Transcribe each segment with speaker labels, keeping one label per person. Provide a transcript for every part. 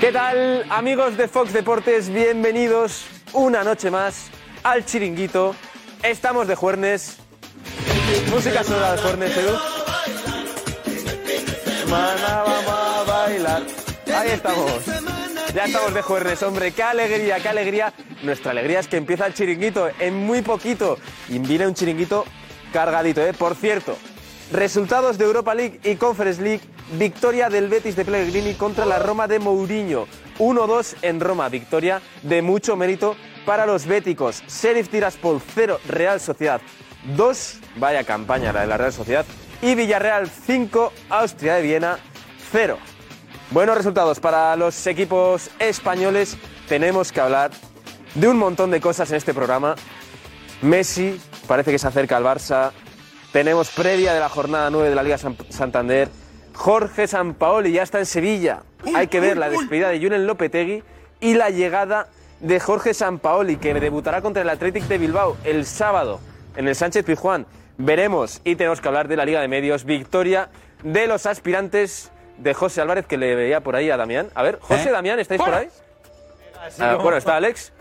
Speaker 1: ¿Qué tal amigos de Fox Deportes? Bienvenidos una noche más al chiringuito. Estamos de Juernes. Música sonora de ¿eh? Juernes, Edu. Maná, vamos a bailar. Ahí estamos. Ya estamos de jueves, hombre. Qué alegría, qué alegría. Nuestra alegría es que empieza el chiringuito en muy poquito. Y viene un chiringuito cargadito, ¿eh? Por cierto, resultados de Europa League y Conference League. Victoria del Betis de Pellegrini contra la Roma de Mourinho. 1-2 en Roma. Victoria de mucho mérito para los béticos. Sheriff Tiraspol 0, Real Sociedad 2. Vaya campaña la de la Real Sociedad. Y Villarreal 5, Austria de Viena 0. Buenos resultados para los equipos españoles. Tenemos que hablar de un montón de cosas en este programa. Messi parece que se acerca al Barça. Tenemos previa de la jornada 9 de la Liga San- Santander. Jorge Sampaoli ya está en Sevilla. Hay que ver la despedida de Julen Lopetegui y la llegada de Jorge Sampaoli, que debutará contra el Athletic de Bilbao el sábado en el Sánchez Pizjuán. Veremos y tenemos que hablar de la Liga de Medios. Victoria de los aspirantes de José Álvarez, que le veía por ahí a Damián. A ver, José, Damián, ¿estáis por ahí? Ah,
Speaker 2: como-
Speaker 1: bueno, está Alex.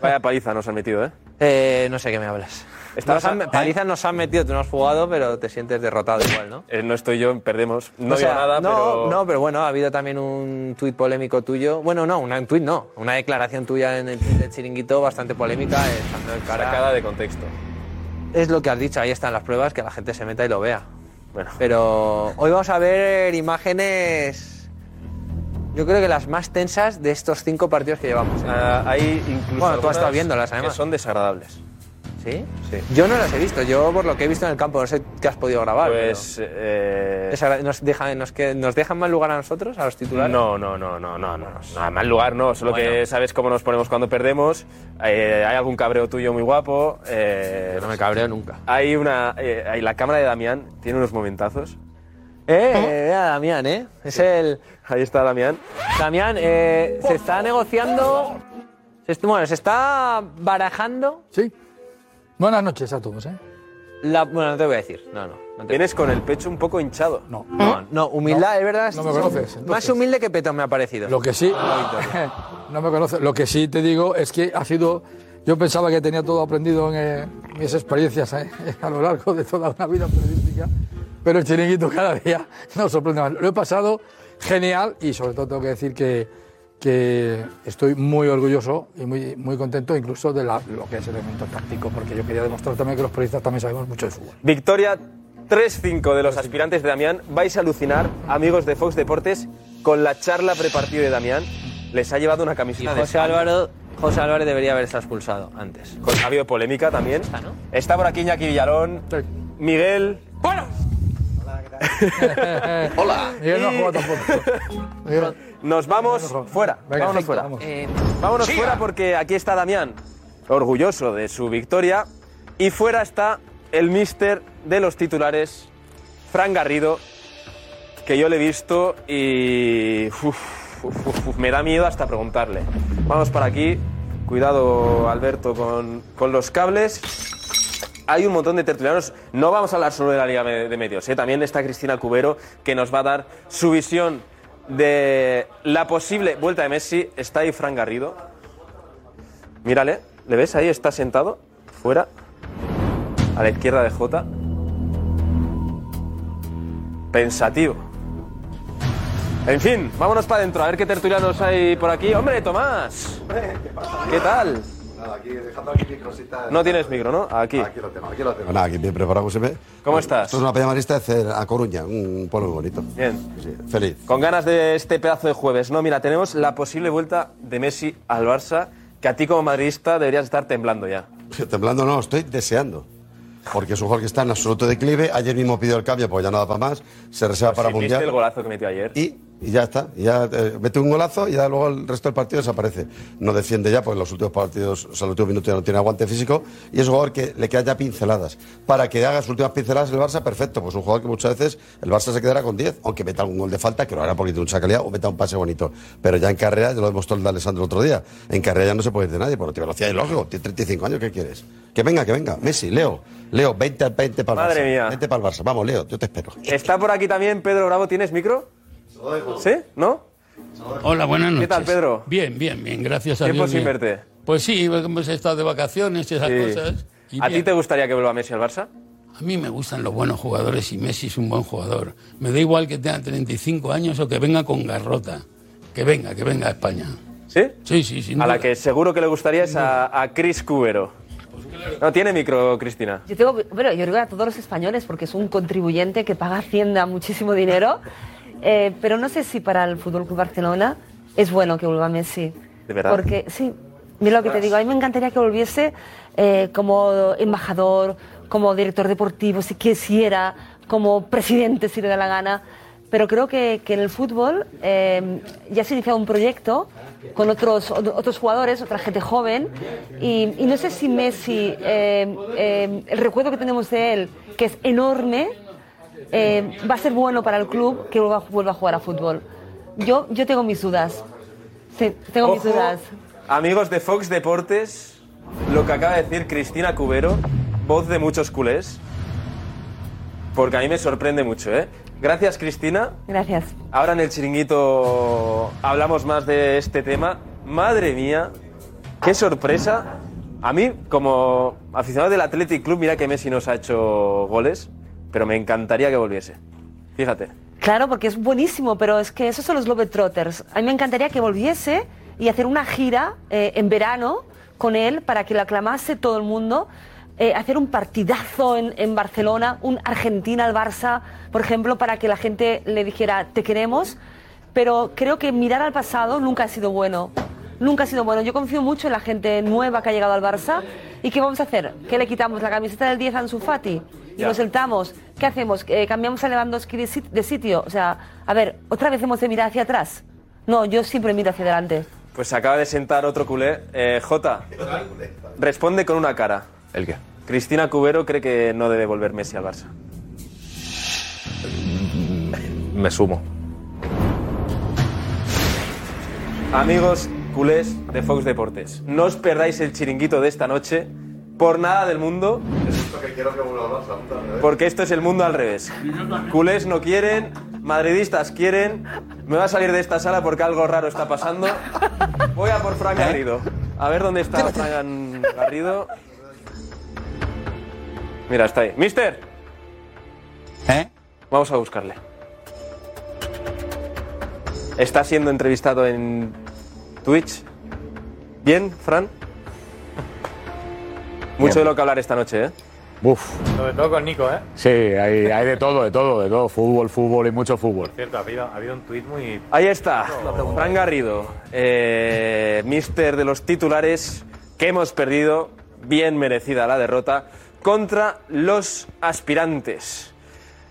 Speaker 1: Vaya paliza nos han metido, ¿eh?
Speaker 2: Eh, no sé qué me hablas.
Speaker 1: Estabas
Speaker 2: Nos han-
Speaker 1: a-
Speaker 2: palizas nos han metido, tú no has jugado, pero te sientes derrotado igual, ¿no?
Speaker 1: Eh, no estoy yo, perdemos. No
Speaker 2: O sea,
Speaker 1: digo nada,
Speaker 2: no,
Speaker 1: pero...
Speaker 2: No, pero bueno, ha habido también un tuit polémico tuyo. Bueno, no, una- un tuit no. Una declaración tuya en el tuit del chiringuito bastante polémica. eh, echando en cara-
Speaker 1: Sacada de contexto.
Speaker 2: Es lo que has dicho, ahí están las pruebas, que la gente se meta y lo vea.
Speaker 1: Bueno.
Speaker 2: Pero hoy vamos a ver imágenes, yo creo que las más tensas de estos cinco partidos que llevamos. ¿eh?
Speaker 1: Ah, hay incluso
Speaker 2: Bueno, tú has estado
Speaker 1: algunas
Speaker 2: viéndolas, además.
Speaker 1: Que son desagradables.
Speaker 2: ¿Sí?
Speaker 1: Sí.
Speaker 2: Yo no las he visto, yo por lo que he visto en el campo, no sé qué has podido grabar.
Speaker 1: Pues... eh,
Speaker 2: pero desagra- ¿Nos dejan, nos, que- ¿Nos dejan mal lugar a nosotros, a los titulares?
Speaker 1: No, no, no, no, no, no. Nada, mal lugar no, solo que
Speaker 2: Bueno.
Speaker 1: sabes cómo nos ponemos cuando perdemos. Eh, hay algún cabreo tuyo muy guapo. eh,
Speaker 2: Yo no me cabreo nunca.
Speaker 1: hay una... eh, hay la cámara de Damián tiene unos momentazos.
Speaker 2: Eh, eh, a Damián, ¿eh? Es el...
Speaker 1: Ahí está Damián.
Speaker 2: Damián, eh, se está negociando... se est- bueno, se está barajando
Speaker 3: Sí. Buenas noches a todos, ¿eh?
Speaker 2: la... Bueno, no te voy a decir. No, no. no te-
Speaker 1: Vienes con el pecho un poco hinchado.
Speaker 3: No.
Speaker 2: No, no, humildad, es verdad.
Speaker 3: no me conoces,
Speaker 2: Más
Speaker 3: entonces.
Speaker 2: humilde que Petón me ha parecido.
Speaker 3: Lo que sí. no me conoces. Lo que sí te digo es que ha sido. Yo pensaba que tenía todo aprendido en eh, mis experiencias eh, a lo largo de toda una vida periodística, pero el chiringuito cada día nos sorprende más. Lo he pasado genial y sobre todo tengo que decir que, que estoy muy orgulloso y muy, muy contento incluso de la- lo que es el elemento táctico, porque yo quería demostrar también que los periodistas también sabemos mucho de fútbol.
Speaker 1: Victoria 3-5 de los aspirantes de Damián. Vais a alucinar, amigos de Fox Deportes, con la charla prepartido de Damián. Les ha llevado una
Speaker 2: Y
Speaker 1: camiseta de
Speaker 2: José
Speaker 1: España.
Speaker 2: Álvaro, José Álvarez debería haberse expulsado antes.
Speaker 1: Con- Ha habido polémica también.
Speaker 2: Está, ¿no?
Speaker 1: Está por aquí Iñaki Villalón,
Speaker 3: Sí.
Speaker 1: Miguel.
Speaker 3: Hola. Miguel no ha
Speaker 1: Y-
Speaker 3: jugado tampoco. Miguel-
Speaker 1: Nos vamos fuera.
Speaker 3: Venga,
Speaker 1: Vámonos
Speaker 3: perfecto,
Speaker 1: fuera. Eh,
Speaker 3: vamos.
Speaker 1: Vámonos fuera porque aquí está Damián, orgulloso de su victoria. Y fuera está el mister de los titulares, Fran Garrido, que yo le he visto y uf, uf, uf, uf, me da miedo hasta preguntarle. Vamos para aquí. Cuidado, Alberto, con, con los cables. Hay un montón de tertulianos. No vamos a hablar solo de la Liga Me- de Medios. ¿eh? También está Cristina Cubero, que nos va a dar su visión de la posible vuelta de Messi. Está ahí Fran Garrido. Mírale, ¿le ves ahí? Está sentado, fuera, a la izquierda de Jota. Pensativo. En fin, vámonos para adentro, a ver qué tertulianos hay por aquí. ¡Hombre, Tomás! ¿Qué tal?
Speaker 4: Nada, aquí, dejando aquí mis cositas.
Speaker 1: No tienes micro, ¿no? Aquí.
Speaker 4: Aquí lo tengo, aquí lo tengo. Nada, aquí bien preparado siempre.
Speaker 1: ¿Cómo estás?
Speaker 4: Esto es una playa marista de Cer- a Coruña, un pueblo muy bonito.
Speaker 1: Bien.
Speaker 4: Sí, feliz.
Speaker 1: Con ganas de este pedazo de jueves, ¿no? Mira, tenemos la posible vuelta de Messi al Barça, que a ti como madridista deberías estar temblando ya.
Speaker 4: Temblando no, estoy deseando. Porque es un jugador que está en absoluto declive. Ayer mismo pidió el cambio, porque ya nada para más. Se reserva para
Speaker 1: Pues Si viste
Speaker 4: Mundial.
Speaker 1: el golazo que metió ayer.
Speaker 4: Y, y ya está. Y Ya eh, mete un golazo y ya luego el resto del partido desaparece. No defiende ya, porque en los últimos partidos, o sea, los últimos minutos ya no tiene aguante físico. Y es un jugador que le queda ya pinceladas. Para que haga sus últimas pinceladas el Barça, perfecto. Pues un jugador que muchas veces el Barça se quedará con 10, aunque meta algún gol de falta, que lo hará porque tiene mucha calidad, o meta un pase bonito. Pero ya en carrera, ya lo demostró el de Alessandro el otro día, en carrera ya no se puede ir de nadie, porque tiene velocidad y lógico. Tiene 35 años, ¿qué quieres? Que venga, que venga. Messi, Leo. Leo, 20 al 20 para el
Speaker 1: Madre
Speaker 4: Barça.
Speaker 1: mía.
Speaker 4: 20 para el Barça. Vamos, Leo, yo te espero.
Speaker 1: Está por aquí también Pedro Bravo, ¿tienes micro? ¿Sí? ¿No?
Speaker 5: Hola, buenas noches.
Speaker 1: ¿Qué tal, Pedro?
Speaker 5: Bien, bien, bien, gracias a
Speaker 1: Tiempo
Speaker 5: Dios.
Speaker 1: sin
Speaker 5: bien.
Speaker 1: verte.
Speaker 5: Pues sí, hemos estado de vacaciones y esas
Speaker 1: Sí.
Speaker 5: cosas. y
Speaker 1: ¿A ti
Speaker 5: bien.
Speaker 1: te gustaría que vuelva Messi al Barça?
Speaker 5: A mí me gustan los buenos jugadores y Messi es un buen jugador. Me da igual que tenga 35 años o que venga con garrota. Que venga, que venga a España.
Speaker 1: ¿Sí?
Speaker 5: Sí, sí, sin
Speaker 1: A la
Speaker 5: duda.
Speaker 1: que seguro que le gustaría es a, a Chris Cubero.
Speaker 5: Pues
Speaker 1: No tiene micro, Cristina.
Speaker 6: Yo tengo, bueno, yo creo que a todos los españoles, porque es un contribuyente que paga Hacienda muchísimo dinero, eh, pero no sé si para el Fútbol Club Barcelona es bueno que vuelva Messi.
Speaker 1: ¿De verdad?
Speaker 6: Porque, sí, mira lo que te digo, a mí me encantaría que volviese eh, como embajador, como director deportivo, si quisiera, como presidente, si le da la gana. Pero creo que, que en el fútbol eh, ya se ha iniciado un proyecto con otros, otros jugadores, otra gente joven. Y, y no sé si Messi, eh, eh, el recuerdo que tenemos de él, que es enorme, eh, va a ser bueno para el club que vuelva, vuelva a jugar a fútbol. Yo, yo tengo mis dudas. Sí, tengo mis
Speaker 1: Ojo,
Speaker 6: dudas.
Speaker 1: Amigos de Fox Deportes, lo que acaba de decir Cristina Cubero, voz de muchos culés. Porque a mí me sorprende mucho, ¿eh? Gracias, Cristina.
Speaker 6: Gracias.
Speaker 1: Ahora en el chiringuito hablamos más de este tema. Madre mía, qué sorpresa. A mí, como aficionado del Athletic Club, mira que Messi nos ha hecho goles, pero me encantaría que volviese. Fíjate.
Speaker 6: Claro, porque es buenísimo, pero es que esos son los Globetrotters. A mí me encantaría que volviese y hacer una gira eh, en verano con él para que lo aclamase todo el mundo. eh, hacer un partidazo en, en Barcelona, un Argentina al Barça, por ejemplo, para que la gente le dijera, te queremos. Pero creo que mirar al pasado nunca ha sido bueno. Nunca ha sido bueno. Yo confío mucho en la gente nueva que ha llegado al Barça. ¿Y qué vamos a hacer? ¿Qué le quitamos? ¿La camiseta del 10 a Ansu Fati? ¿Y
Speaker 1: Ya.
Speaker 6: nos saltamos? ¿Qué hacemos? Eh, ¿Cambiamos a Lewandowski de, sit- de sitio? O sea, a ver, ¿otra vez hemos de mirar hacia atrás? No, yo siempre miro hacia adelante.
Speaker 1: Pues se acaba de sentar otro culé. Eh, Jota, responde con una cara.
Speaker 2: ¿El qué?
Speaker 1: Cristina Cubero cree que no debe volver Messi al Barça.
Speaker 2: Me sumo.
Speaker 1: Amigos culés de Fox Deportes, no os perdáis el chiringuito de esta noche por nada del mundo, porque esto es el mundo al revés. Culés no quieren, madridistas quieren. Me va a salir de esta sala porque algo raro está pasando. Voy a por Fran Garrido. A ver dónde está Fran Garrido. Mira, está ahí. Mister.
Speaker 5: ¿Eh?
Speaker 1: Vamos a buscarle. Está siendo entrevistado en Twitch. ¿Bien, Fran? Mucho de lo que hablar esta noche, ¿eh?
Speaker 7: Uf,
Speaker 8: Sobre todo con Nico, ¿eh?
Speaker 7: sí, hay, hay de todo, de todo, de todo. Fútbol, fútbol y mucho fútbol.
Speaker 8: Cierto, ha habido, ha habido un tuit muy...
Speaker 1: Ahí está, Fran Garrido, eh, mister de los titulares que hemos perdido, bien merecida la derrota, contra los aspirantes.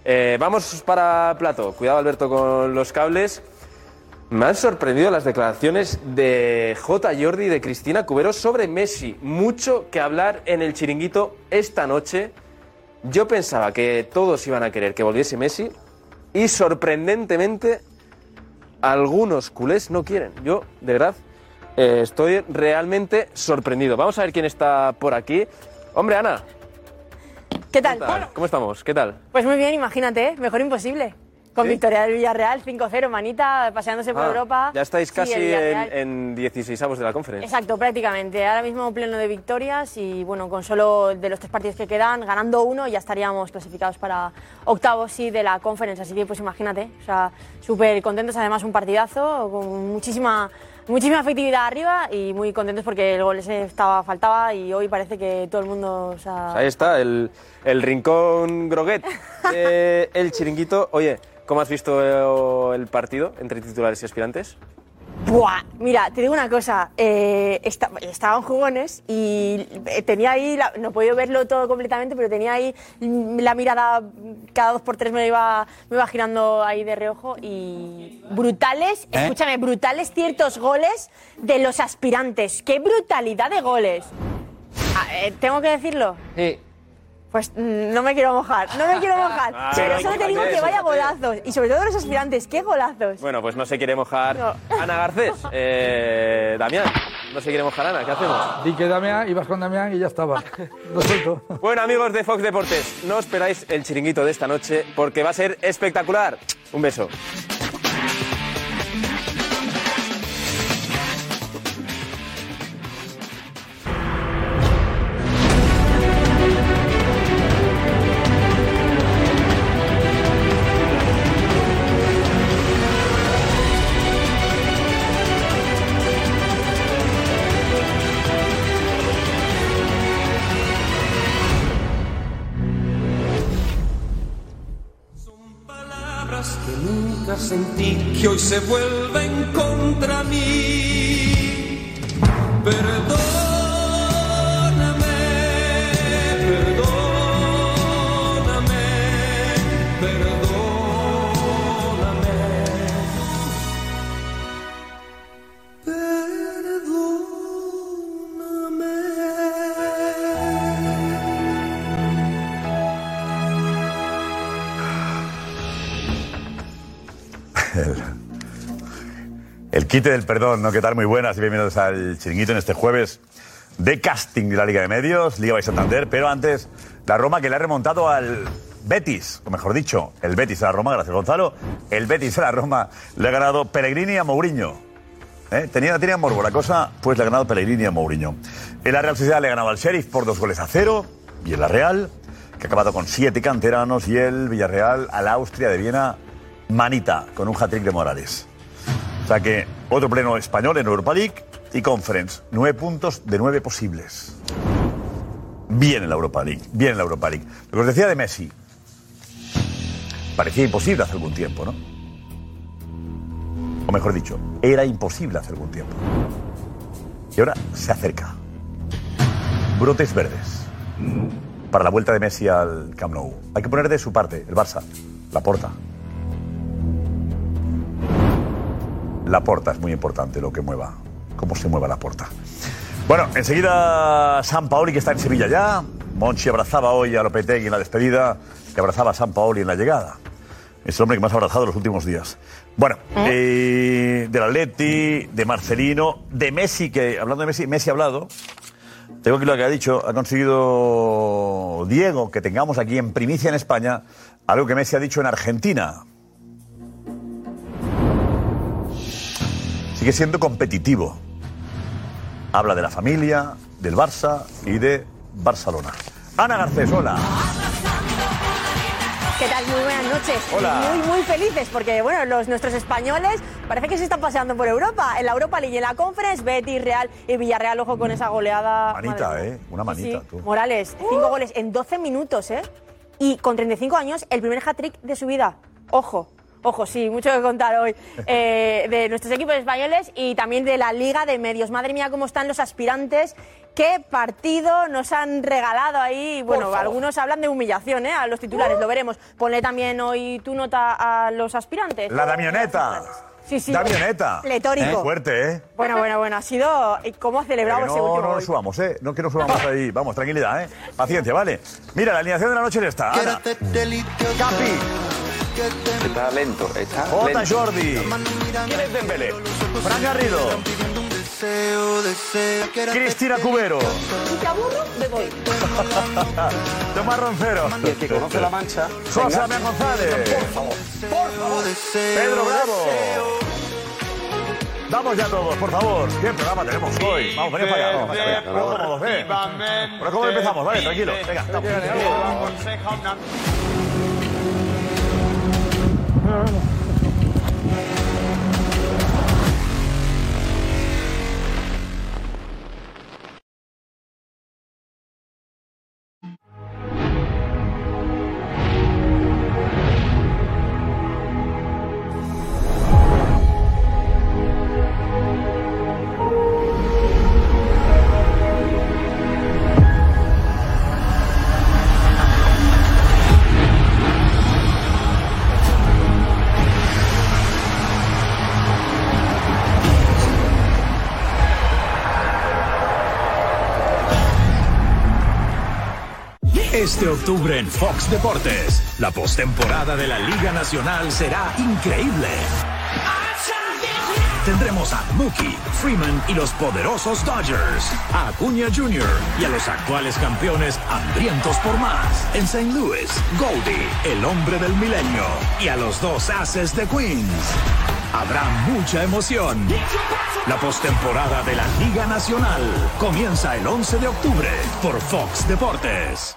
Speaker 1: Eh, vamos para plato, cuidado Alberto con los cables. Me han sorprendido las declaraciones de J. Jordi y de Cristina Cubero sobre Messi. Mucho que hablar en el chiringuito esta noche. Yo pensaba que todos iban a querer que volviese Messi y sorprendentemente algunos culés no quieren. Yo, de verdad, eh, estoy realmente sorprendido. Vamos a ver quién está por aquí. Hombre, Ana,
Speaker 9: ¿Qué tal?
Speaker 1: ¿qué tal? ¿cómo estamos? ¿Qué tal?
Speaker 9: Pues muy bien, imagínate, ¿eh? mejor imposible. Con
Speaker 1: ¿Sí?
Speaker 9: victoria del Villarreal, 5-0, manita, paseándose por
Speaker 1: Ah,
Speaker 9: Europa.
Speaker 1: Ya estáis
Speaker 9: Sí,
Speaker 1: casi
Speaker 9: el Villarreal.
Speaker 1: en, 16 avos de la conferencia.
Speaker 9: Exacto, prácticamente. Ahora mismo pleno de victorias y bueno, con solo de los tres partidos que quedan, ganando uno, ya estaríamos clasificados para octavos sí, de la conferencia. Así que pues imagínate, o sea, súper contentos, además un partidazo, con muchísima, muchísima efectividad arriba y muy contentos porque el gol ese estaba, faltaba y hoy parece que todo el mundo... o sea,
Speaker 1: Ahí está, el, el rincón groguet. de el chiringuito. Oye, ¿cómo has visto eh, el partido entre titulares y aspirantes?
Speaker 9: Buah, mira, te digo una cosa, eh, esta- estaban jugones y eh, tenía ahí, la- no he podido verlo todo completamente, pero tenía ahí mm, la mirada, mm, cada dos por tres me iba, me iba girando ahí de reojo y brutales,
Speaker 5: ¿Eh?
Speaker 9: escúchame, brutales ciertos goles de los aspirantes, qué brutalidad de goles. Ah, eh, ¿Tengo que decirlo?
Speaker 2: Sí.
Speaker 9: Pues mm, no me quiero mojar, no me quiero mojar,
Speaker 1: Ah,
Speaker 9: pero
Speaker 1: hay
Speaker 9: solo
Speaker 1: que
Speaker 9: te digo
Speaker 1: cambiar
Speaker 9: que
Speaker 1: eso,
Speaker 9: vaya
Speaker 1: fíjate.
Speaker 9: golazos y sobre todo de los aspirantes, qué golazos.
Speaker 1: Bueno, pues no se quiere mojar
Speaker 9: No.
Speaker 1: Ana Garcés. Eh, Damián, no se quiere mojar Ana, ¿qué hacemos?
Speaker 3: Di que Damián, ibas con Damián y ya estaba. Lo siento.
Speaker 1: Bueno, amigos de Fox Deportes, no os esperáis el chiringuito de esta noche porque va a ser espectacular. Un beso.
Speaker 10: se vuelven contra mí. Perdóname, perdóname, perdóname.
Speaker 11: El, el quite del perdón, ¿no? ¿Qué tal? Muy buenas y bienvenidos al chiringuito en este jueves de casting de la Liga de Medios, Liga by Santander. Pero antes, la Roma que le ha remontado al Betis, o mejor dicho, el Betis a la Roma, gracias Gonzalo. El Betis a la Roma le ha ganado Pellegrini a Mourinho. ¿Eh? Tenía, tenía morbo la cosa, pues le ha ganado Pellegrini a Mourinho. En la Real Sociedad le ganaba al Sheriff por dos goles a cero. Y en la Real, que ha acabado con siete canteranos, y el Villarreal a la Austria de Viena, manita, con un hat-trick de Morales. O sea que otro pleno español en Europa League y Conference. Nueve puntos de nueve posibles. Bien en la Europa League, bien en la Europa League. Lo que os decía de Messi, parecía imposible hace algún tiempo, ¿no? O mejor dicho, era imposible hace algún tiempo. Y ahora se acerca. Brotes verdes. Para la vuelta de Messi al Camp Nou. Hay que poner de su parte el Barça, la porta. La porta es muy importante lo que mueva, cómo se mueva la porta. Bueno, enseguida San Paoli que está en Sevilla ya. Monchi abrazaba hoy a Lopetegui en la despedida que abrazaba a San Paoli en la llegada. Es el hombre que más ha abrazado los últimos días. Bueno, eh, del Atleti, de Marcelino, de Messi, que hablando de Messi, Messi ha hablado. Tengo aquí lo que ha dicho, ha conseguido Diego que tengamos aquí en primicia en España algo que Messi ha dicho en Argentina. Sigue siendo competitivo. Habla de la familia, del Barça y de Barcelona. Ana Garcés, hola.
Speaker 9: ¿Qué tal? Muy buenas noches.
Speaker 11: Hola.
Speaker 9: Muy, muy felices porque, bueno, los, nuestros españoles parece que se están paseando por Europa. En la Europa League y en la Conference, Betis, Real y Villarreal, ojo con esa goleada.
Speaker 11: Manita,
Speaker 9: Madre mía.
Speaker 11: ¿eh? Una
Speaker 9: Sí,
Speaker 11: manita,
Speaker 9: sí.
Speaker 11: tú.
Speaker 9: Morales, cinco goles en 12 minutos, ¿eh? Y con 35 años, el primer hat-trick de su vida. Ojo, ojo, sí, mucho que contar hoy eh, de nuestros equipos españoles y también de la Liga de Medios. Madre mía, cómo están los aspirantes. Qué partido nos han regalado ahí. Bueno,
Speaker 12: favor.
Speaker 9: algunos hablan de humillación, ¿eh? A los
Speaker 11: ¡Uh!
Speaker 9: titulares, lo veremos. Ponle también hoy tu nota a los aspirantes.
Speaker 11: La Damioneta.
Speaker 9: Sí, sí.
Speaker 11: Damioneta.
Speaker 9: Pletórico.
Speaker 11: Eh, Fuerte, ¿eh?
Speaker 9: Bueno, bueno, bueno, ha sido. ¿y ¿Cómo ha celebrado
Speaker 11: Que
Speaker 9: ese
Speaker 11: no,
Speaker 9: último
Speaker 11: no
Speaker 9: gol?
Speaker 11: nos subamos, ¿eh? No que nos subamos ahí. Vamos, tranquilidad, ¿eh? Paciencia, ¿vale? Mira, la alineación de la noche es esta. Ana,
Speaker 13: Está lento, está
Speaker 11: Jota
Speaker 13: lento.
Speaker 11: Jordi. ¿Quién es Dembélé? Fran Garrido. Cristina Cubero.
Speaker 12: Si te aburro, me voy.
Speaker 11: Tomás Roncero.
Speaker 13: Y el que conoce la mancha.
Speaker 11: Sosa
Speaker 13: venga.
Speaker 11: Mea González.
Speaker 13: Por favor, por favor.
Speaker 11: Pedro Bravo. Vamos ya todos, por favor. ¿Qué programa tenemos hoy? Vamos, venid para acá. Vamos, venid para acá. Vamos, cómodos, ¿eh? Bueno, ¿cómo empezamos? Vale, tranquilo. Venga, vamos.
Speaker 14: Este octubre en Fox Deportes, la postemporada de la Liga Nacional será increíble. Tendremos a Mookie, Freeman y los poderosos Dodgers, a Acuña Jr. y a los actuales campeones hambrientos por más. En St. Louis, Goldie, el hombre del milenio, y a los dos ases de Queens. Habrá mucha emoción. La postemporada de la Liga Nacional comienza el 11 de octubre por Fox Deportes.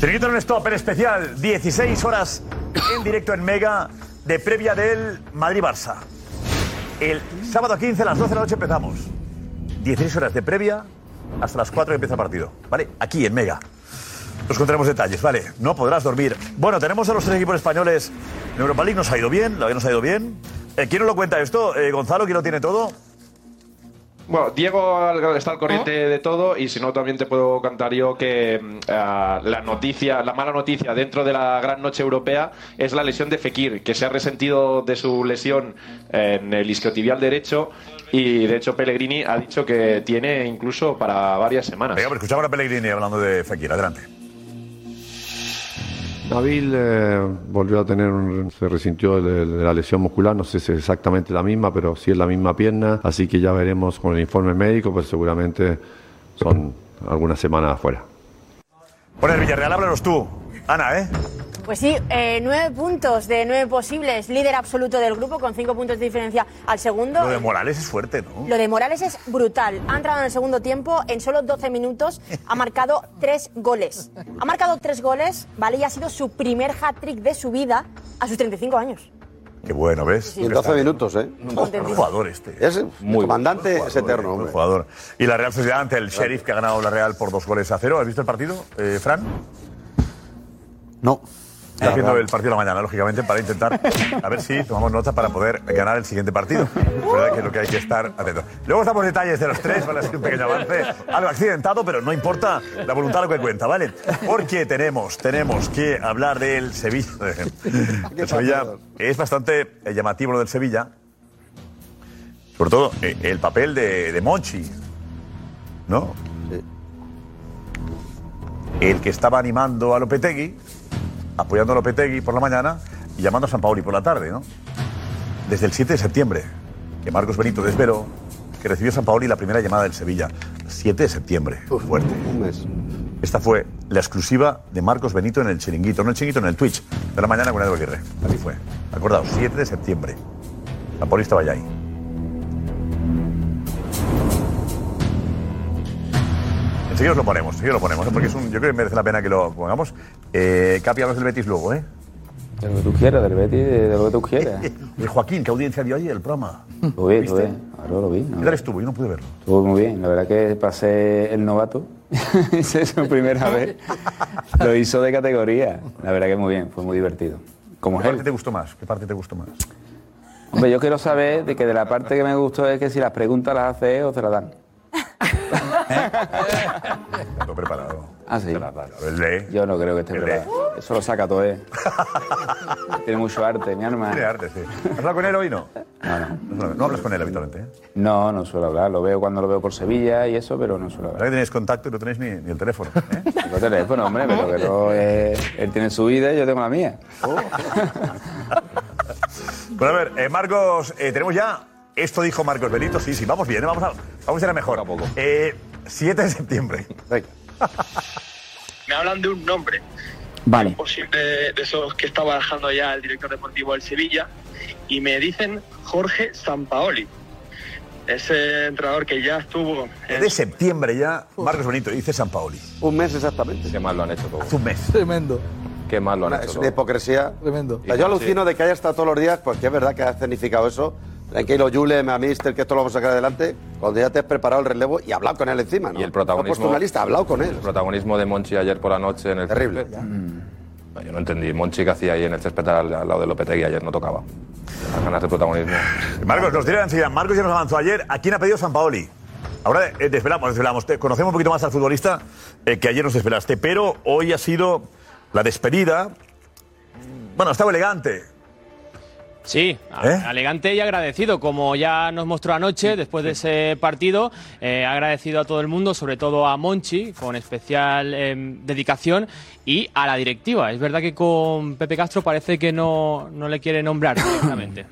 Speaker 11: Chiringuito en un stop en especial, 16 horas en directo en Mega de previa del Madrid-Barça. El sábado 15 a las 12 de la noche empezamos. 16 horas de previa hasta las 4 que empieza el partido. ¿Vale? Aquí en Mega. Nos contaremos detalles, ¿vale? No podrás dormir. Bueno, tenemos a los tres equipos españoles. En Europa League nos ha ido bien, la verdad nos ha ido bien. Eh, ¿Quién nos lo cuenta esto? Eh, Gonzalo, ¿quién lo tiene todo?
Speaker 15: Bueno, Diego al- está al corriente de todo y si no también te puedo cantar yo que mm, ah, la noticia, la mala noticia dentro de la gran noche europea es la lesión de Fekir, que se ha resentido de su lesión en el isquiotibial derecho y de hecho Pellegrini ha dicho que tiene incluso para varias
Speaker 1: Ah.
Speaker 15: semanas.
Speaker 11: Venga, pues escuchamos a Pellegrini hablando de Fekir. Adelante.
Speaker 16: Nabil eh, volvió a tener, un- se resintió de, de la lesión muscular, no sé si es exactamente la misma, pero sí es la misma pierna, así que ya veremos con el informe médico, pero seguramente son algunas semanas afuera.
Speaker 11: Bueno, el Villarreal, háblanos tú. Ana, ¿eh?
Speaker 9: Pues sí, eh, nueve puntos de nueve posibles, líder absoluto del grupo con cinco puntos de diferencia al segundo. Eh,
Speaker 11: Lo de Morales es fuerte, ¿no?
Speaker 9: Lo de Morales es brutal. Ha entrado en el segundo tiempo, en solo 12 minutos ha marcado tres goles. Ha marcado tres goles, ¿vale? Y ha sido su primer hat-trick de su vida a sus 35 años.
Speaker 11: Qué bueno, ¿ves?
Speaker 4: Y en 12 minutos, ¿eh?
Speaker 11: Buen jugador este.
Speaker 4: Es muy comandante, es eterno.
Speaker 11: Buen
Speaker 4: hombre.
Speaker 11: jugador. Y la Real Sociedad ante el Sheriff que ha ganado la Real por dos goles a cero. ¿Has visto el partido, eh, Fran?
Speaker 4: No.
Speaker 11: Está haciendo el partido de la mañana, lógicamente, para intentar a ver si tomamos nota para poder ganar el siguiente partido. Es verdad que es lo que hay que estar atentos. Luego estamos detalles de los tres, van a ser un pequeño avance. Algo accidentado, pero no importa la voluntad lo que cuenta, ¿vale? Porque tenemos, tenemos que hablar del Sevilla. El Sevilla es bastante eh, llamativo lo del Sevilla. Sobre todo eh, el papel de, de Monchi, ¿no? El que estaba animando a Lopetegui apoyando a Lopetegui por la mañana y llamando a San Paoli por la tarde, ¿no? Desde el 7 de septiembre, que Marcos Benito desveló que recibió San Paoli la primera llamada del Sevilla. 7 de septiembre, fuerte. Esta fue la exclusiva de Marcos Benito en el chiringuito, no el chiringuito, en el Twitch, de la mañana con Edu Aguirre. Así fue. Acordaos, 7 de septiembre. San Paoli estaba ya ahí. Enseguida os lo ponemos, enseguida lo ponemos, ¿eh? porque es un, yo creo que merece la pena que lo pongamos. Eh, Capi, hablas del Betis luego, ¿eh?
Speaker 17: De lo que tú quieras, del Betis, de de lo que tú quieras.
Speaker 11: De Eh, Joaquín, ¿qué audiencia dio ayer el programa?
Speaker 17: Lo vi, lo
Speaker 11: ¿Viste?
Speaker 17: vi. Claro, lo vi.
Speaker 11: ¿Qué tal estuvo? Yo no pude verlo.
Speaker 17: Estuvo muy bien. La verdad que pasé el novato. Esa es su primera vez. Lo hizo de categoría. La verdad que muy bien, fue muy divertido. Como
Speaker 11: ¿Qué parte te gustó más? ¿Qué parte te gustó más?
Speaker 17: Hombre, yo quiero saber de que de la parte que me gustó es que si las preguntas las hace él o te las dan.
Speaker 11: ¿Eh? Lo preparado.
Speaker 17: Ah, sí.
Speaker 11: El de.
Speaker 17: Yo no creo que esté preparado. Eso lo saca todo él. Tiene mucho arte, mi arma.
Speaker 11: Tiene arte, sí. ¿Has hablado con él hoy no?
Speaker 17: No, no.
Speaker 11: No, no hablas con él habitualmente. ¿eh?
Speaker 17: No, no suelo hablar. Lo veo cuando lo veo por Sevilla y eso, pero no suelo
Speaker 11: La verdad
Speaker 17: hablar.
Speaker 11: que tenéis contacto y no tenéis ni, ni el teléfono. ¿eh?
Speaker 17: Tengo teléfono, hombre, pero que no es- Él tiene su vida y yo tengo la mía.
Speaker 11: Oh. Bueno, a ver, eh, Marcos, eh, tenemos ya. Esto dijo Marcos Benito. Sí, sí, vamos bien, ¿eh? vamos a, vamos a ir a mejor. Poco a poco. 7 de septiembre.
Speaker 18: me hablan de un nombre.
Speaker 17: Vale.
Speaker 18: posible de, esos que está barajando ya el director deportivo del Sevilla, y me dicen Jorge Sampaoli. Ese entrenador que ya estuvo en
Speaker 11: De septiembre ya, Marcos Benito dice San Paoli.
Speaker 4: Un mes exactamente. Qué
Speaker 17: mal lo han hecho todo.
Speaker 11: Hace un mes.
Speaker 3: Tremendo.
Speaker 17: Qué mal
Speaker 4: Una- Es una hipocresía. Tremendo. yo alucino de que haya estado todos los días, porque es verdad que ha escenificado eso. En que lo Yule, a Mister, que esto lo vamos a sacar adelante. Cuando ya te has preparado el relevo y hablado con él encima, ¿no?
Speaker 19: Y
Speaker 4: No ha
Speaker 19: el
Speaker 4: puesto
Speaker 19: protagonismo.
Speaker 4: una lista, ha hablado con él.
Speaker 19: El protagonismo de Monchi ayer por la noche en el. Terrible. Yo no entendí. Monchi que hacía ahí en el césped al, al lado de Lopetegui ayer no tocaba. Las ganas de protagonismo.
Speaker 11: Marcos, nos dirá enseguida. Marcos ya nos avanzó ayer. ¿A quién ha pedido San Paoli? Ahora eh, desvelamos, desvelamos. Te- conocemos un poquito más al futbolista eh, que ayer nos desvelaste, pero hoy ha sido la despedida. Bueno, estaba elegante.
Speaker 20: Sí, a- elegante y agradecido, como ya nos mostró anoche después de ese partido. eh, agradecido a todo el mundo, sobre todo a Monchi, con especial em, dedicación, y a la directiva. Es verdad que con Pepe Castro parece que no, no le quiere nombrar directamente.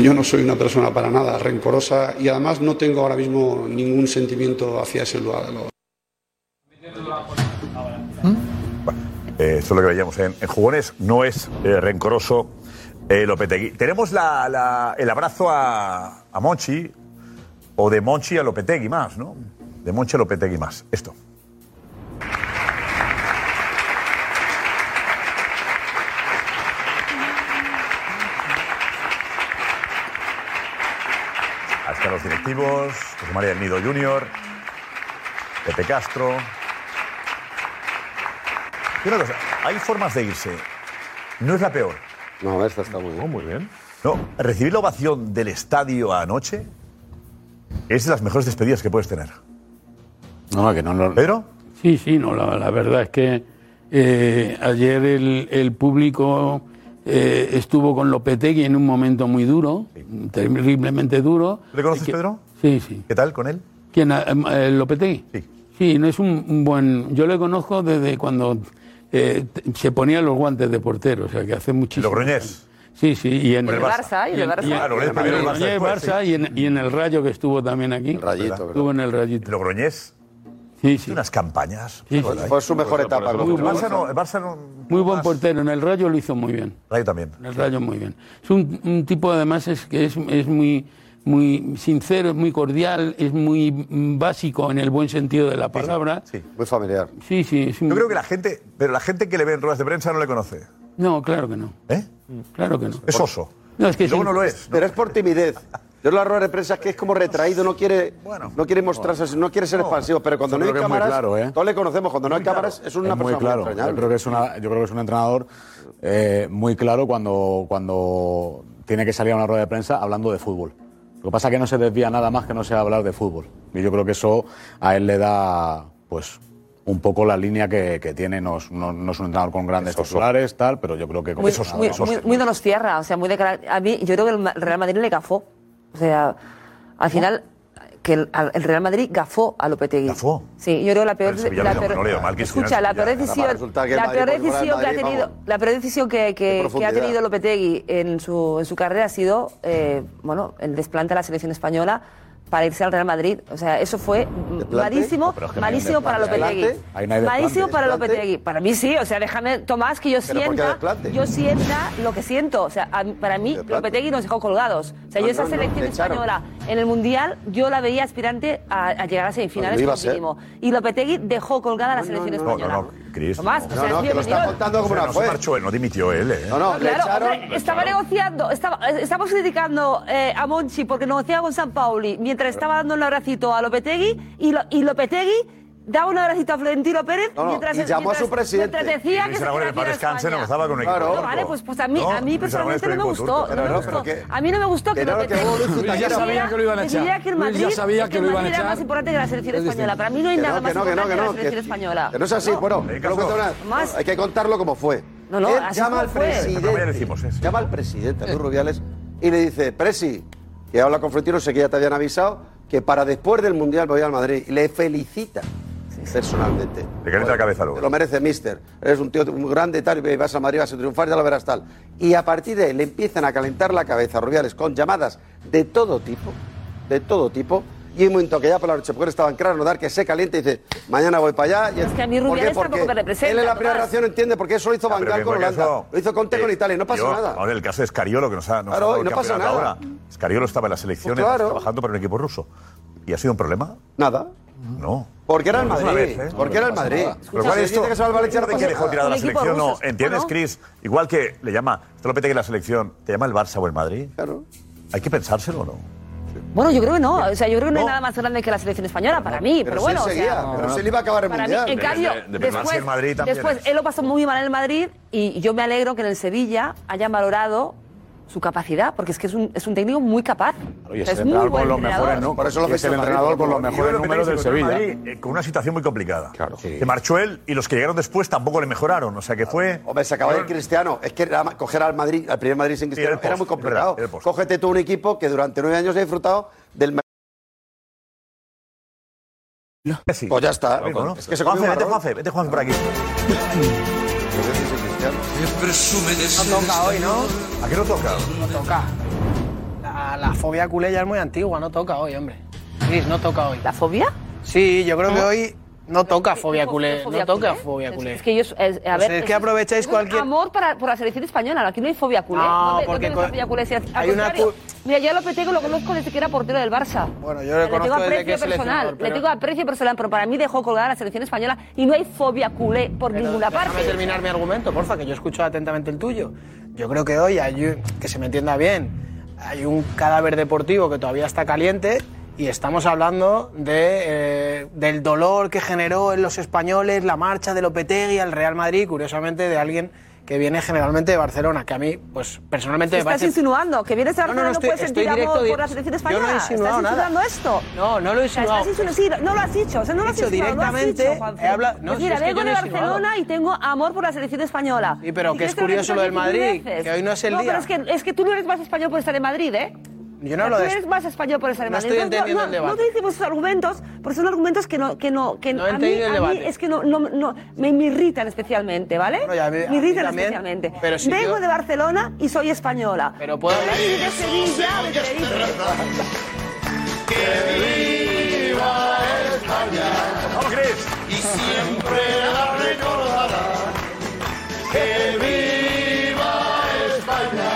Speaker 21: Yo no soy una persona para nada rencorosa y además no tengo ahora mismo ningún sentimiento hacia ese lugar. Lo-
Speaker 11: Eh, eso es lo que veíamos en, en Jugones. No es eh, rencoroso eh, Lopetegui. Tenemos la- la- el abrazo a, a Monchi, o de Monchi a Lopetegui más, ¿no? De Monchi a Lopetegui más. Esto. los directivos, José María del Nido Junior, Pepe Castro. Y una cosa, hay formas de irse. No es la peor. Oh,
Speaker 4: No, esta está muy bien.
Speaker 11: muy bien. No, recibir la ovación del estadio anoche es de las mejores despedidas que puedes tener.
Speaker 5: No, que no lo.
Speaker 11: ¿Pedro?
Speaker 5: Sí, sí, no, la, la verdad es que eh, ayer el, el público eh, estuvo con Lopetegui en un momento muy duro, terriblemente duro.
Speaker 11: ¿Le conoces, Pedro?
Speaker 5: Sí, sí.
Speaker 11: ¿Qué tal con él?
Speaker 5: ¿Quién? eh, eh, Lopetegui. Sí. Sí, no es un un buen. Yo le conozco desde cuando eh, t- se ponía los guantes de portero, o sea, que hace muchísimo.
Speaker 11: Logroñés.
Speaker 5: Sí, sí, y en
Speaker 11: Con el Barça. Y el Barça, y el Barça. Ah, Logroñés primero, el Barça
Speaker 5: Y en
Speaker 11: después,
Speaker 5: Barça
Speaker 11: sí.
Speaker 5: y en- y en el Rayo que estuvo también aquí.
Speaker 11: Rayito, ¿verdad?
Speaker 5: Estuvo en el Rayito.
Speaker 11: Logroñés.
Speaker 5: Sí, sí.
Speaker 11: Unas campañas.
Speaker 5: Sí,
Speaker 11: Bueno,
Speaker 5: sí.
Speaker 11: Fue su mejor
Speaker 5: Por eso,
Speaker 11: etapa.
Speaker 5: por eso.
Speaker 11: Muy
Speaker 5: Muy
Speaker 11: bueno.
Speaker 5: buen,
Speaker 11: ¿eh? El Barça no- el Barça no-
Speaker 5: muy buen portero. En el Rayo lo hizo muy bien.
Speaker 11: Rayo también.
Speaker 5: En el Rayo muy bien. Es un, un tipo además es que es, es muy muy sincero, es muy cordial, es muy mm, básico en el buen sentido de la palabra.
Speaker 11: Sí,
Speaker 4: muy familiar.
Speaker 5: Sí, sí. es un-
Speaker 11: Yo creo que la gente, pero la gente que le ve en ruedas de prensa no le conoce.
Speaker 5: No, claro que no.
Speaker 11: ¿Eh?
Speaker 5: Claro que no.
Speaker 11: Es oso.
Speaker 5: No, es que
Speaker 11: Luego
Speaker 5: sí.
Speaker 11: no lo es.
Speaker 4: Pero es por timidez. Yo la rueda de prensa es que es como retraído, no quiere, no quiere mostrarse, así, no quiere ser expansivo, pero cuando
Speaker 7: Yo
Speaker 4: no hay
Speaker 7: creo que es muy
Speaker 4: cámaras,
Speaker 7: claro, ¿eh?
Speaker 4: todos le conocemos, cuando no hay cámaras es una
Speaker 7: Es muy
Speaker 4: persona
Speaker 7: claro.
Speaker 4: muy
Speaker 7: yo
Speaker 4: extrañable.
Speaker 7: creo que es una, yo creo que es un entrenador eh, muy claro cuando cuando tiene que salir a una rueda de prensa hablando de fútbol. Lo que pasa es que no se desvía nada más que no sea hablar de fútbol. Y yo creo que eso a él le da, pues, un poco la línea que, que tiene. No, es- no- no es un entrenador con grandes titulares, tal, pero yo creo que...
Speaker 6: Muy, muy, muy, muy donostiarra, o sea, muy de cara. A mí, yo creo que el Ma- Real Madrid le gafó. O sea, al final, que el, al- el Real Madrid gafó a Lopetegui. ¿Gafó? Sí, yo creo que la peor.
Speaker 11: Pero el Sevilla
Speaker 6: la
Speaker 11: no le-
Speaker 6: peor-
Speaker 11: no le dio mal, que
Speaker 6: escucha,
Speaker 11: si no,
Speaker 6: la peor
Speaker 11: ya-
Speaker 6: decisión.
Speaker 11: resulta que el
Speaker 6: La
Speaker 11: Madrid
Speaker 6: peor
Speaker 11: por jugar al
Speaker 6: decisión que ha
Speaker 11: Madrid,
Speaker 6: tenido.
Speaker 11: vamos.
Speaker 6: La peor decisión que, que- que ha
Speaker 11: profundidad.
Speaker 6: tenido Lopetegui en su, en su carrera ha sido, eh, bueno, el desplante a la selección española para irse al Real Madrid. O sea, eso fue malísimo,
Speaker 7: Pero es que no hay un
Speaker 6: malísimo para
Speaker 7: desplante.
Speaker 6: Lopetegui.
Speaker 7: ¿Desplante? Ahí no hay desplante.
Speaker 6: Malísimo para
Speaker 7: ¿Desplante?
Speaker 6: Lopetegui. Para mí sí, o sea, déjame, Tomás, que yo
Speaker 7: Pero ¿por qué
Speaker 6: sienta,
Speaker 7: desplante?
Speaker 6: yo sienta lo que siento. O sea, a mí- para mí Lopetegui nos dejó colgados. O sea,
Speaker 4: No,
Speaker 6: yo esa
Speaker 4: no, no,
Speaker 6: selección
Speaker 4: le echaron.
Speaker 6: española en el Mundial, yo la veía aspirante a, a llegar a semifinales
Speaker 4: Lo iba
Speaker 6: como
Speaker 4: a ser.
Speaker 6: mínimo. Y Lopetegui dejó colgada a la selección
Speaker 11: No, no,
Speaker 6: española.
Speaker 11: no, Cris.
Speaker 6: Tomás, o
Speaker 4: No,
Speaker 6: sea,
Speaker 4: no, que lo está
Speaker 6: bienvenido.
Speaker 4: contando como
Speaker 11: O sea,
Speaker 4: una
Speaker 11: no
Speaker 4: juez.
Speaker 11: se marchó él, no dimitió él, ¿eh?
Speaker 4: No, no, le
Speaker 6: Ah, Claro,
Speaker 4: echaron.
Speaker 6: hombre, estaba negociando, estaba, eh, estamos criticando eh, a Monchi porque negociaba con San Pauli mientras estaba dando un abracito a Lopetegui y, lo, y Lopetegui daba un abracito a Florentino Pérez
Speaker 11: No, no,
Speaker 6: mientras
Speaker 11: y llamó a su
Speaker 6: mientras-
Speaker 11: presidente.
Speaker 6: mientras decía
Speaker 11: Y
Speaker 6: que
Speaker 11: Luis
Speaker 6: se
Speaker 11: Aragonés,
Speaker 6: quería
Speaker 11: para
Speaker 6: ir a
Speaker 11: descanse,
Speaker 6: España.
Speaker 11: negozaba con el
Speaker 6: Claro,
Speaker 11: equipo
Speaker 6: vale,
Speaker 11: turco.
Speaker 6: pues, pues a mí,
Speaker 11: No,
Speaker 6: a mí
Speaker 11: Luis Aragonés
Speaker 6: personalmente
Speaker 11: con
Speaker 6: no
Speaker 11: el
Speaker 6: me
Speaker 11: equipo turco.
Speaker 6: gustó.
Speaker 11: Pero
Speaker 6: no me
Speaker 11: no, pero
Speaker 6: gustó.
Speaker 11: que-
Speaker 6: A mí no me gustó que
Speaker 11: Pero que
Speaker 6: Lopetegui
Speaker 11: Luis ya
Speaker 6: decidiera-
Speaker 11: sabía que lo iban a
Speaker 6: decidiera
Speaker 11: echar.
Speaker 6: que el
Speaker 11: Luis
Speaker 6: Madrid,
Speaker 11: ya sabía que lo
Speaker 6: el
Speaker 11: iban a
Speaker 6: Madrid era
Speaker 11: echar.
Speaker 6: más importante que la selección
Speaker 4: Es distinto.
Speaker 6: española. Para mí no hay
Speaker 4: Que
Speaker 6: nada
Speaker 4: no,
Speaker 6: más
Speaker 4: que no, que no,
Speaker 6: importante que
Speaker 4: que
Speaker 6: la
Speaker 4: no,
Speaker 6: selección
Speaker 4: que-
Speaker 6: española.
Speaker 4: Que no es así, bueno,
Speaker 11: Venga,
Speaker 4: que lo cuente
Speaker 11: Carlos.
Speaker 4: una- hay que contarlo como fue.
Speaker 6: No, no,
Speaker 4: Él
Speaker 6: así
Speaker 4: llama
Speaker 6: como
Speaker 4: al
Speaker 6: fue.
Speaker 4: presidente,
Speaker 11: Pero ya decimos, ¿eh?
Speaker 4: llama al presidente, a Luis Rubiales, y le dice, Presi, que habla con Florentino, sé que ya te habían avisado, que para después del Mundial voy al Madrid. Y le felicita personalmente.
Speaker 11: Le calienta la cabeza luego.
Speaker 4: Te lo merece, mister. Eres un tío muy grande y tal, y vas a Madrid, vas a triunfar, ya lo verás tal. Y a partir de ahí le empiezan a calentar la cabeza a Rubiales con llamadas de todo tipo, de todo tipo. Y hay un momento que ya por la noche, porque él estaba en Crano, dar que se caliente y dice, mañana voy para allá. Y
Speaker 6: Es que a mí Rubiales tampoco me representa,
Speaker 4: Él en la primera
Speaker 6: Tomás.
Speaker 4: reacción entiende, porque eso lo hizo Van
Speaker 11: Ah, Pero que
Speaker 4: Gaal
Speaker 11: en
Speaker 4: con
Speaker 11: cualquier
Speaker 4: Holanda.
Speaker 11: caso,
Speaker 4: Lo hizo Conte con
Speaker 11: eh,
Speaker 4: Italia y no pasó
Speaker 11: yo-
Speaker 4: nada.
Speaker 11: Ahora, el caso de Escariolo, que nos ha, nos ha
Speaker 4: Claro,
Speaker 11: dado
Speaker 4: y
Speaker 11: el
Speaker 4: no pasa
Speaker 11: campeonato
Speaker 4: nada.
Speaker 11: ahora. Escariolo estaba en las elecciones
Speaker 4: Pues claro.
Speaker 11: trabajando para un equipo ruso. ¿Y ha sido un problema?
Speaker 4: Nada.
Speaker 11: No.
Speaker 4: Porque era el
Speaker 11: Una
Speaker 4: Madrid.
Speaker 11: ¿eh?
Speaker 4: Porque era el
Speaker 11: No pasa
Speaker 4: Madrid.
Speaker 11: nada.
Speaker 4: Escucha,
Speaker 11: Con lo cual,
Speaker 4: si
Speaker 11: esto,
Speaker 4: dice que se va al Valencia, no
Speaker 11: de
Speaker 4: pasa
Speaker 11: que dejó
Speaker 4: nada.
Speaker 6: pues,
Speaker 11: tirada la
Speaker 4: Un equipo
Speaker 11: selección, no.
Speaker 4: ruso,
Speaker 11: ¿Entiendes,
Speaker 4: ¿no?
Speaker 11: Chris? Igual que le llama, esto lo pete que la selección, ¿te llama el Barça o el Madrid? Claro. ¿Hay que pensárselo o no?
Speaker 6: Bueno, yo creo que no. O sea, yo creo que no, hay nada más grande que la selección española para mí.
Speaker 11: Pero
Speaker 6: Pero,
Speaker 11: sí
Speaker 6: bueno,
Speaker 11: seguía,
Speaker 6: o sea,
Speaker 11: pero sí le iba a acabar el
Speaker 6: para
Speaker 11: Mundial.
Speaker 6: Mí, en
Speaker 11: Depende-
Speaker 6: cambio,
Speaker 11: depende más si
Speaker 6: después,
Speaker 11: el Madrid también ¿eh?
Speaker 6: después
Speaker 11: es.
Speaker 6: él lo pasó muy mal en el Madrid y yo me alegro que en el Sevilla hayan valorado su capacidad, porque es que es un, es un técnico muy capaz.
Speaker 11: Oye,
Speaker 6: O sea, es muy buen entrenador.
Speaker 11: nu- y es el entrenador con los mejores números del Sevilla.
Speaker 4: eh,
Speaker 11: con una situación muy complicada. Claro. Se marchó él y los que llegaron después tampoco le mejoraron. O sea que fue.
Speaker 4: Hombre, se acaba de ir Cristiano. Es que era ma- coger al Madrid, al primer Madrid sin Cristiano,
Speaker 11: era
Speaker 4: era
Speaker 11: el
Speaker 4: muy
Speaker 11: post,
Speaker 4: complicado.
Speaker 11: es verdad, era el post.
Speaker 4: Cógete tú un equipo que durante nueve años ha disfrutado del. ma- Pues ya está.
Speaker 11: Lo mismo, ¿no?
Speaker 4: Es que se
Speaker 11: Juanfe,
Speaker 4: comió un
Speaker 11: vete,
Speaker 4: marrón.
Speaker 11: Juanfe, vete, Juanfe, por aquí.
Speaker 22: No toca hoy, ¿no?
Speaker 11: ¿A qué no toca?
Speaker 22: No toca. La, la fobia culé ya es muy antigua, no toca hoy, hombre. Cris, no toca hoy.
Speaker 6: ¿La fobia?
Speaker 22: Sí, yo creo que hoy no toca fobia
Speaker 6: fo-
Speaker 22: culé.
Speaker 6: qué fobia
Speaker 22: no toca
Speaker 6: culé?
Speaker 22: fobia culé.
Speaker 6: Es que ellos, es- a
Speaker 22: O
Speaker 6: ver,
Speaker 22: sea, es que aprovecháis
Speaker 6: es un
Speaker 22: cualquier-
Speaker 6: amor para, por la selección española. Aquí no hay fobia culé.
Speaker 22: No,
Speaker 6: te-
Speaker 22: porque
Speaker 6: no
Speaker 22: co-
Speaker 6: tienes fobia culé. Si al
Speaker 22: hay una
Speaker 6: contrario,
Speaker 22: cu-
Speaker 6: Mira, yo a Lopetegui lo conozco desde que era portero del Barça. Bueno,
Speaker 22: yo le conozco desde que
Speaker 6: personal.
Speaker 22: es seleccionador, pero-
Speaker 6: Le tengo aprecio personal, pero para mí dejó colgada la selección española y no hay fobia culé por ninguna
Speaker 22: Déjame
Speaker 6: parte.
Speaker 22: terminar mi argumento, porfa, que yo escucho atentamente el tuyo. Yo creo que hoy, hay- que se me entienda bien, hay un cadáver deportivo que todavía está caliente y estamos hablando de, eh, del dolor que generó en los españoles la marcha de Lopetegui al Real Madrid, curiosamente de alguien que viene generalmente de Barcelona, que a mí, pues personalmente
Speaker 6: ¿Qué
Speaker 22: me
Speaker 6: estás
Speaker 22: parece...
Speaker 6: insinuando? ¿Que vienes a
Speaker 22: No, no, no,
Speaker 6: Barcelona no,
Speaker 22: estoy-
Speaker 6: puedes
Speaker 22: estoy
Speaker 6: sentir
Speaker 22: directo,
Speaker 6: amor
Speaker 22: di-
Speaker 6: por la selección
Speaker 22: yo no he
Speaker 6: española?
Speaker 22: insinuado
Speaker 6: ¿Estás
Speaker 22: nada.
Speaker 6: insinuando esto?
Speaker 22: No, no lo he
Speaker 6: O sea,
Speaker 22: insinuado.
Speaker 6: estás insinuando- sí, no lo has dicho, o sea, no lo has
Speaker 22: Dicho
Speaker 6: insinuado, lo has
Speaker 22: directamente,
Speaker 6: dicho, Juanfe.
Speaker 22: he hablado- no,
Speaker 6: Pues
Speaker 22: si
Speaker 6: mira,
Speaker 22: es que
Speaker 6: vengo
Speaker 22: yo no
Speaker 6: de
Speaker 22: he insinuado.
Speaker 6: Barcelona y tengo amor por la selección española.
Speaker 22: Sí, pero
Speaker 6: Si
Speaker 22: que
Speaker 6: quieres
Speaker 22: es
Speaker 6: te lo
Speaker 22: curioso lo del
Speaker 6: repito aquí mil
Speaker 22: Madrid,
Speaker 6: veces.
Speaker 22: que hoy no es el
Speaker 6: no,
Speaker 22: día.
Speaker 6: Pero es, que, es que tú no eres más español por estar en Madrid, ¿eh?
Speaker 22: Yo no hablo
Speaker 6: tú
Speaker 22: de
Speaker 6: eres más español por estar en
Speaker 22: No
Speaker 6: Madrid.
Speaker 22: estoy
Speaker 6: Entonces,
Speaker 22: entendiendo el debate.
Speaker 6: No utilicemos esos argumentos, porque son argumentos que no... Que no, que
Speaker 22: No he
Speaker 6: a mí,
Speaker 22: entendido el
Speaker 6: a mí
Speaker 22: debate.
Speaker 6: es que no, no, no- me, me irritan especialmente, ¿vale?
Speaker 22: Bueno, ya a mí-
Speaker 6: me
Speaker 22: a mí
Speaker 6: irritan
Speaker 22: también,
Speaker 6: especialmente.
Speaker 22: pero si
Speaker 6: vengo
Speaker 22: yo-
Speaker 6: de Barcelona y soy española.
Speaker 22: Pero puedo hablar-
Speaker 6: Vengo de Sevilla, de Tenerife.
Speaker 10: ¡Viva España!
Speaker 11: ¡Vamos, Cris!
Speaker 10: Y siempre la recordará. ¡Que viva España!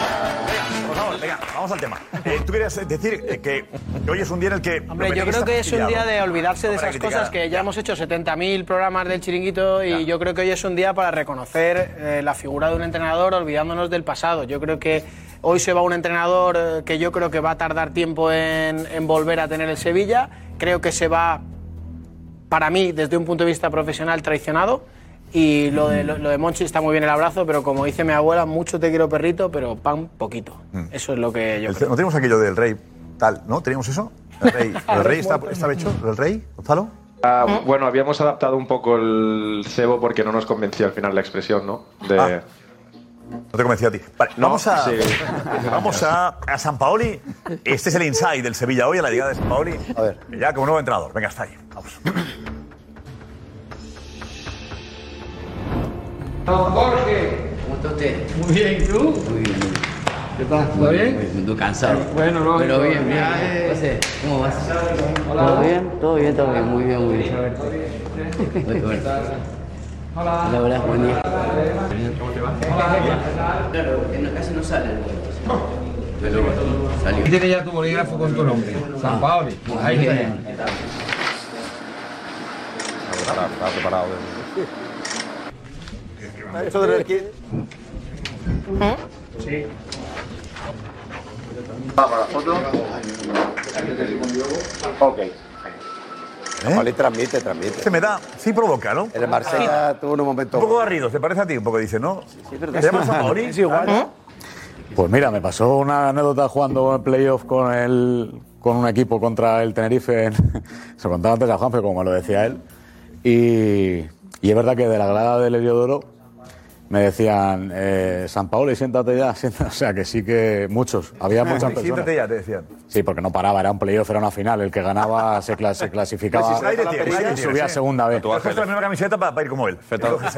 Speaker 11: Por favor, venga, Pues vamos al tema. Eh, Tú querías decir eh, que hoy es un día en el que.
Speaker 22: Hombre, yo creo que es un día de olvidarse de esas cosas que ya hemos hecho 70.000 programas del chiringuito y yo creo que hoy es un día para reconocer eh, la figura de un entrenador olvidándonos del pasado. Yo creo que hoy se va un entrenador eh, que yo creo que va a tardar tiempo en, en volver a tener el Sevilla. Creo que se va, para mí, desde un punto de vista profesional, traicionado. Y lo de, lo, lo de Monchi está muy bien el abrazo, pero como dice mi abuela, mucho te quiero perrito, pero pan poquito. Eso es lo que yo
Speaker 11: El- ¿No tenemos aquello del rey tal? ¿No? ¿Teníamos eso? ¿El rey, el rey está, está hecho? ¿El rey, Gonzalo?
Speaker 15: Ah, bueno, habíamos adaptado un poco el cebo porque no nos convenció al final la expresión, ¿no? De...
Speaker 11: Ah. No te convenció a ti. Vale,
Speaker 15: No,
Speaker 11: vamos a,
Speaker 15: sí.
Speaker 11: vamos a, a San Paoli. Este es el inside del Sevilla hoy, a la llegada de San Paoli. A ver. Ya como nuevo entrenador. Venga, está ahí. Vamos.
Speaker 2: Don Jorge. ¿Cómo está usted? Muy bien, ¿y tú? Muy bien. ¿Qué tal? ¿Todo bien? Un poco cansado.
Speaker 8: Eh,
Speaker 2: Bueno, no. Pero bien, Ah, eh. bien. José, ¿cómo vas?
Speaker 8: Ah, Hola.
Speaker 2: ¿Todo bien? Todo bien, todo bien. Muy bien, muy bien. Muy bueno.
Speaker 8: Hola.
Speaker 2: Hola, hola, buen día.
Speaker 8: ¿Cómo te va?
Speaker 2: Claro, que no- casi no sale el vuelto. Pero bueno, salió.
Speaker 8: Tiene ya tu bolígrafo con tu nombre. San Paoli.
Speaker 21: Ah,
Speaker 8: Ahí
Speaker 2: bien.
Speaker 8: está.
Speaker 19: Está, está preparado.
Speaker 4: Eso de aquí.
Speaker 2: Sí.
Speaker 4: Vamos la foto. Ok. Paoli transmite, transmite.
Speaker 11: ¿Eh? Se me da, sí provoca, ¿no?
Speaker 4: El Marsella tuvo un momento.
Speaker 11: Un poco barrido, ¿te parece a ti? Un poco dice, ¿no? ¿Te llamas San Paoli?
Speaker 7: Es igual.
Speaker 11: ¿eh?
Speaker 7: Pues mira, me pasó una anécdota jugando en playoff con el, con un equipo contra el Tenerife. en- se lo contaba antes a Juanfe, como me lo decía él. Y, y es verdad que de la grada del Heliodoro me decían, eh, San Paolo, siéntate ya, siéntate. O sea, que sí que muchos, había muchas personas.
Speaker 11: Ah, Siéntate ya, te decían.
Speaker 7: Sí, porque no paraba, era un playoff, era una final. El que ganaba se, clas- se clasificaba
Speaker 11: Pues si aire tienes, aire
Speaker 7: y
Speaker 11: tienes,
Speaker 7: subía a
Speaker 11: ¿eh?
Speaker 7: segunda vez.
Speaker 11: Te has puesto la misma camiseta para, para ir como él.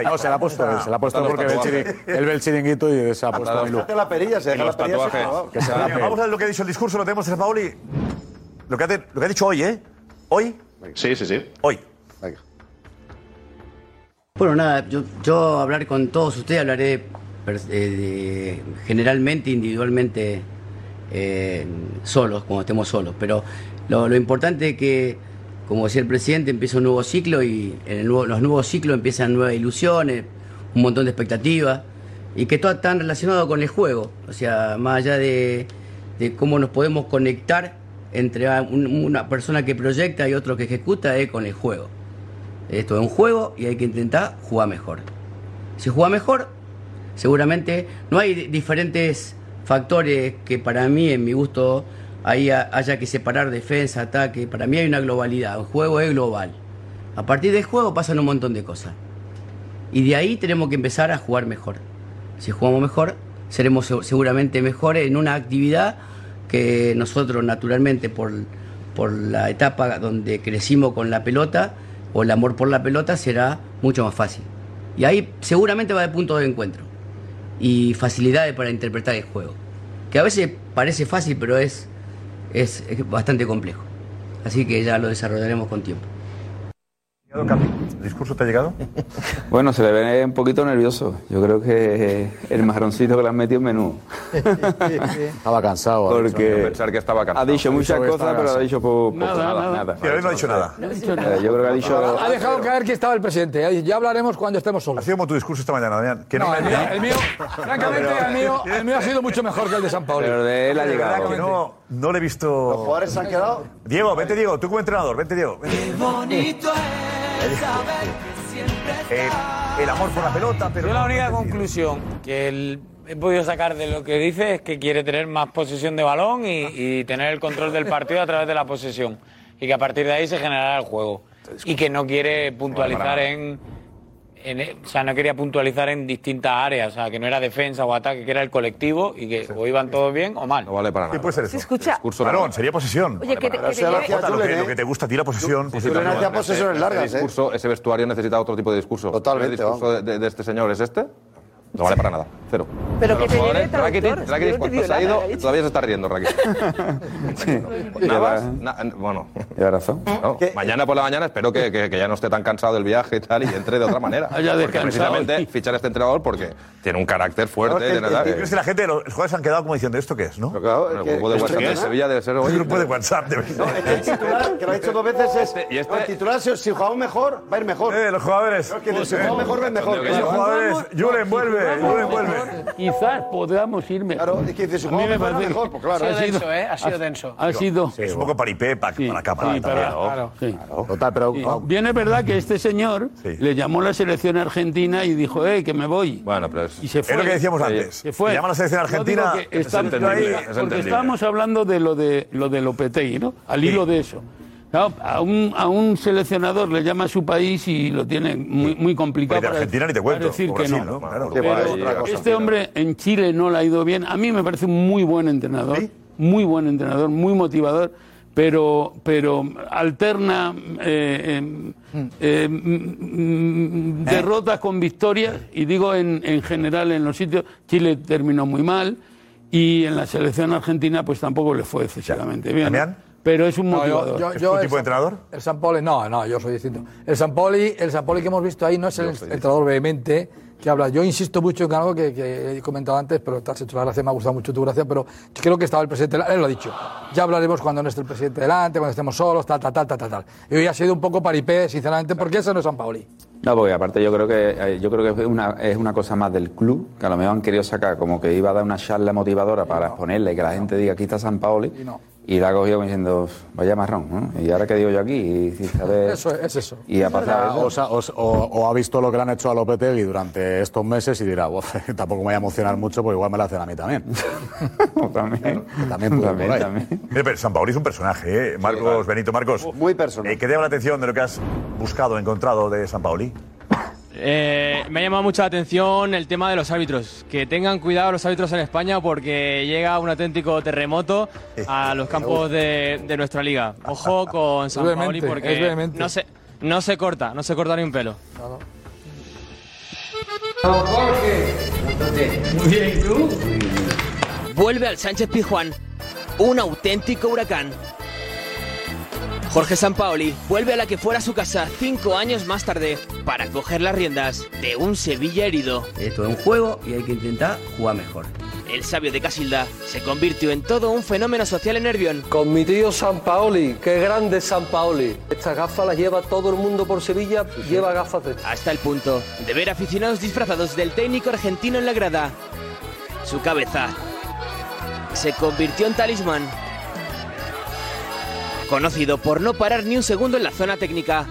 Speaker 7: No, se la ha puesto él, se la ha puesto porque ve el, chiring- él ve el chiringuito y se ha puesto muy look.
Speaker 4: la perilla, se deja
Speaker 7: Y
Speaker 4: la
Speaker 7: los
Speaker 4: perilla. se
Speaker 7: tatuajes.
Speaker 4: acabó.
Speaker 7: Que se la
Speaker 11: Venga,
Speaker 7: pele.
Speaker 11: Vamos a ver lo que ha dicho el discurso, lo tenemos en Paoli. Lo que, ha, lo que ha dicho hoy, ¿eh? ¿Hoy?
Speaker 15: Sí, sí, sí.
Speaker 11: Hoy.
Speaker 2: Bueno, nada, yo, yo hablar con todos ustedes hablaré per- eh, de- generalmente, individualmente, eh, solos, cuando estemos solos. Pero lo, lo importante es que, como decía el presidente, empieza un nuevo ciclo y en el nuevo- los nuevos ciclos empiezan nuevas ilusiones, un montón de expectativas y que todo está relacionado con el juego. O sea, más allá de, de cómo nos podemos conectar entre a- un- una persona que proyecta y otro que ejecuta, es con el juego. Esto es un juego y hay que intentar jugar mejor. Si juega mejor, seguramente no hay di- diferentes factores que para mí, en mi gusto, haya, haya que separar defensa, ataque. Para mí hay una globalidad, un juego es global. A partir del juego pasan un montón de cosas. Y de ahí tenemos que empezar a jugar mejor. Si jugamos mejor, seremos se- seguramente mejores en una actividad que nosotros naturalmente por, por la etapa donde crecimos con la pelota o el amor por la pelota será mucho más fácil. Y ahí seguramente va de punto de encuentro y facilidades para interpretar el juego, que a veces parece fácil pero es, es, es bastante complejo. Así que ya lo desarrollaremos con tiempo.
Speaker 11: ¿El discurso te ha llegado?
Speaker 17: Bueno, se le ve un poquito nervioso. Yo creo que eh, el marroncito que le han metido en menú.
Speaker 7: Estaba cansado.
Speaker 17: ha dicho. Porque
Speaker 19: pensar que estaba
Speaker 17: Ha
Speaker 19: cansado.
Speaker 17: dicho muchas
Speaker 7: que
Speaker 17: cosas,
Speaker 7: estaba
Speaker 17: pero ha
Speaker 7: cansado.
Speaker 17: dicho po- poco.
Speaker 7: Nada, nada.
Speaker 11: Tío, él no ha dicho nada.
Speaker 17: Eh, Yo creo que ha dicho.
Speaker 3: Ha dejado caer que estaba el presidente. Ha dicho, Ya hablaremos cuando estemos solos. Ha
Speaker 11: sido como tu discurso esta mañana, Damián. Que
Speaker 3: no,
Speaker 11: no-
Speaker 3: el mío, el mío, francamente, el mío, el mío ha sido mucho mejor que el de San Paolo.
Speaker 11: De verdad que No, no le he visto. Los
Speaker 3: jugadores se han quedado-
Speaker 11: Diego, vete, Diego, tú como entrenador, vente, Diego. Vente.
Speaker 1: bonito es saber que siempre
Speaker 11: El amor por la pelota, pero.
Speaker 12: Yo la única conclusión que el- he podido sacar de lo que dice es que quiere tener más posesión de balón y, y tener el control del partido a través de la posesión. Y que a partir de ahí se generará el juego. Y que no quiere puntualizar en, en- e, O sea, no quería puntualizar en distintas áreas. O sea, que no era defensa o ataque, que era el colectivo y que o iban todos bien o mal. No
Speaker 19: vale para
Speaker 11: ¿Qué puede ser eso?
Speaker 6: Escucha.
Speaker 11: Varón, sería posesión.
Speaker 6: Oye, que te- que te
Speaker 11: Jota,
Speaker 6: lleve-
Speaker 11: lo, que, lo que te gusta a ti la pues posesión.
Speaker 19: Sí, pero no, ese- ese
Speaker 11: ¿eh?
Speaker 19: discurso, Ese vestuario necesita otro tipo de discurso. Totalmente. ¿El discurso de, de- de este señor es este? No vale para nada. Cero.
Speaker 6: Pero
Speaker 19: Los
Speaker 6: que te
Speaker 19: jugadores-
Speaker 6: lleve traductor,
Speaker 19: Rakitic,
Speaker 6: si
Speaker 19: Rakitic,
Speaker 6: yo no te
Speaker 19: cuando
Speaker 6: digo
Speaker 19: se ha
Speaker 6: nada, ¿eh?
Speaker 19: ido,
Speaker 6: ha dicho.
Speaker 19: todavía se está riendo, Rakitic. Navas, na- bueno.
Speaker 17: Lleva razón.
Speaker 6: ¿Eh?
Speaker 19: No, mañana por la mañana espero que, que- que ya no esté tan cansado del viaje y tal y entre de otra manera.
Speaker 11: Haya
Speaker 19: porque
Speaker 11: descansado,
Speaker 19: precisamente fichar a este entrenador porque tiene un carácter fuerte.
Speaker 11: Claro,
Speaker 19: tiene
Speaker 11: el- el-
Speaker 19: nada que-
Speaker 11: ¿Crees que la gente, los los jugadores se han quedado como diciendo esto qué es, no?
Speaker 19: Bueno, el grupo de WhatsApp de Sevilla debe ser hoy.
Speaker 11: El grupo de WhatsApp debe ser.
Speaker 4: titular, que lo ha dicho dos veces, es.
Speaker 19: y este-
Speaker 4: no, el titular, si, si jugamos mejor, va a ir mejor.
Speaker 11: Eh, los jugadores.
Speaker 4: No, es que si jugamos mejor, va a ir mejor.
Speaker 11: Los jugadores. Julen, vuelve. Julen, vuelve.
Speaker 5: Quizás podamos irme. Claro,
Speaker 4: es que dice,
Speaker 5: a
Speaker 4: jugamos
Speaker 5: mí me
Speaker 4: mejor,
Speaker 5: parece
Speaker 4: mejor,
Speaker 5: que-
Speaker 4: pues claro.
Speaker 5: ha
Speaker 4: Ha sido
Speaker 5: sido-
Speaker 4: denso, ¿eh? Ha sido denso.
Speaker 5: Ha sido.
Speaker 11: Es un poco para IP, para, para cámara.
Speaker 5: sí,
Speaker 11: también,
Speaker 5: para-
Speaker 11: ¿no?
Speaker 5: claro.
Speaker 7: Total, pero.
Speaker 5: Sí. Bien es verdad que este señor le llamó la selección argentina y dijo, eh, que me voy.
Speaker 19: Bueno, pero es,
Speaker 5: Y se fue.
Speaker 11: lo que decíamos
Speaker 5: Sí.
Speaker 11: antes.
Speaker 5: Se fue.
Speaker 11: Le llama la selección
Speaker 5: No
Speaker 11: argentina,
Speaker 5: digo que
Speaker 11: es
Speaker 5: está-
Speaker 11: entendible,
Speaker 5: ahí,
Speaker 11: es
Speaker 5: porque
Speaker 11: entendible.
Speaker 5: estábamos hablando de lo de lo de Lopetegui, ¿no? Al hilo de eso. Claro, a, un, a un seleccionador le llama a su país y lo tiene muy, muy complicado
Speaker 11: Pues de
Speaker 5: para,
Speaker 11: Argentina ni te cuento,
Speaker 5: para decir
Speaker 11: o
Speaker 5: que
Speaker 11: Brasil,
Speaker 5: no.
Speaker 11: ¿no? Claro.
Speaker 5: Pero
Speaker 11: Uruguay, otra cosa,
Speaker 5: este hombre en Chile no le ha ido bien. A mí me parece un muy buen entrenador, muy buen entrenador, muy motivador, pero, pero alterna eh, em, eh, mm, mm, derrotas con victorias, y digo en, en general en los sitios, Chile terminó muy mal y en la selección argentina pues tampoco le fue excesivamente bien.
Speaker 11: ¿Damián?
Speaker 5: Pero es un
Speaker 3: No, yo-
Speaker 5: motivador.
Speaker 3: yo- yo el San- El San Pauli, no, no, yo soy distinto. El San Pauli, el San Pauli que hemos visto ahí no es el entrenador vehemente que habla. Yo insisto mucho en algo que, que he comentado antes, pero te has hecho la gracia, me ha gustado mucho tu gracia, pero yo creo que estaba el presidente, él lo ha dicho. Ya hablaremos cuando no esté el presidente delante, cuando estemos solos, tal, tal, tal, tal, tal, tal. Y hoy ha sido un poco paripé, sinceramente, porque eso no es San Pauli.
Speaker 17: No, porque aparte yo creo que eh, yo creo que es una, es una cosa más del club, que a lo mejor han querido sacar como que iba a dar una charla motivadora para exponerle y que la gente diga aquí está San Paoli y, la ha cogido como diciendo vaya marrón, ¿no? Y ahora que digo yo aquí, y, y,
Speaker 11: Eh,
Speaker 17: ¿sabes?
Speaker 3: Eso es, es ¿eh? eso.
Speaker 17: y ha
Speaker 7: O sea,
Speaker 17: pasado
Speaker 7: o, sea, o, o- o ha visto lo que le han hecho a Lopetegui durante estos meses y dirá, "Buah, tampoco me voy a emocionar mucho porque igual me lo hacen a mí también.
Speaker 17: también.
Speaker 7: También, puede por ahí.
Speaker 11: Mira, pero San Paoli es un personaje, ¿eh? Marcos, Benito Marcos. Muy personal. ¿Qué te llama la atención de lo que has buscado, encontrado de San Paoli?
Speaker 20: Eh, me ha llamado mucho la atención el tema de los árbitros. Que tengan cuidado los árbitros en España porque llega un auténtico terremoto a los campos de, de nuestra liga. Ojo con San
Speaker 3: vehemente,
Speaker 20: Paoli
Speaker 3: es
Speaker 20: porque
Speaker 3: vehemente.
Speaker 20: no se, no se corta, no se corta ni un pelo.
Speaker 23: Muy bien, tú? Vuelve al Sánchez Pizjuán, un auténtico huracán. Jorge Sampaoli vuelve a la que fuera su casa cinco años más tarde para coger las riendas de un Sevilla herido.
Speaker 2: Esto es un juego y hay que intentar jugar mejor.
Speaker 23: El sabio de Casilda se convirtió en todo un fenómeno social en Nervión.
Speaker 24: Con mi tío San Paoli, qué grande San Paoli. Estas gafas las lleva todo el mundo por Sevilla, lleva gafas de...
Speaker 23: Hasta el punto de ver aficionados disfrazados del técnico argentino en la grada. Su cabeza se convirtió en talismán. Conocido por no parar ni un segundo en la zona técnica.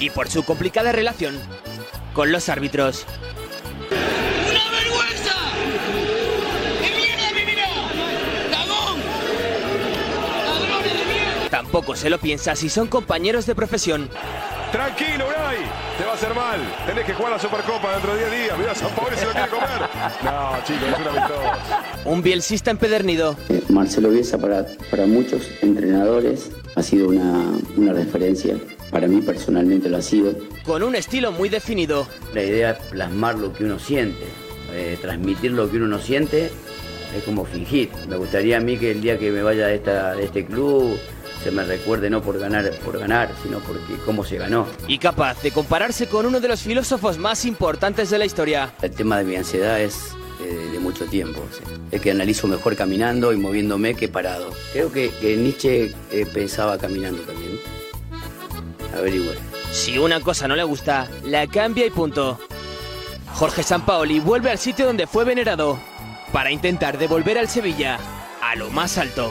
Speaker 23: Y por su complicada relación con los árbitros. Tampoco se lo piensa si son compañeros de profesión.
Speaker 25: Tranquilo, Unai. Te va a hacer mal. Tenés que jugar la Supercopa dentro de 10 días. Mira, San Pablo se lo quiere comer. No, chicos, es una victoria.
Speaker 23: Un bielsista empedernido.
Speaker 26: Eh, Marcelo Bielsa para, para muchos entrenadores ha sido una, una referencia, para mí personalmente lo ha sido.
Speaker 23: con un estilo muy definido.
Speaker 2: La idea es plasmar lo que uno siente, eh, transmitir lo que uno no siente, es como fingir. Me gustaría a mí que el día que me vaya de, esta, de este club se me recuerde no por ganar, por ganar, sino porque cómo se ganó.
Speaker 20: y capaz de compararse con uno de los filósofos más importantes de la historia.
Speaker 2: El tema de mi ansiedad es eh, de mucho tiempo. o sea, es que analizo mejor caminando y moviéndome que parado. Creo que, que Nietzsche eh, pensaba caminando también. Averigüe.
Speaker 20: Si una cosa no le gusta, la cambia y punto. Jorge Sampaoli vuelve al sitio donde fue venerado para intentar devolver al Sevilla a lo más alto.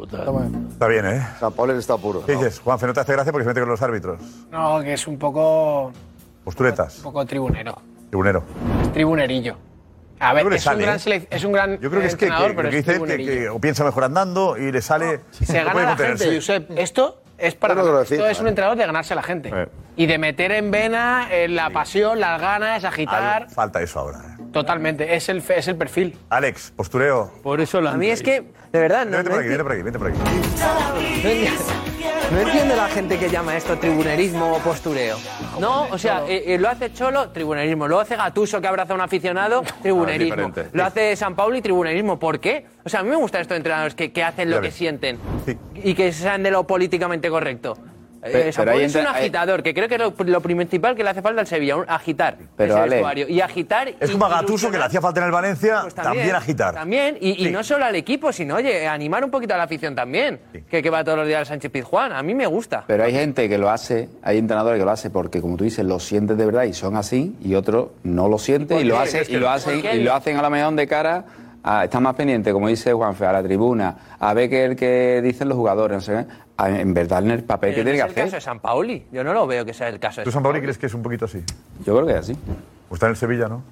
Speaker 11: Está bien, ¿eh? San Pablo está puro. ¿Qué dices, Juanfe? ¿No te hace gracia porque se mete con los árbitros?
Speaker 22: No, que es un poco,
Speaker 11: Posturetas,
Speaker 22: un poco tribunero.
Speaker 11: tribunero.
Speaker 22: Es tribunerillo. A ver,
Speaker 11: Creo que
Speaker 22: es,
Speaker 11: sale,
Speaker 22: un gran
Speaker 11: ¿eh?
Speaker 22: selec- es un gran
Speaker 11: Yo creo que es que, que,
Speaker 22: entrenador,
Speaker 11: lo
Speaker 22: pero
Speaker 11: que
Speaker 22: es
Speaker 11: dice él, que,
Speaker 22: tribunerillo.
Speaker 11: que o piensa mejor andando y le sale...
Speaker 22: Se
Speaker 11: no
Speaker 22: gana
Speaker 11: puede
Speaker 22: la
Speaker 11: contenerse.
Speaker 22: gente, Josep. Esto es para
Speaker 11: Yo no lo
Speaker 22: ganar.
Speaker 11: decía,
Speaker 22: Esto es un
Speaker 11: vale.
Speaker 22: entrenador de ganarse a la gente.
Speaker 11: Eh.
Speaker 22: Y de meter en vena eh, la pasión, las ganas, agitar.
Speaker 11: Algo- Falta eso ahora. ¿eh?
Speaker 22: Totalmente. Es el, fe- es el perfil.
Speaker 11: Alex, postureo.
Speaker 27: Por eso la
Speaker 22: A mí es que, de verdad, no.
Speaker 11: Vente
Speaker 22: no
Speaker 11: por aquí, vente por aquí, vente por aquí.
Speaker 22: no entiendo-
Speaker 10: No entiendo la gente que llama esto tribunerismo o postureo. No, o sea, eh, eh, lo hace Cholo, tribunerismo. Lo hace Gatuso, que abraza a un aficionado,
Speaker 11: No,
Speaker 10: tribunerismo.
Speaker 11: es diferente.
Speaker 10: Lo hace San Pauli, tribunerismo. ¿Por qué? O sea, a mí me gustan estos entrenadores que, que hacen lo
Speaker 11: Ya
Speaker 10: que
Speaker 11: ves.
Speaker 10: sienten y que sean de lo políticamente correcto.
Speaker 17: Pe-
Speaker 10: Eh, San
Speaker 17: pero ahí
Speaker 10: Pauli es un
Speaker 17: entra- ahí-
Speaker 10: agitador, que creo que es lo, lo principal que le hace falta al Sevilla, un- agitar
Speaker 17: Pero,
Speaker 10: ese
Speaker 17: Ale,
Speaker 10: vestuario. Y agitar...
Speaker 11: Es
Speaker 10: y
Speaker 11: como a Gatuso, que le
Speaker 10: ilusionar.
Speaker 11: hacía falta en el Valencia,
Speaker 10: Pues
Speaker 11: Ah, también, agitar.
Speaker 10: También, y, y no solo al equipo, sino, oye, animar un poquito a la afición también, que, que va todos los días al Sánchez Pizjuán. A mí me gusta.
Speaker 17: Pero hay gente que lo hace, hay entrenadores que lo hace porque, como tú dices, lo sientes de verdad y son así, y otros no lo sienten
Speaker 10: ¿Por
Speaker 17: y lo
Speaker 10: qué?
Speaker 17: hacen,
Speaker 10: Es que-
Speaker 17: y lo
Speaker 10: ¿por
Speaker 17: hacen,
Speaker 10: qué?
Speaker 17: y lo hacen a la mejor de cara. A, está más pendiente, como dice Juanfe, a la tribuna, a ver qué es el que dicen los jugadores, no sé qué. A- en verdad en el papel que
Speaker 10: Pero
Speaker 17: tiene que
Speaker 10: Eh, no es el
Speaker 17: hacer.
Speaker 10: caso de San Paoli. Yo no lo veo que sea el caso de
Speaker 11: ¿Tú, San Pauli, crees que es un poquito así?
Speaker 17: Yo creo que es así.
Speaker 11: Está en el Sevilla, ¿no?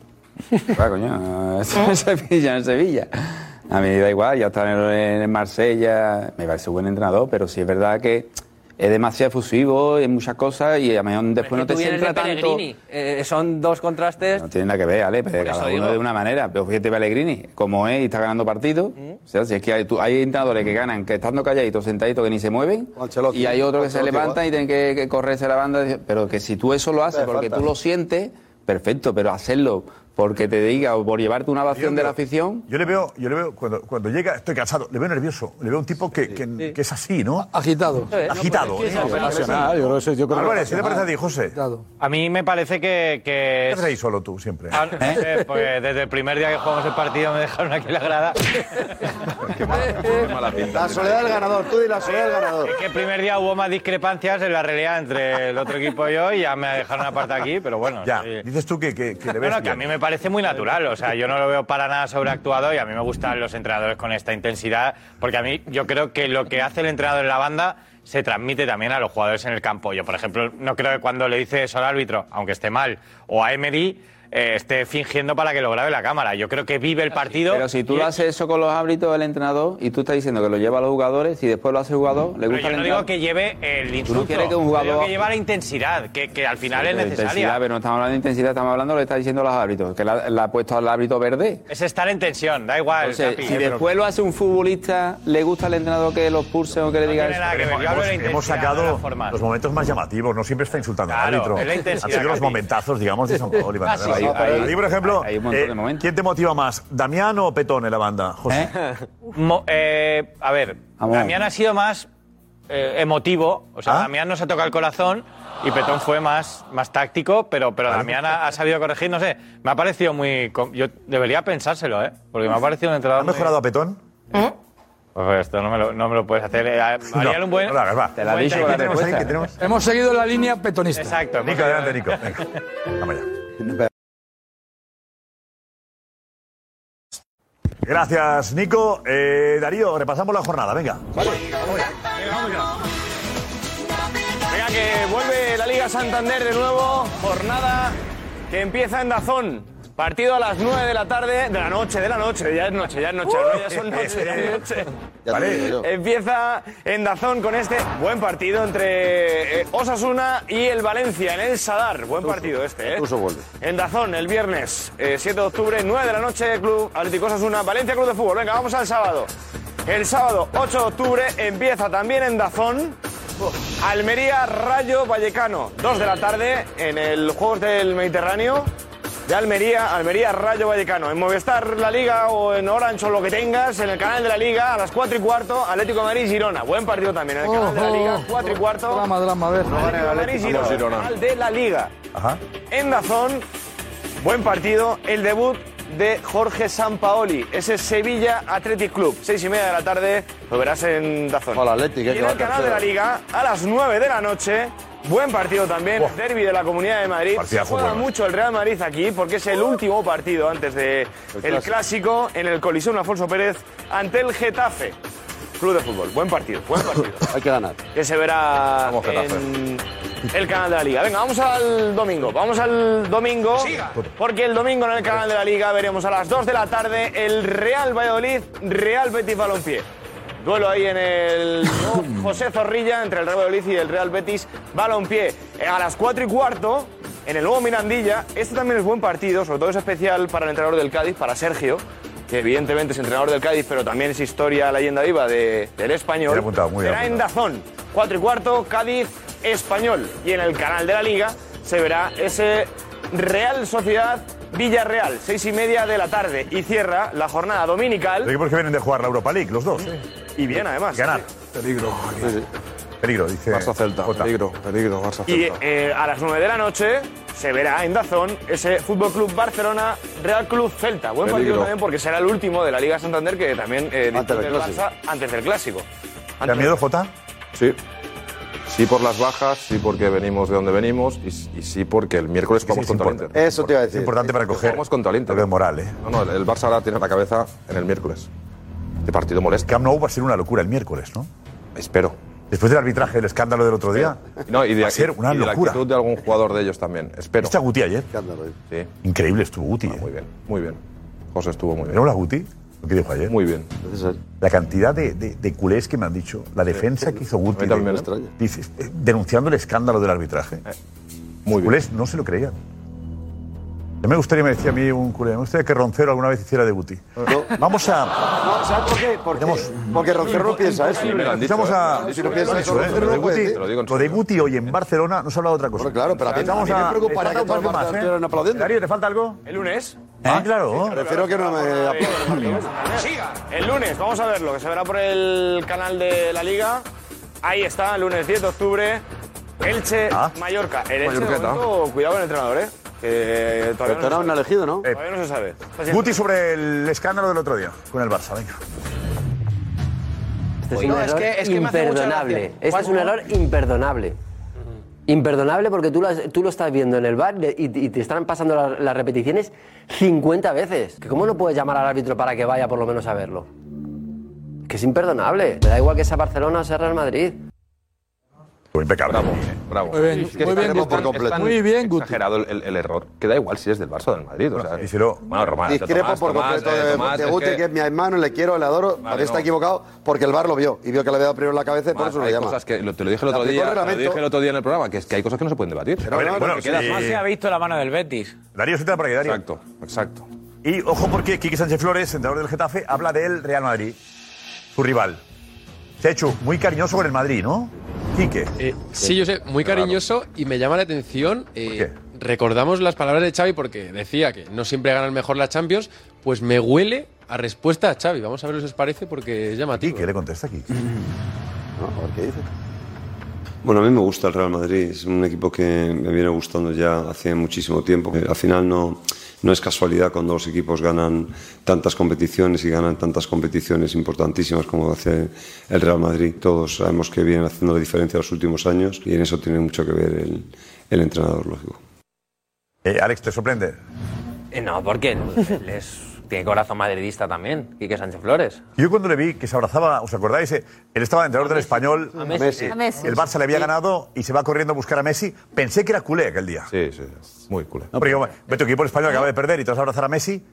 Speaker 17: Ah, coño, está en Sevilla, en Sevilla. A mí me da igual, ya está en, el- en Marsella, me parece un buen entrenador, pero sí es verdad que es demasiado efusivo en muchas cosas y a lo mejor después no
Speaker 10: Tú
Speaker 17: te
Speaker 10: vienes
Speaker 17: centra
Speaker 10: de
Speaker 17: tanto.
Speaker 10: Pellegrini. Eh, son dos contrastes.
Speaker 17: No tiene nada que ver, Ale, pero
Speaker 10: eso
Speaker 17: cada uno
Speaker 10: digo.
Speaker 17: de una manera. Pero fíjate, Pellegrini, como es y está ganando partidos.
Speaker 13: Mm.
Speaker 17: O sea, si es que hay, tú- hay entrenadores que ganan que estando calladitos, sentaditos, que ni se mueven. y hay otros que se
Speaker 4: Ancelotti,
Speaker 17: levantan y tienen que, que correrse la banda. Pero que si tú eso lo haces
Speaker 4: Hace
Speaker 17: porque
Speaker 4: falta.
Speaker 17: tú lo sientes, perfecto, pero hacerlo porque te diga o por llevarte una ovación de la afición.
Speaker 11: Yo le veo, yo le veo cuando, cuando llega, estoy cansado, le veo nervioso, le veo un tipo que, que, que es así, ¿no?
Speaker 3: Agitado.
Speaker 11: Agitado. ¿eh?
Speaker 7: Pasional, yo creo que eso- yo creo que
Speaker 11: Álvarez, ¿qué te
Speaker 7: pasional.
Speaker 11: parece a ti, José?
Speaker 13: A mí me parece que... que
Speaker 11: ¿Qué haces ahí solo tú siempre?
Speaker 13: Ah, no sé, porque desde el primer día que jugamos el partido me dejaron aquí en la grada.
Speaker 4: La soledad del ganador, tú di la soledad del ganador.
Speaker 13: Es que el primer día hubo más discrepancias en la realidad entre el otro equipo y yo y ya me dejaron aparte aquí, pero bueno.
Speaker 11: Ya,
Speaker 13: sí.
Speaker 11: dices tú que, que, que le ves
Speaker 13: Bueno, que a
Speaker 11: bien.
Speaker 13: mí me parece muy natural, o sea, yo no lo veo para nada sobreactuado y a mí me gustan los entrenadores con esta intensidad, porque a mí yo creo que lo que hace el entrenador en la banda se transmite también a los jugadores en el campo. Yo, por ejemplo, no creo que cuando le dice eso al árbitro, aunque esté mal, o a Emery, eh, esté fingiendo para que lo grabe la cámara. Yo creo que vive el partido.
Speaker 17: Pero si tú
Speaker 13: y-
Speaker 17: lo haces eso con los árbitros del entrenador y tú estás diciendo que lo lleva a los jugadores y después lo hace el jugador, le
Speaker 13: Mm. Pero
Speaker 17: gusta
Speaker 13: yo
Speaker 17: el
Speaker 13: no digo
Speaker 17: entrenador.
Speaker 13: que lleve el insulto.
Speaker 17: quieres que un
Speaker 13: yo digo
Speaker 17: jugador-
Speaker 13: que lleva la intensidad, que, que al final es
Speaker 17: Pero de intensidad,
Speaker 13: necesaria.
Speaker 17: pero no estamos hablando de intensidad, estamos hablando de lo que está diciendo los árbitros, que la, la ha puesto al árbitro verde.
Speaker 13: Es estar en tensión, da igual.
Speaker 17: Entonces,
Speaker 13: Capi.
Speaker 17: si después lo hace un futbolista, ¿le gusta al entrenador que lo expulse o que le diga
Speaker 13: tiene
Speaker 17: eso?
Speaker 13: nada que ver, yo
Speaker 11: Hemos,
Speaker 13: hablo de la
Speaker 11: hemos
Speaker 13: intensidad, no de
Speaker 11: sacado
Speaker 13: la forma.
Speaker 11: los momentos más llamativos, no siempre está insultando al
Speaker 13: Claro,
Speaker 11: árbitro.
Speaker 13: es la
Speaker 11: Han
Speaker 13: intensidad,
Speaker 11: sido los
Speaker 13: Capi.
Speaker 11: momentazos, digamos, de San Paolo y
Speaker 13: Ah, sí,
Speaker 11: Vanderlei.
Speaker 13: sí, ahí-
Speaker 11: A ti, por ejemplo,
Speaker 13: hay un montón
Speaker 11: eh,
Speaker 13: de
Speaker 11: ¿quién te motiva más, Damián o Petón en la banda, José?
Speaker 13: Mo- eh, a ver,
Speaker 11: Vamos.
Speaker 13: Damián ha sido más eh, emotivo. O
Speaker 11: ¿Ah?
Speaker 13: sea, Damián nos ha tocado el corazón y Petón fue más, más táctico, pero, pero Damián ha, ha sabido corregir. No sé, me ha parecido muy. com- Yo debería pensárselo, ¿eh? Porque me ha parecido un entrenador. ¿Ha
Speaker 11: mejorado a Petón?
Speaker 13: Pues esto no me lo, no me lo puedes hacer. Eh, a- haríale un buen.
Speaker 11: no lo hagas, va. Te la
Speaker 13: un buen
Speaker 11: dicho con la
Speaker 13: técnico.
Speaker 11: respuesta. ¿Qué tenemos?
Speaker 3: Hemos seguido la línea petonista.
Speaker 13: Exacto.
Speaker 11: Nico, adelante, Nico. Venga. Vamos allá. Gracias, Nico. Eh, Darío, repasamos la jornada, venga.
Speaker 14: Venga, que vuelve la Liga Santander de nuevo. Jornada
Speaker 8: Este
Speaker 14: que empieza en Dazón. Partido a las 9 de la tarde, de la noche, de la noche, ya es noche, ya es noche,
Speaker 11: Uh.
Speaker 14: ¿no? ya son noche, ya es noche.
Speaker 11: Ya te lo
Speaker 14: Eh,
Speaker 11: digo yo.
Speaker 14: Empieza en Dazón con este buen partido entre eh, Osasuna y el Valencia en el Sadar. Buen partido este, ¿eh? En Dazón, el viernes, eh, 7 de octubre, 9 de la noche, Club Atlético Osasuna, Valencia Club de Fútbol. Venga, vamos al sábado. El sábado, 8 de octubre, empieza también en Dazón. Almería Rayo Vallecano, 2 de la tarde, en el Juegos del Mediterráneo. de Almería, Almería Rayo Vallecano. En Movistar La Liga o en Orange o lo que tengas, en el canal de la Liga a las 4 y cuarto, Atlético de Madrid Girona. Buen partido también, en el canal de la Liga, 4 y cuarto.
Speaker 3: Oh, Drama, drama, a ver.
Speaker 14: Atlético de Madrid Girona, canal este de la Liga. En Dazón, buen partido, el debut de Jorge Sampaoli. Ese Sevilla Athletic Club, seis y media de la tarde, lo verás en Dazón.
Speaker 4: Hola, Atleti,
Speaker 14: Y
Speaker 4: que
Speaker 14: en
Speaker 4: va
Speaker 14: el canal de
Speaker 4: tercero.
Speaker 14: la Liga, a las 9 de la noche, buen partido también, derby de la Comunidad de Madrid. Se
Speaker 11: Partidazo,
Speaker 14: juega
Speaker 11: bueno.
Speaker 14: mucho el Real Madrid aquí, porque es el último partido antes del de el
Speaker 11: clásico.
Speaker 14: clásico en el Coliseum Alfonso Pérez ante el Getafe. Club de fútbol, buen partido, buen partido.
Speaker 4: Hay que ganar.
Speaker 14: Que se verá
Speaker 4: Vamos, Getafe.
Speaker 14: en el canal de la Liga. Venga, vamos al domingo. Vamos al domingo. Porque el domingo en el canal de la Liga veremos a las 2 de la tarde el Real Valladolid, Real Betis Balompié. Duelo ahí en el ¿no? José Zorrilla entre el Real Valladolid y el Real Betis Balompié. Eh, A las 4 y cuarto, en el nuevo Mirandilla, este también es buen partido, sobre todo es especial para el entrenador del Cádiz, para Sergio, que evidentemente es entrenador del Cádiz, pero también es historia, leyenda viva de- del español.
Speaker 11: Bien apuntado, muy bien
Speaker 14: Será en
Speaker 11: apuntado.
Speaker 14: Dazón. 4 y cuarto, Cádiz, Español. Y en el canal de la Liga se verá ese Real Sociedad Villarreal, seis y media de la tarde. Y cierra la jornada dominical.
Speaker 11: Los equipos que vienen de jugar la Europa League, los dos.
Speaker 14: Y bien, además.
Speaker 11: Ganar.
Speaker 14: Peligro.
Speaker 11: Peligro, dice. Barça Celta. Peligro,
Speaker 4: peligro, Barça
Speaker 14: Y eh, a las 9 de la noche se verá en Dazón ese Fútbol Club Barcelona Real Club Celta. Buen partido
Speaker 4: Peligro.
Speaker 14: también porque será el último de la Liga Santander que también eh,
Speaker 4: Antes del
Speaker 14: disputa el
Speaker 4: Clásico.
Speaker 14: Barça antes del clásico.
Speaker 11: ¿Te da miedo, Jota?
Speaker 19: Sí. Sí por las bajas, sí porque venimos de donde venimos y, s- y sí porque el miércoles vamos contra el Inter.
Speaker 4: Eso te iba a decir.
Speaker 19: Es importante para coger vamos contra el Inter.
Speaker 11: moral, ¿eh?
Speaker 19: No, no, el, el Barça ahora tiene la cabeza en el miércoles. De partido molesto.
Speaker 11: Camp Nou va a ser una locura el miércoles, ¿no?
Speaker 19: Espero.
Speaker 11: Después del arbitraje, el escándalo del otro día.
Speaker 19: No, y de,
Speaker 11: va a ser una
Speaker 19: y de la
Speaker 11: locura.
Speaker 19: actitud de algún jugador de ellos también. Espero.
Speaker 11: ¿Viste a Guti ayer?
Speaker 19: Sí.
Speaker 11: Increíble, estuvo
Speaker 4: Ah,
Speaker 11: Guti.
Speaker 19: Muy bien, muy bien. José estuvo muy bien.
Speaker 11: ¿Vieron la Guti? Lo que dijo ayer.
Speaker 19: Muy bien.
Speaker 4: eh,
Speaker 11: La cantidad de, de- de culés que me han dicho, la defensa que hizo Guti.
Speaker 19: A mí también
Speaker 11: de-
Speaker 19: me extraña.
Speaker 11: dices, eh, denunciando el escándalo del arbitraje.
Speaker 4: Eh,
Speaker 11: Los culés no se lo creían. Ya me gustaría, me decía a mí un culé, me gustaría que Roncero alguna vez hiciera de Guti. Vamos a.
Speaker 4: No, ¿Sabes por qué? Porque, porque Roncero no piensa eso.
Speaker 11: Empezamos a.
Speaker 4: Si no piensa eso,
Speaker 11: Eso, ¿eh?
Speaker 4: Roncero
Speaker 11: Lo de
Speaker 4: no puede
Speaker 11: Guti-
Speaker 4: decir.
Speaker 11: Lo de Guti hoy en Barcelona nos ha hablado de otra cosa.
Speaker 4: claro, pero a mí-
Speaker 11: Empezamos
Speaker 4: a mí me preocuparía
Speaker 11: falta
Speaker 4: que todo el
Speaker 11: un par de
Speaker 4: Barça
Speaker 11: ¿eh?
Speaker 4: estuvieran aplaudiendo.
Speaker 11: Darío, ¿te falta algo?
Speaker 19: ¿Eh?
Speaker 14: El lunes.
Speaker 11: Ah, claro.
Speaker 4: Prefiero que no me aplaudan.
Speaker 14: El lunes, vamos a verlo, que se verá por el canal de la Liga. Ahí está, el lunes 10 de octubre. Elche, Mallorca. El Elche, de
Speaker 4: Ah. Mallorqueta.
Speaker 14: momento, cuidado con el entrenador, ¿eh? Que todavía
Speaker 4: Pero no
Speaker 14: no, se
Speaker 4: han
Speaker 14: sabe.
Speaker 4: elegido, ¿no? Eh.
Speaker 14: Todavía no se sabe. Pues Está siendo-
Speaker 11: Guti sobre el escándalo del otro día con el Barça, venga.
Speaker 8: Este es un
Speaker 10: No, es
Speaker 8: error
Speaker 10: que- es que me hace mucha
Speaker 8: imperdonable.
Speaker 10: gracia.
Speaker 8: Este es un
Speaker 10: ¿Cuál?
Speaker 8: error imperdonable. Imperdonable porque tú lo, has- tú lo estás viendo en el bar y, y te están pasando la- las repeticiones 50 veces. Que ¿Cómo no puedes llamar al árbitro para que vaya por lo menos a verlo? Que es imperdonable. Me da igual que sea Barcelona o sea Real Madrid.
Speaker 11: Impecable.
Speaker 19: Bravo, bravo.
Speaker 8: Muy bien,
Speaker 19: Es que
Speaker 8: muy
Speaker 19: está
Speaker 8: bien,
Speaker 19: como
Speaker 8: Guti.
Speaker 19: por completo.
Speaker 8: Es tan- Muy bien, Guti.
Speaker 19: exagerado el, el- el error. Que da igual si es del Barça o del Madrid. O sea, bueno, Román,
Speaker 4: Discrepo
Speaker 19: Tomás,
Speaker 4: por
Speaker 19: Tomás,
Speaker 4: completo
Speaker 19: eh,
Speaker 4: de,
Speaker 19: Tomás,
Speaker 4: de
Speaker 19: es
Speaker 4: Guti, que...
Speaker 19: que-
Speaker 4: es mi hermano, le quiero, le adoro.
Speaker 19: Vale,
Speaker 4: a ver, está
Speaker 19: no.
Speaker 4: equivocado porque el bar lo vio y vio que le había dado en la cabeza y por
Speaker 19: Tomás,
Speaker 4: eso lo
Speaker 19: hay
Speaker 4: llama.
Speaker 19: cosas que lo- te lo dije el
Speaker 4: Le aplicó
Speaker 19: otro día,
Speaker 4: el
Speaker 19: te lo
Speaker 4: reglamento.
Speaker 19: dije el otro día en el programa, que es que hay cosas que no se pueden debatir.
Speaker 4: Pero A ver, no, no, bueno,
Speaker 12: No se ha visto la mano del Betis.
Speaker 11: Darío, siéntate para que Darío.
Speaker 19: Exacto, exacto.
Speaker 11: Y ojo porque Quique Sánchez Flores, entrenador del Getafe, habla del Real Madrid, su rival. Se ha hecho muy cariñoso con el Madrid, ¿no? Quique.
Speaker 15: Sí, yo sé, muy cariñoso y me llama la atención. eh, Recordamos las palabras de Xavi porque decía que no siempre ganan mejor las Champions, pues me huele a respuesta a Xavi. Vamos a ver si os parece porque es llamativo.
Speaker 11: ¿Qué le contesta aquí?
Speaker 8: Mm.
Speaker 4: ¿Qué dice?
Speaker 16: Bueno, a mí me gusta el Real Madrid, es un equipo que me viene gustando ya hace muchísimo tiempo. Eh, Al final no, no es casualidad cuando los equipos ganan tantas competiciones y ganan tantas competiciones importantísimas como hace el Real Madrid. Todos sabemos que vienen haciendo la diferencia los últimos años y en eso tiene mucho que ver el, el entrenador, lógico.
Speaker 11: Eh, Alex, ¿te sorprende?
Speaker 10: Eh, no, porque él, él es- tiene corazón madridista también, Quique Sánchez Flores.
Speaker 11: Yo cuando le vi que se abrazaba, ¿os acordáis? Eh, Él estaba de entrenador del español. Eh,
Speaker 10: A Messi. A Messi.
Speaker 11: El Barça le había ganado y se va corriendo a buscar a Messi. Pensé que era culé aquel día.
Speaker 19: Sí, sí, muy culé.
Speaker 11: No, porque yo, ve tu equipo el español acaba de perder y te vas a abrazar a Messi.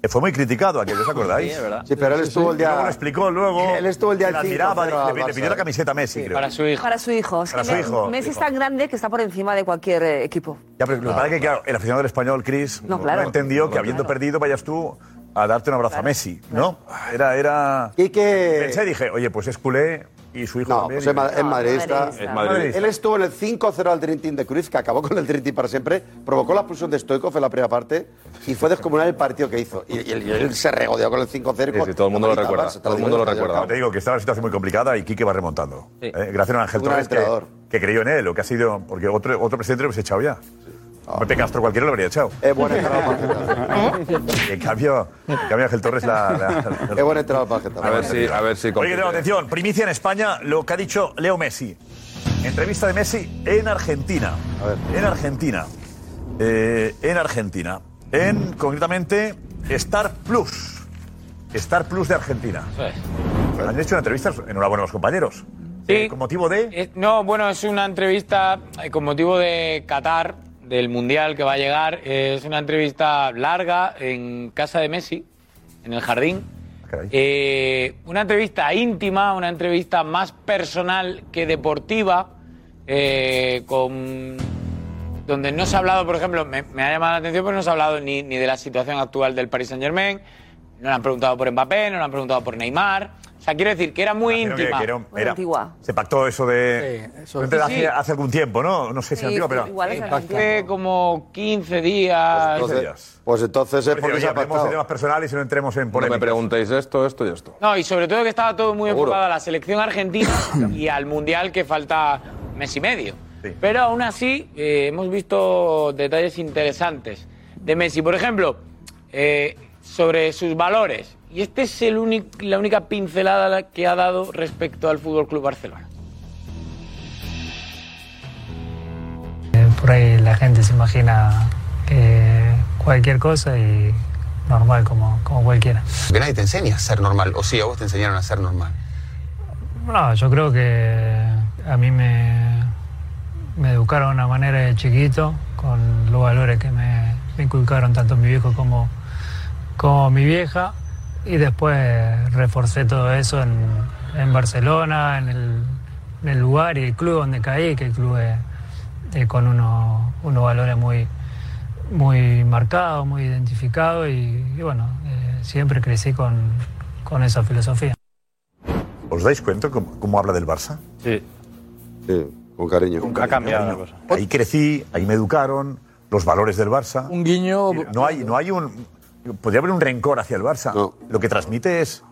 Speaker 11: Eh, Fue muy criticado aquel, ¿os acordáis?
Speaker 4: Sí, es verdad. Sí, pero él estuvo el día-
Speaker 11: Y Luego lo explicó, luego.
Speaker 4: Él estuvo el día
Speaker 11: que la
Speaker 4: del 5-0 al
Speaker 11: admiraba, le, le pidió
Speaker 4: Barça.
Speaker 11: la camiseta a Messi, creo.
Speaker 12: Para su hijo.
Speaker 6: Para su hijo. Es
Speaker 11: Para
Speaker 6: que
Speaker 11: su
Speaker 6: Me-
Speaker 11: hijo,
Speaker 6: Messi es
Speaker 11: hijo.
Speaker 6: tan grande que está por encima de cualquier eh, equipo.
Speaker 11: Ya, pero lo que pasa es que, claro, el aficionado del español, Chris, no,
Speaker 6: claro.
Speaker 11: entendió que habiendo perdido vayas tú a darte un abrazo a Messi, ¿no? Era, era...
Speaker 4: Y que...
Speaker 11: Pensé y dije, oye, pues es culé y y su hijo
Speaker 4: No,
Speaker 11: también.
Speaker 4: pues es, ma- es madridista.
Speaker 11: Es madridista.
Speaker 4: Él estuvo en el 5-0 al Dream Team de Cruz, que acabó con el Dream Team para siempre, provocó la expulsión de Stoikov en la primera parte y fue descomunal el partido que hizo. Y, y él, y él se regodeó con el 5-0.
Speaker 11: Sí, sí, todo el mundo lo recuerda, todo el mundo lo recuerda. Te
Speaker 4: Te
Speaker 11: digo que está en una situación muy complicada y Quique va remontando. Eh, gracias a Ángel
Speaker 4: Un gran
Speaker 11: Torres que,
Speaker 4: entrenador.
Speaker 11: que creyó en él, o que ha sido. Porque otro, otro presidente lo hubiese echado ya. Pepe Castro cualquiera lo habría echado.
Speaker 4: Es buen
Speaker 11: En cambio, en cambio Ángel Torres la. la-
Speaker 4: Es buen entrenador para
Speaker 11: A ver
Speaker 19: si- a ver si
Speaker 11: Oye, que tengo
Speaker 19: compite.
Speaker 11: atención. Primicia en España, lo que ha dicho Leo Messi. Entrevista de Messi en Argentina. En Argentina. Eh, en Argentina. En, concretamente, Star Plus. Star Plus de Argentina. Han hecho una entrevista, enhorabuena a los compañeros. Eh, con motivo de...
Speaker 12: Eh, no, bueno, es una entrevista eh, con motivo de Qatar, del Mundial que va a llegar. Eh, es una entrevista larga en casa de Messi, en el jardín. Eh, una entrevista íntima, una entrevista más personal que deportiva, eh, con donde no se ha hablado, por ejemplo, me, me ha llamado la atención, pero no se ha hablado ni, ni de la situación actual del Paris Saint Germain, no le han preguntado por Mbappé, no le han preguntado por Neymar. O sea, quiero decir que era muy
Speaker 11: Creo que-
Speaker 12: íntima.
Speaker 11: que era- era- se pactó eso de...
Speaker 12: eso-
Speaker 11: entre-
Speaker 12: Sí,
Speaker 11: hace,
Speaker 12: sí.
Speaker 11: hace algún tiempo, ¿no? No sé si
Speaker 12: Sí,
Speaker 11: antiguo, pero... eh,
Speaker 12: igual es Hace como 15 días.
Speaker 4: Entonces, pues entonces es
Speaker 11: Oye,
Speaker 4: porque se ha
Speaker 11: hablemos de
Speaker 4: apartado.
Speaker 11: temas personales y no entremos en
Speaker 19: No
Speaker 11: polémicas.
Speaker 19: me preguntéis esto, esto y esto.
Speaker 12: No, y sobre todo que estaba todo muy
Speaker 19: Seguro.
Speaker 12: enfocado a la selección argentina y al mundial que falta mes y medio. Pero aún así eh, hemos visto detalles interesantes de Messi. Por ejemplo, eh, sobre sus valores. Y esta es el únic- la única pincelada la que ha dado respecto al Fútbol Club Barcelona.
Speaker 1: Eh, Por ahí la gente se imagina eh, cualquier cosa y normal como, como cualquiera.
Speaker 18: Que nadie te enseña a ser normal, o sí, a vos te enseñaron a ser normal.
Speaker 1: No, yo creo que a mí me, me educaron de una manera de chiquito, con los valores que me, me inculcaron tanto mi viejo como, como mi vieja, y después reforcé todo eso en, en Barcelona, en el, en el lugar y el club donde caí, que el club es, es con uno- unos valores muy, muy marcados, muy identificados, y, y bueno, eh, siempre crecí con, con esa filosofía.
Speaker 11: ¿Os dais cuenta cómo, cómo habla del Barça? Sí.
Speaker 4: con cariño.
Speaker 11: Ha cambiado la cosa. Ahí crecí, ahí me educaron, los valores del Barça. Un guiño. No hay, no hay un. Podría haber un rencor hacia el Barça. Lo que transmite es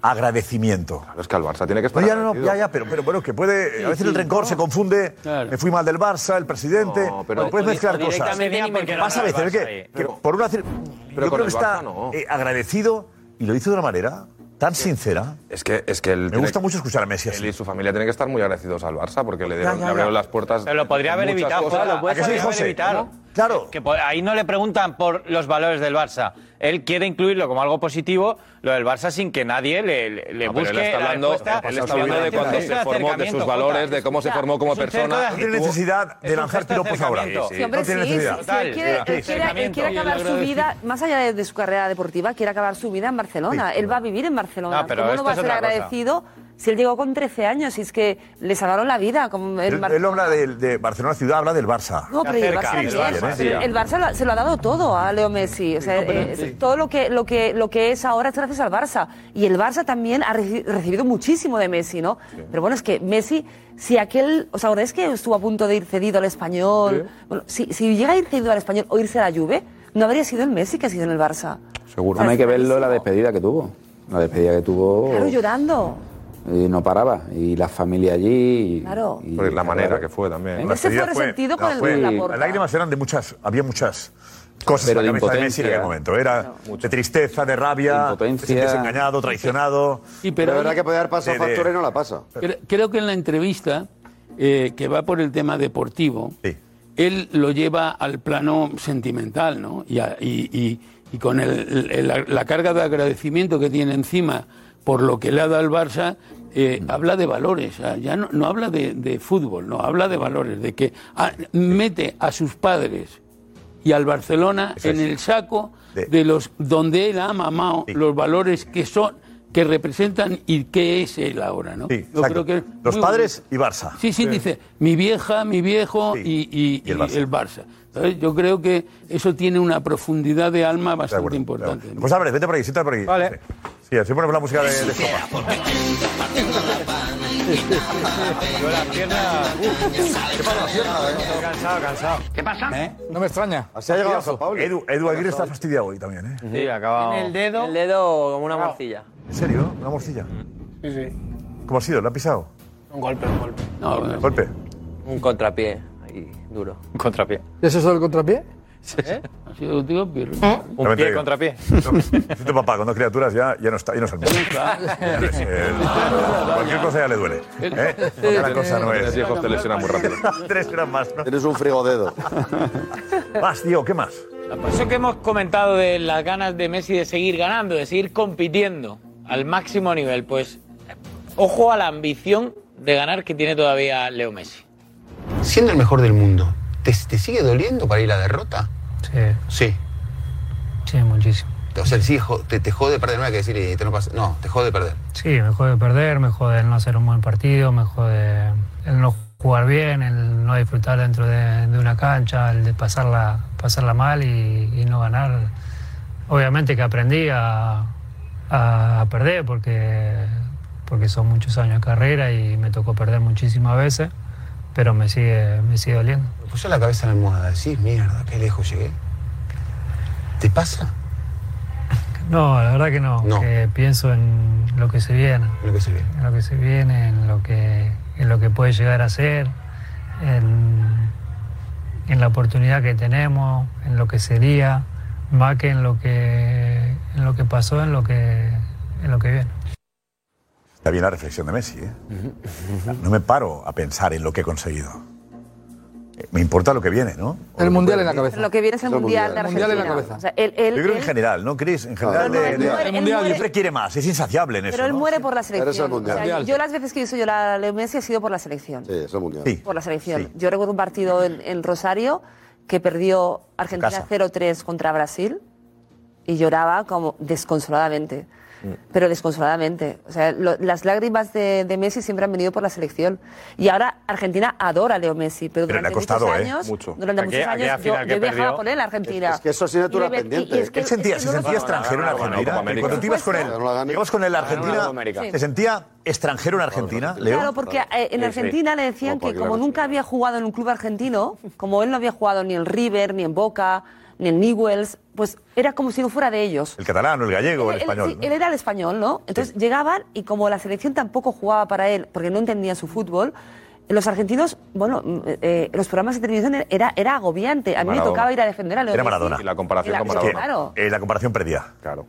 Speaker 11: agradecimiento.
Speaker 19: Claro, es que al Barça tiene
Speaker 11: No,
Speaker 19: que estar.
Speaker 11: ya, no, no,
Speaker 19: agradecido.
Speaker 11: ya, ya, pero, pero bueno, que puede.
Speaker 19: Sí,
Speaker 11: a veces
Speaker 19: sí,
Speaker 11: el rencor se confunde. Me fui mal del Barça, el presidente.
Speaker 19: No, pero-
Speaker 11: bueno, puedes
Speaker 19: O
Speaker 11: mezclar
Speaker 19: directamente
Speaker 11: cosas.
Speaker 19: ni me quiero
Speaker 11: Pasa a
Speaker 19: hablar
Speaker 11: veces
Speaker 19: del Barça
Speaker 11: que,
Speaker 19: ahí.
Speaker 11: que por una. cir- yo
Speaker 19: con
Speaker 11: creo
Speaker 19: el
Speaker 11: que está
Speaker 19: Barça no.
Speaker 11: eh, agradecido y lo hizo de una manera tan sincera.
Speaker 19: Es que, es que
Speaker 11: Me gusta mucho escuchar a Messi
Speaker 19: Él y su familia tienen que estar muy agradecidos al Barça porque le,
Speaker 11: Ya,
Speaker 19: dieron,
Speaker 11: ya,
Speaker 19: le abrieron
Speaker 11: ya.
Speaker 19: las puertas.
Speaker 11: Pero lo podría
Speaker 19: en
Speaker 11: haber
Speaker 19: muchas
Speaker 11: evitado,
Speaker 19: cosas.
Speaker 11: José, lo puedes ¿A que sí, haber José?
Speaker 13: evitar.
Speaker 11: Claro.
Speaker 13: Que po- ahí no le preguntan por los valores del Barça. Él quiere incluirlo como algo positivo, lo del Barça, sin que nadie le, le- le
Speaker 19: No, pero
Speaker 13: busque.
Speaker 19: él está
Speaker 13: la
Speaker 19: hablando-
Speaker 13: respuesta.
Speaker 19: él está hablando de cuando
Speaker 13: Es un
Speaker 19: se formó, de sus
Speaker 13: acercamiento,
Speaker 19: valores,
Speaker 13: Jota.
Speaker 19: de cómo se
Speaker 13: Es
Speaker 19: formó como
Speaker 13: un cerco
Speaker 19: persona.
Speaker 13: de
Speaker 19: No
Speaker 13: actitud.
Speaker 19: tiene necesidad
Speaker 11: de
Speaker 13: Es un
Speaker 11: lanzar
Speaker 13: gesto de
Speaker 11: piropos ahora.
Speaker 13: acercamiento.
Speaker 11: Sí,
Speaker 6: Sí, hombre, sí, sí, sí, él quiere, él quiere- él quiere acabar su vida, más allá de, de su carrera deportiva, quiere acabar su vida en Barcelona. él va a vivir en Barcelona.
Speaker 11: No, pero
Speaker 6: ¿Cómo no
Speaker 11: esto
Speaker 6: va a
Speaker 11: es
Speaker 6: ser
Speaker 11: otra cosa.
Speaker 6: agradecido si él llegó con 13 años y es que le salvaron la vida? Como en
Speaker 11: Él,
Speaker 6: Bar-
Speaker 11: él habla de, de Barcelona ciudad, habla del Barça.
Speaker 6: No, pero y el Barça, también. Pero el Barça lo- se lo ha dado todo a Leo Messi. O sea, eh, todo lo que, lo, que, lo que es ahora es gracias al Barça. Y el Barça también ha reci- recibido muchísimo de Messi, ¿no? Pero bueno, es que Messi, si aquel. O sea, ahora es que estuvo a punto de ir cedido al español. Bueno, si, si llega a ir cedido al español o irse a la Juve, no habría sido el Messi que ha sido en el Barça.
Speaker 17: Seguro. hay que verlo la despedida que tuvo. La despedida que tuvo.
Speaker 6: Claro, llorando.
Speaker 17: y no paraba. Y la familia allí. y-
Speaker 6: Claro.
Speaker 17: y-
Speaker 19: la manera que fue también.
Speaker 6: Ese Eh, fue resentido con el de la Porta.
Speaker 11: Las lágrimas eran de muchas, había muchas cosas
Speaker 19: Pero
Speaker 11: en la
Speaker 19: de
Speaker 11: cabeza de Messi en aquel
Speaker 19: impotencia.
Speaker 11: momento. Era de tristeza, de rabia, de sentirse engañado, traicionado.
Speaker 4: Sí, pero- La verdad que podía haber pasado
Speaker 11: De- de-
Speaker 4: factura y no la pasa.
Speaker 5: Cre- Creo que en la entrevista, eh, que va por el tema deportivo, él lo lleva al plano sentimental, ¿no? Y, a- y- y- y con el- el- la, la carga de agradecimiento que tiene encima por lo que le ha dado al Barça, eh,
Speaker 11: Mm.
Speaker 5: habla de valores, ah, ya no, no habla de, de fútbol, no, habla de valores, de que ah, mete a sus padres y al Barcelona en el saco de, los donde él ha mamado los valores que son que representan y que es él ahora, ¿no? Yo creo que es
Speaker 11: Los
Speaker 5: muy
Speaker 11: padres
Speaker 5: bonito.
Speaker 11: y Barça.
Speaker 5: Sí, sí, dice mi vieja, mi viejo y, y- y el Barça. Entonces, yo creo que eso tiene una profundidad de alma bastante importante.
Speaker 11: Pues Álvarez, vete por ahí, siéntate por ahí. Vale. Sí, así ponemos la música de, de Estopa.
Speaker 13: Yo las piernas. ¿Qué pasa las piernas? Cansado, cansado.
Speaker 5: ¿Qué pasa?
Speaker 6: ¿Eh?
Speaker 5: No me extraña.
Speaker 13: Así ha llegado a Sao Paulo.
Speaker 11: Edu, Edu Aguirre está fastidiado hoy también, ¿eh?
Speaker 10: Sí, acabado.
Speaker 8: En el
Speaker 10: dedo. El dedo como una morcilla.
Speaker 11: ¿En serio? ¿Una morcilla?
Speaker 8: Sí, sí.
Speaker 11: ¿Cómo ha sido? ¿La ha pisado?
Speaker 8: Un golpe, un golpe.
Speaker 10: No, no.
Speaker 11: ¿Golpe?
Speaker 10: Un contrapié. Ahí, duro. Un contrapié.
Speaker 5: ¿Y eso es del contrapié?
Speaker 10: ¿Eh?
Speaker 3: Ha sido un tío pirro.
Speaker 19: ¿Eh?
Speaker 11: También
Speaker 3: Un
Speaker 11: te
Speaker 3: pie
Speaker 11: digo.
Speaker 3: contra pie.
Speaker 11: Si tu papá con dos criaturas ya, ya no está, ya no es el mismo. Ya no es el- Cualquier cosa ya le duele. ¿eh? Porque la cosa no es.
Speaker 21: Los viejos te lesionan muy rápido.
Speaker 11: Tres gramas más, ¿no?
Speaker 4: Eres un frigodedo.
Speaker 11: Más, tío, ¿qué más?
Speaker 12: Eso que hemos comentado de las ganas de Messi de seguir ganando, de seguir compitiendo al máximo nivel, pues ojo a la ambición de ganar que tiene todavía Leo Messi.
Speaker 19: Siendo el mejor del mundo, ¿te, te sigue doliendo para ir la derrota?
Speaker 18: Sí,
Speaker 19: Sí.
Speaker 18: sí, muchísimo.
Speaker 19: O sea, sí, jo- te, te jode perder, no hay que decir, eh, te no, pasa- no, te jode perder.
Speaker 18: Sí, me jode perder, me jode el no hacer un buen partido, me jode el no jugar bien, el no disfrutar dentro de, de una cancha, el de pasarla, pasarla mal y, y no ganar. Obviamente que aprendí a, a perder porque, porque son muchos años de carrera y me tocó perder muchísimas veces, pero me sigue, me sigue doliendo.
Speaker 19: Me puso la cabeza en la almohada, decís, mierda, qué lejos llegué. ¿Te pasa?
Speaker 18: No, la verdad que no.
Speaker 19: No.
Speaker 18: Que pienso en lo que se viene.
Speaker 19: Lo que se viene.
Speaker 18: En lo que se viene, en lo que, en lo que puede llegar a ser, en, en la oportunidad que tenemos, en lo que sería, más que en lo que, en lo que pasó, en lo que, en lo que viene.
Speaker 11: Está bien la reflexión de Messi, ¿eh? No me paro a pensar en lo que he conseguido. Eh, Me importa lo que viene, ¿no?
Speaker 5: El mundial en
Speaker 11: Pues,
Speaker 5: la cabeza.
Speaker 6: Lo que viene es el
Speaker 11: Lo
Speaker 6: mundial de
Speaker 11: mundial.
Speaker 6: Argentina.
Speaker 11: Mundial en la cabeza.
Speaker 6: O sea, él- él-
Speaker 11: Yo creo en
Speaker 6: él-
Speaker 11: general, ¿no, Chris? En general.
Speaker 6: No, no,
Speaker 11: de-
Speaker 6: él
Speaker 11: de-
Speaker 6: muere, él muere.
Speaker 11: siempre quiere más, es insaciable en eso.
Speaker 6: Pero él
Speaker 11: ¿no?
Speaker 6: muere por la selección.
Speaker 11: Eres el mundial.
Speaker 6: O sea, yo las veces que he visto llorar a Leo Messi ha sido por la selección.
Speaker 4: Sí, es el mundial.
Speaker 6: Por la selección. Yo recuerdo un partido en, en Rosario que perdió Argentina
Speaker 4: Casa.
Speaker 6: 0-3 contra Brasil y lloraba como desconsoladamente.
Speaker 11: Mm.
Speaker 6: Pero desconsoladamente. O sea, lo- las lágrimas de, de Messi siempre han venido por la selección. Y ahora Argentina adora a Leo Messi, pero
Speaker 11: Pero le ha
Speaker 6: durante
Speaker 11: costado,
Speaker 6: muchos
Speaker 11: ¿eh?
Speaker 6: años,
Speaker 11: Mucho.
Speaker 6: durante
Speaker 11: Aquella-
Speaker 6: muchos
Speaker 11: aquella
Speaker 6: años yo,
Speaker 11: final que
Speaker 6: yo viajaba
Speaker 11: perdió-
Speaker 6: con él a Argentina.
Speaker 4: Es- es que eso asignatura
Speaker 6: Y le ve- y- y
Speaker 4: pendiente.
Speaker 6: es que-
Speaker 11: él sentía,
Speaker 6: es que
Speaker 11: se
Speaker 6: no lo
Speaker 11: sentía
Speaker 6: puedo-
Speaker 11: extranjero en
Speaker 21: Ganó la Copa
Speaker 11: Argentina.
Speaker 21: América.
Speaker 11: Cuando tú ibas con él,
Speaker 21: Ganó la Copa
Speaker 11: ibas con él a Argentina,
Speaker 21: América.
Speaker 6: Sí.
Speaker 11: ¿se sentía extranjero en Argentina, Leo?
Speaker 6: Claro, porque eh, en Argentina le decían que como nunca había jugado en un club argentino, como él no había jugado ni en River, ni en Boca, ni en Newell's, pues era como si no fuera de ellos.
Speaker 11: El catalán, o el gallego, el
Speaker 6: Él-
Speaker 11: español.
Speaker 6: sí, él era el español, ¿no? Entonces llegaban y como la selección tampoco jugaba para él, porque no entendía su fútbol, los argentinos, bueno, mm, eh, los programas de televisión era, era agobiante. A mí me
Speaker 11: Maradona.
Speaker 6: tocaba ir a defender a Leo
Speaker 11: Era
Speaker 6: Messi.
Speaker 11: Maradona.
Speaker 6: Y la- Claro.
Speaker 11: Eh, la comparación perdía. Claro.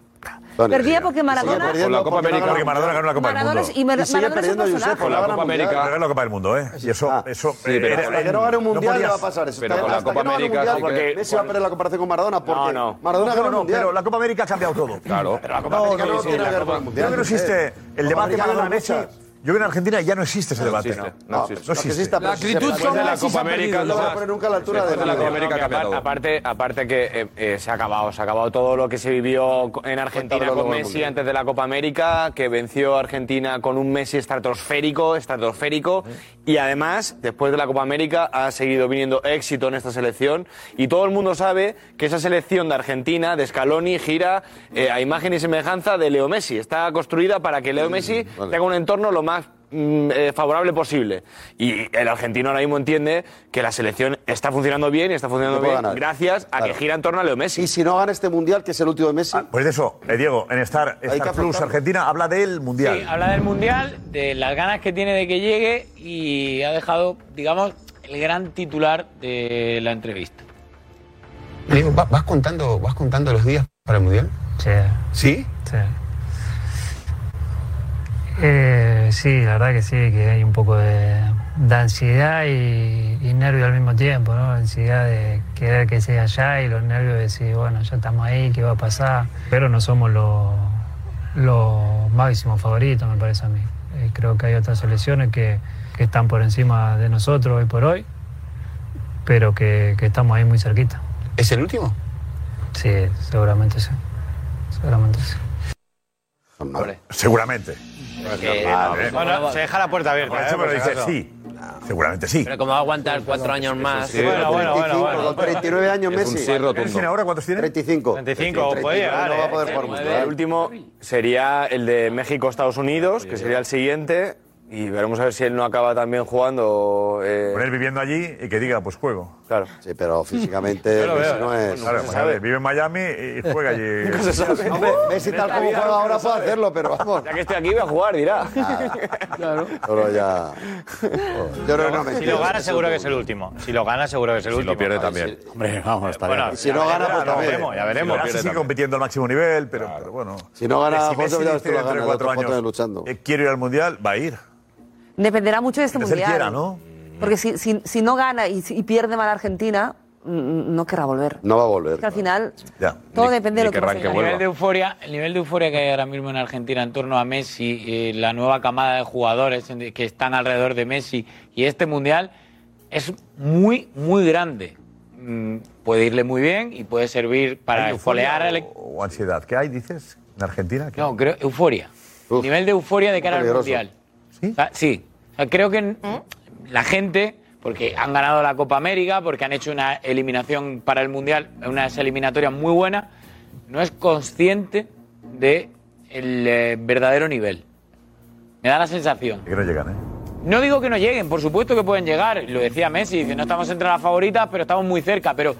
Speaker 6: Perdía porque Maradona...
Speaker 11: Con la Copa América. Porque Maradona ganó la Copa
Speaker 6: Maradona
Speaker 11: del
Speaker 6: es-
Speaker 11: Mundo.
Speaker 6: y Mar- Y sigue Maradona es un perdiendo, personaje. Josep,
Speaker 11: Con la
Speaker 6: Maradona
Speaker 11: Copa
Speaker 6: mundial.
Speaker 11: América. Ganó la Copa del Mundo, ¿eh? Y eso... eso
Speaker 21: Sí, pero
Speaker 11: era-
Speaker 21: hasta
Speaker 4: que no gane un mundial
Speaker 11: podías-
Speaker 4: le va a pasar eso.
Speaker 21: Pero con la
Speaker 4: Hasta
Speaker 21: Copa
Speaker 4: que no gane un
Speaker 21: América
Speaker 4: mundial,
Speaker 21: sí que-
Speaker 4: Messi va a perder la comparación con Maradona porque
Speaker 21: No, no.
Speaker 4: Maradona
Speaker 11: No,
Speaker 4: ganó
Speaker 11: no,
Speaker 4: el mundial.
Speaker 11: pero la Copa América ha cambiado todo. Claro.
Speaker 4: Pero la
Speaker 21: Copa América no tiene que ver con el
Speaker 11: Yo creo que no existe el debate
Speaker 4: para
Speaker 11: Maradona Messi. Yo creo que en Argentina ya no existe ese debate.
Speaker 21: existe, no existe.
Speaker 11: No existe.
Speaker 21: La actitud
Speaker 11: Después
Speaker 21: son
Speaker 11: de la
Speaker 21: Messi,
Speaker 11: Copa
Speaker 21: se han
Speaker 11: América,
Speaker 21: perdido.
Speaker 11: no va a
Speaker 21: poner
Speaker 4: nunca a la
Speaker 21: de
Speaker 4: altura
Speaker 21: la Copa América
Speaker 14: No, que apar- aparte, aparte que eh, eh, se ha acabado, se ha acabado todo lo que se vivió co- en Argentina
Speaker 21: Cuéntamelo
Speaker 14: con
Speaker 21: luego Pues del
Speaker 14: Messi
Speaker 21: Mundial.
Speaker 14: antes de la Copa América, que venció a Argentina con un Messi estratosférico, estratosférico, y además, después de la Copa América, ha seguido viniendo éxito en esta selección, y todo el mundo sabe que esa selección de Argentina, de Scaloni, gira eh, a imagen y semejanza de Leo Messi. Está construida para que
Speaker 4: Mm,
Speaker 14: Leo Messi tenga un entorno lo más mm, eh, favorable posible. Y el argentino ahora mismo entiende que la selección está funcionando bien y está funcionando
Speaker 4: Que puede
Speaker 14: bien
Speaker 4: ganar.
Speaker 14: gracias a que gira en torno a Leo Messi.
Speaker 4: Y si no gana este mundial, que es el último de Messi.
Speaker 11: Pues de eso, eh, Diego, en Star,
Speaker 4: Hay que
Speaker 11: Star Plus
Speaker 4: afrontarlo.
Speaker 11: Argentina habla del Mundial.
Speaker 12: Sí, habla del Mundial, de las ganas que tiene de que llegue y ha dejado, digamos, el gran titular de la entrevista.
Speaker 19: Le digo, "Va- ¿vas contando, vas contando los días para el mundial?
Speaker 18: Sí.
Speaker 19: ¿Sí?
Speaker 18: Sí. Eh, sí, la verdad que sí, que hay un poco de, de ansiedad y, y nervio al mismo tiempo, ¿no? Ansiedad de querer que sea allá y los nervios de decir, bueno, ya estamos ahí, ¿qué va a pasar? Pero no somos los los máximos favoritos, me parece a mí. Eh, creo que hay otras selecciones que, que están por encima de nosotros hoy por hoy, pero que, que estamos ahí muy cerquita.
Speaker 19: ¿Es el último?
Speaker 18: Sí, seguramente sí. Seguramente sí.
Speaker 11: Seguramente. Vale,
Speaker 10: Eh, no,
Speaker 11: ¿eh?
Speaker 10: bueno,
Speaker 14: se deja la puerta abierta.
Speaker 11: Por eso,
Speaker 14: eh,
Speaker 11: pero
Speaker 14: por si
Speaker 11: dice
Speaker 14: acaso.
Speaker 11: sí. Seguramente sí.
Speaker 10: Pero como va a aguantar cuatro años más.
Speaker 11: sí. Bueno, bueno, bueno, bueno.
Speaker 4: Con 39 años
Speaker 11: Es un
Speaker 4: Messi.
Speaker 11: sí rotundo. ¿Messi ahora cuántos tiene?
Speaker 4: 35.
Speaker 14: 35, puede llegar.
Speaker 4: No va a poder
Speaker 14: eh.
Speaker 4: jugar un
Speaker 14: El
Speaker 4: mundial.
Speaker 14: último sería el de México-Estados Unidos, que sería el siguiente. Y veremos a ver si él no acaba también jugando. eh,
Speaker 11: Poner viviendo allí y que diga, pues juego.
Speaker 14: Claro.
Speaker 4: Sí, pero físicamente
Speaker 11: Yo lo veo,
Speaker 4: Messi no
Speaker 11: ¿eh?
Speaker 4: es.
Speaker 11: Claro, imagínate, vive en Miami y y juega allí.
Speaker 4: Nunca se sabe. Hombre, Messi tal como juega ahora puede hacerlo, pero vamos.
Speaker 14: Ya que estoy aquí, voy a jugar, dirá.
Speaker 4: Claro. Pero ya. Yo creo que no me
Speaker 13: Si lo gana, seguro que es el último. Si lo gana, seguro que es el último. Si lo pierde también.
Speaker 21: Hombre, vamos, está
Speaker 13: Bueno,
Speaker 21: bien.
Speaker 13: si no gana, pues también.
Speaker 11: Ya veremos.
Speaker 13: Si lo pierde
Speaker 11: sigue
Speaker 13: también.
Speaker 11: compitiendo al máximo nivel, pero, pero bueno.
Speaker 4: Si no gana
Speaker 11: Si
Speaker 4: José,
Speaker 11: Messi
Speaker 4: ya
Speaker 11: dice
Speaker 4: ves
Speaker 13: este
Speaker 4: tú la
Speaker 11: dentro de
Speaker 4: gana,
Speaker 11: cuatro
Speaker 4: la otra
Speaker 11: años,
Speaker 4: foto luchando.
Speaker 11: eh, Quiero ir al mundial, va a ir.
Speaker 6: Dependerá mucho de este
Speaker 11: Mientras él
Speaker 6: mundial.
Speaker 11: quiera, ¿no?
Speaker 6: Porque si, si, si no gana y, si- y pierde mal Argentina, mm, no querrá volver.
Speaker 4: No va a
Speaker 6: Es que
Speaker 4: volver.
Speaker 6: al final
Speaker 11: Ya.
Speaker 6: todo depende de lo que pase.
Speaker 12: el nivel de euforia, el nivel de euforia que hay ahora mismo en Argentina en torno a Messi, eh, la nueva camada de jugadores en- que están alrededor de Messi y este mundial es muy muy grande. Mm, Puede irle muy bien y puede servir para
Speaker 11: ¿Hay euforia
Speaker 12: espolear al
Speaker 11: o, o ansiedad? ¿Qué hay, dices, en Argentina? ¿Qué?
Speaker 12: No, creo, euforia. nivel de euforia de cara al
Speaker 11: peligroso.
Speaker 12: Mundial. ¿Sí? sí. O sea, creo que n- la gente, porque han ganado la Copa América, porque han hecho una eliminación para el Mundial, unas eliminatorias muy buenas, no es consciente de el eh, verdadero nivel. Me da la sensación.
Speaker 11: Que no llegan, ¿eh?
Speaker 12: No digo que no lleguen, por supuesto que pueden llegar. Lo decía Messi, dice, no estamos entre las favoritas, pero estamos muy cerca. Pero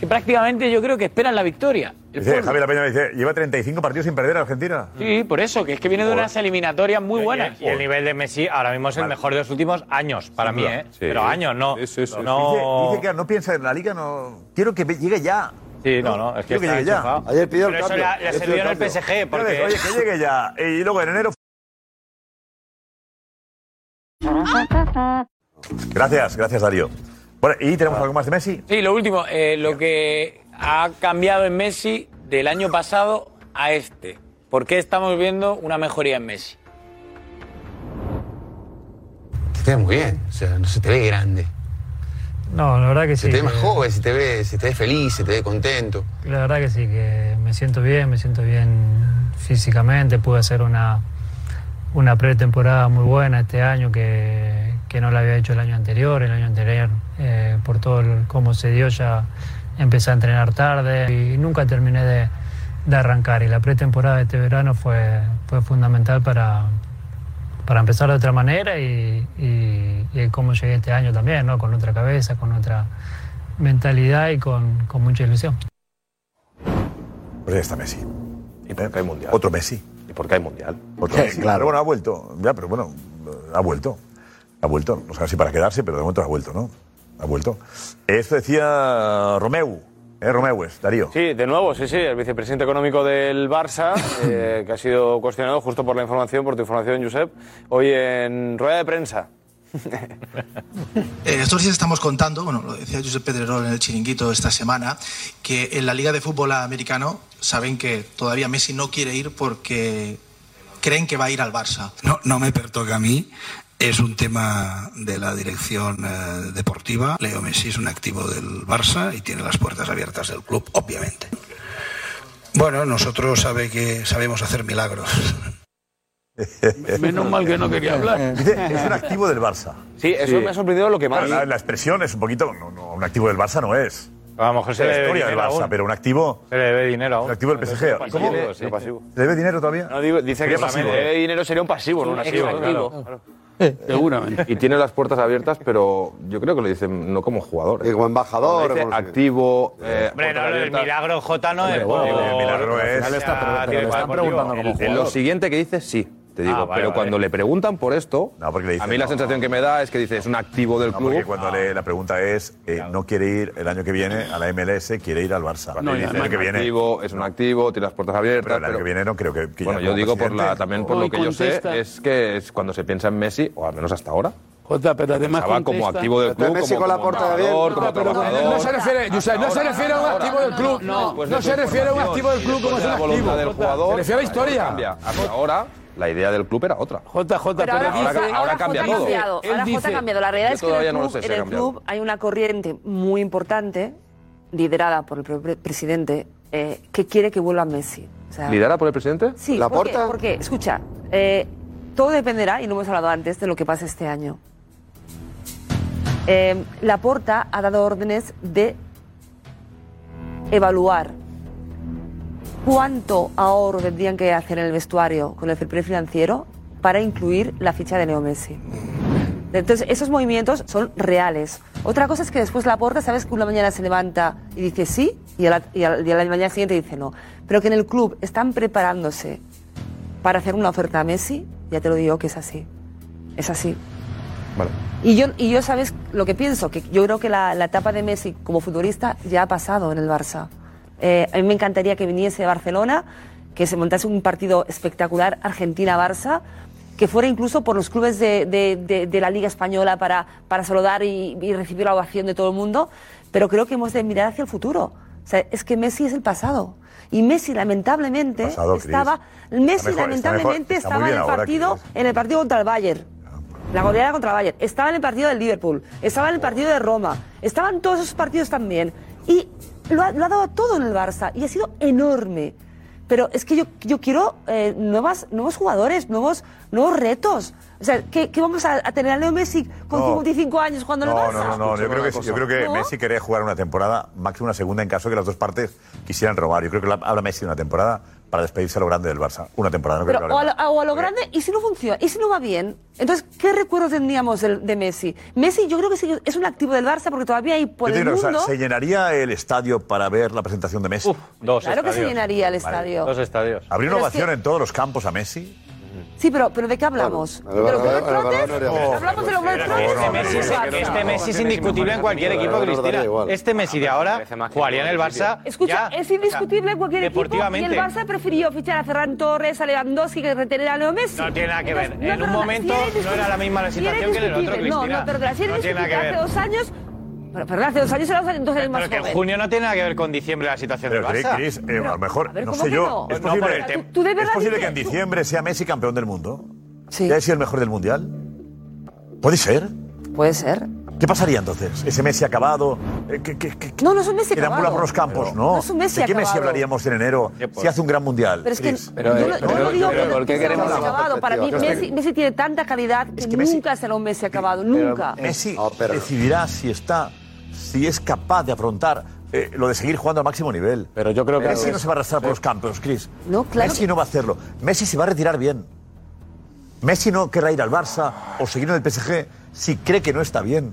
Speaker 12: que prácticamente yo creo que esperan la victoria. El
Speaker 11: Dice,
Speaker 12: pueblo.
Speaker 11: Javier La Peña me dice, lleva 35 partidos sin perder a Argentina.
Speaker 12: Sí, por eso, que es que viene de unas eliminatorias muy buenas.
Speaker 13: Y el nivel de Messi ahora mismo es el mejor de los últimos años, para
Speaker 11: Sin
Speaker 13: mí,
Speaker 11: duda.
Speaker 13: ¿eh?
Speaker 11: Sí.
Speaker 13: Pero años, no.
Speaker 11: Dice,
Speaker 13: No.
Speaker 11: dice que no piensa en la liga, no. Quiero que llegue ya.
Speaker 13: Sí, no, no, es que
Speaker 11: Quiero que
Speaker 13: está
Speaker 11: llegue ya.
Speaker 13: enchufado. Ayer pidió el Pero eso cambio, le ha- le ayer sirvió pidió el en el cambio. PSG,
Speaker 11: Ya
Speaker 13: porque-
Speaker 11: ves, Oye, que llegue ya. Y luego en enero. Gracias, gracias, Darío. Bueno, ¿y
Speaker 13: Ah.
Speaker 11: tenemos algo más de Messi?
Speaker 12: Sí, lo último, eh, lo que ha cambiado en Messi del año pasado a este. ¿Por qué estamos viendo una mejoría en Messi?
Speaker 8: Te ve muy bien, o sea, no se te ve grande.
Speaker 18: No, la verdad que
Speaker 8: Se
Speaker 18: sí.
Speaker 8: te ve más
Speaker 18: que-
Speaker 8: joven, se te ve, se te ve feliz, se te ve contento.
Speaker 18: La verdad que sí, que me siento bien, me siento bien físicamente. Pude hacer una, una pretemporada muy buena este año que, que no la había hecho el año anterior. El año anterior, eh, por todo el- cómo se dio, ya empecé a entrenar tarde y nunca terminé de, de arrancar. Y la pretemporada de este verano fue, fue fundamental para, para empezar de otra manera y, y, y cómo llegué este año también, ¿no? con otra cabeza, con otra mentalidad y con, con mucha ilusión.
Speaker 11: Pues ahí está Messi. ¿Y por qué hay mundial? Otro Messi. ¿Y por qué hay mundial? Otro Messi.
Speaker 21: Claro.
Speaker 11: Pero bueno, ha vuelto. Ya, pero bueno, ha vuelto. Ha vuelto. No sé si para quedarse, pero de momento ha vuelto, ¿no? Ha vuelto. Esto decía Romeu. ¿Eh? Romeu es, Darío.
Speaker 14: Sí, de nuevo, sí, sí, el vicepresidente económico del Barça, eh, que ha sido cuestionado justo por la información, por tu información, Josep, hoy en rueda de prensa.
Speaker 22: Eh, estos días estamos contando, bueno, lo decía Josep Pedrerol en el chiringuito esta semana, que en la Liga de Fútbol Americano saben que todavía Messi no quiere ir porque creen que va a ir al Barça.
Speaker 23: No, no me pertoca a mí. Es un tema de la dirección eh, deportiva. Leo Messi es un activo del Barça y tiene las puertas abiertas del club, obviamente. Bueno, nosotros sabe que sabemos hacer milagros.
Speaker 5: Menos mal que no quería hablar.
Speaker 11: Dice, es un activo del Barça.
Speaker 14: Sí, eso me ha sorprendido lo que más.
Speaker 11: La, la expresión es un poquito. No, no, un activo del Barça no es.
Speaker 13: A lo mejor se
Speaker 11: Es la
Speaker 13: le debe
Speaker 11: historia del
Speaker 13: dinero
Speaker 11: Barça,
Speaker 13: aún.
Speaker 11: pero un activo.
Speaker 13: Se le debe dinero aún.
Speaker 11: Un activo del PSG.
Speaker 13: Pasivo,
Speaker 11: ¿Cómo?
Speaker 13: sí, sí.
Speaker 11: ¿Le debe dinero todavía?
Speaker 14: No, digo, dice
Speaker 11: Sería
Speaker 14: que
Speaker 11: pasivo,
Speaker 14: solamente
Speaker 11: ¿eh?
Speaker 14: dinero sería un pasivo, no un activo.
Speaker 19: activo.
Speaker 14: claro.
Speaker 19: Eh, Seguramente. Y tiene las puertas abiertas, pero yo creo que lo dicen no como jugador. eh. Como embajador.
Speaker 4: como-
Speaker 19: activo. eh,
Speaker 13: Hombre, no,
Speaker 19: puertas
Speaker 13: el
Speaker 19: abiertas.
Speaker 13: milagro J no
Speaker 11: Eh,
Speaker 13: es.
Speaker 19: Hombre, bueno,
Speaker 13: por-
Speaker 19: el milagro
Speaker 13: al
Speaker 19: es-
Speaker 13: final
Speaker 19: Está-
Speaker 11: Ah,
Speaker 13: ya
Speaker 19: pero
Speaker 13: tiene
Speaker 19: le
Speaker 13: más
Speaker 19: están
Speaker 13: motivo.
Speaker 19: preguntando como
Speaker 13: En
Speaker 19: Lo
Speaker 13: los-
Speaker 19: siguiente que dices, sí, te digo.
Speaker 11: Ah, vale,
Speaker 19: pero
Speaker 11: vale.
Speaker 19: cuando le preguntan por esto, a mí la sensación que me da es que dice, es un activo del
Speaker 11: No,
Speaker 19: club.
Speaker 11: porque cuando le- la pregunta es, eh, no quiere ir el año que viene a la MLS, quiere ir al Barça.
Speaker 19: No,
Speaker 11: Y
Speaker 19: y
Speaker 11: dice, el
Speaker 19: además
Speaker 11: año que
Speaker 19: es
Speaker 11: viene.
Speaker 19: activo, es un activo, tiene las puertas abiertas.
Speaker 11: Pero el año que viene no creo que. que
Speaker 19: bueno,
Speaker 11: ya
Speaker 19: yo
Speaker 11: como
Speaker 19: digo por
Speaker 11: presidente.
Speaker 19: la, también por
Speaker 5: Hoy
Speaker 19: lo que yo
Speaker 5: contesta.
Speaker 19: sé es que es cuando se piensa en Messi, o al menos hasta ahora.
Speaker 5: Jota, pero además
Speaker 19: pensaba como
Speaker 5: contesta-
Speaker 19: activo del club, como, como trabajador, como
Speaker 5: Pero-
Speaker 19: trabajador.
Speaker 5: no se
Speaker 3: refiere, Josep, no se refiere a un activo del club. No,
Speaker 19: Después de
Speaker 3: no
Speaker 19: su
Speaker 3: se refiere a un activo del club
Speaker 19: pues información
Speaker 3: como es
Speaker 19: y
Speaker 3: un
Speaker 19: después de la
Speaker 3: activo.
Speaker 19: voluntad del jugador,
Speaker 3: Se refiere a la
Speaker 19: cambia.
Speaker 3: historia.
Speaker 19: Hasta ahora la idea del club era otra.
Speaker 5: JJ,
Speaker 6: Pero ahora,
Speaker 19: ahora,
Speaker 6: dice-
Speaker 19: ahora cambia
Speaker 6: Jota ha
Speaker 19: todo.
Speaker 6: cambiado,
Speaker 19: Él
Speaker 6: ahora Jota
Speaker 19: dice-
Speaker 6: ha cambiado. La realidad
Speaker 19: Yo
Speaker 6: es que en
Speaker 19: todavía
Speaker 6: el,
Speaker 19: no lo sé
Speaker 6: club,
Speaker 19: si
Speaker 6: en
Speaker 19: ha
Speaker 6: el
Speaker 19: cambiado.
Speaker 6: club hay una corriente muy importante, liderada por el propio pre- presidente, eh, que quiere que vuelva Messi. O sea,
Speaker 19: ¿Lidera por el presidente?
Speaker 6: Sí,
Speaker 19: ¿La
Speaker 6: porque,
Speaker 19: porta?
Speaker 6: porque, escucha, eh, todo dependerá, y lo hemos hablado antes, de lo que pase este año. Eh, la porta ha dado órdenes de evaluar cuánto ahorro tendrían que hacer en el vestuario con el fair play financiero para incluir la ficha de Leo Messi. Entonces, esos movimientos son reales. Otra cosa es que después la porta, sabes que una mañana se levanta y dice sí, y a la, y a la- y a la mañana siguiente dice no. Pero que en el club están preparándose para hacer una oferta a Messi, ya te lo digo que es así. Es así.
Speaker 19: Vale.
Speaker 6: Y yo, y yo sabes lo que pienso, que yo creo que la, la etapa de Messi como futbolista ya ha pasado en el Barça. Eh, a mí me encantaría que viniese a Barcelona, que se montase un partido espectacular Argentina-Barça, que fuera incluso por los clubes de, de- de- de la Liga Española para, para saludar y, y recibir la ovación de todo el mundo, pero creo que hemos de mirar hacia el futuro. O sea, es que Messi es el pasado. Y Messi lamentablemente
Speaker 11: Pasado, Cris.
Speaker 6: estaba Messi
Speaker 11: Está mejor, está
Speaker 6: lamentablemente
Speaker 11: mejor, está
Speaker 6: estaba
Speaker 11: muy
Speaker 6: en
Speaker 11: bien
Speaker 6: el
Speaker 11: ahora,
Speaker 6: partido en el partido contra el Bayern. La goleada contra el Bayern. Estaba en el partido del Liverpool. Estaba en el partido de Roma. Estaban todos esos partidos también. Y lo ha, lo ha dado todo en el Barça. Y ha sido enorme. Pero es que yo, yo quiero eh, nuevas, nuevos jugadores, nuevos, nuevos retos. O sea, ¿qué, qué vamos a, a tener a Leo Messi con
Speaker 11: No.
Speaker 6: 55 años jugando en el
Speaker 11: No, no, no,
Speaker 6: Barça?
Speaker 11: no, Yo creo que, sí, yo creo que
Speaker 6: ¿No?
Speaker 11: Messi quería jugar una temporada, máximo una segunda, en caso de que las dos partes quisieran robar. Yo creo que la- habla Messi de una temporada para despedirse a lo grande del Barça. Una temporada, no creo
Speaker 6: Pero
Speaker 11: que
Speaker 6: o a,
Speaker 11: hable
Speaker 6: lo,
Speaker 11: más.
Speaker 6: o a lo grande, ¿y si no funciona? ¿Y si no va bien? Entonces, ¿qué recuerdo tendríamos del- de Messi? Messi yo creo que sí que es un activo del Barça porque todavía hay por
Speaker 11: Yo te
Speaker 6: el
Speaker 11: digo una cosa,
Speaker 6: mundo...
Speaker 11: ¿Se llenaría el estadio para ver la presentación de Messi?
Speaker 13: dos
Speaker 6: Claro que se llenaría el estadio.
Speaker 13: estadios.
Speaker 11: ¿Habría una
Speaker 6: Pero es
Speaker 11: ovación
Speaker 6: que-
Speaker 11: en todos los campos a Messi?
Speaker 6: Sí, pero, pero ¿de qué hablamos?
Speaker 11: Claro,
Speaker 6: ¿De los
Speaker 11: claro,
Speaker 6: Black
Speaker 11: claro,
Speaker 6: Panthers?
Speaker 11: claro, claro,
Speaker 13: pues,
Speaker 11: claro.
Speaker 6: Hablamos de los Black
Speaker 11: Pero
Speaker 6: Panthers.
Speaker 11: no,
Speaker 13: Messi,
Speaker 11: no, no,
Speaker 13: es-
Speaker 11: no,
Speaker 13: este
Speaker 11: no,
Speaker 13: Messi es
Speaker 11: no,
Speaker 13: indiscutible en cualquier
Speaker 11: no,
Speaker 13: equipo,
Speaker 11: no, no, no,
Speaker 13: Cristina.
Speaker 11: daría igual.
Speaker 13: Este Messi de ahora jugaría en el Barça.
Speaker 6: Escucha,
Speaker 13: ya.
Speaker 6: es indiscutible en cualquier equipo y el
Speaker 13: deportivamente.
Speaker 6: Barça prefirió fichar a Ferran Torres, a Lewandowski que retener a Leo Messi.
Speaker 13: No tiene nada que ver. en
Speaker 6: Entonces, no,
Speaker 13: un
Speaker 6: perdona,
Speaker 13: momento
Speaker 6: si eres
Speaker 13: no era la misma la
Speaker 6: discutible,
Speaker 13: situación que en el
Speaker 6: si eres
Speaker 13: otro,
Speaker 6: discutible.
Speaker 13: Cristina.
Speaker 6: No, no, perdona, si eres
Speaker 13: No tiene nada que
Speaker 6: discutible hace
Speaker 13: ver.
Speaker 6: dos años... Pero, Perdón, hace dos años era dos años dos años más
Speaker 13: Pero que en
Speaker 6: joven.
Speaker 13: junio no tiene nada que ver con diciembre la situación
Speaker 11: Pero,
Speaker 13: del Barça.
Speaker 11: Cris, eh, a lo mejor,
Speaker 6: ver,
Speaker 11: no
Speaker 6: ¿cómo
Speaker 11: sé
Speaker 6: que
Speaker 11: yo.
Speaker 6: no?
Speaker 11: ¿Es
Speaker 13: No, por
Speaker 11: posible,
Speaker 13: el tema.
Speaker 6: Tú de
Speaker 11: es
Speaker 6: verdad
Speaker 11: posible
Speaker 6: dices-
Speaker 11: que en diciembre sea Messi campeón del mundo?
Speaker 6: Sí.
Speaker 11: ¿Ya ha sido el mejor del mundial? ¿Puede ser?
Speaker 6: Puede ser.
Speaker 11: ¿Qué pasaría entonces? ¿Ese Messi acabado? eh, que- que- que-
Speaker 6: No, no es un Messi
Speaker 11: que deambula
Speaker 6: acabado.
Speaker 11: por los campos,
Speaker 6: Pero-
Speaker 11: ¿no?
Speaker 6: No es un Messi
Speaker 11: ¿De qué Messi
Speaker 6: acabado.
Speaker 11: hablaríamos en enero si hace un gran mundial?
Speaker 6: Pero es que
Speaker 11: Cris?
Speaker 6: yo no- yo no digo que no- que sea un Messi acabado. Para mí,
Speaker 11: Yo sé que-
Speaker 6: Messi, Messi tiene tanta calidad que, nunca será un Messi acabado, nunca.
Speaker 11: Messi decidirá si está, si es capaz de afrontar eh, lo de seguir jugando al máximo nivel. Pero yo creo
Speaker 6: que-
Speaker 11: Messi no se va a arrastrar por los campos, Chris.
Speaker 6: No, claro
Speaker 11: Messi no va a hacerlo. Messi se va a retirar bien. Messi no querrá ir al Barça o seguir en el PSG si cree que no está bien.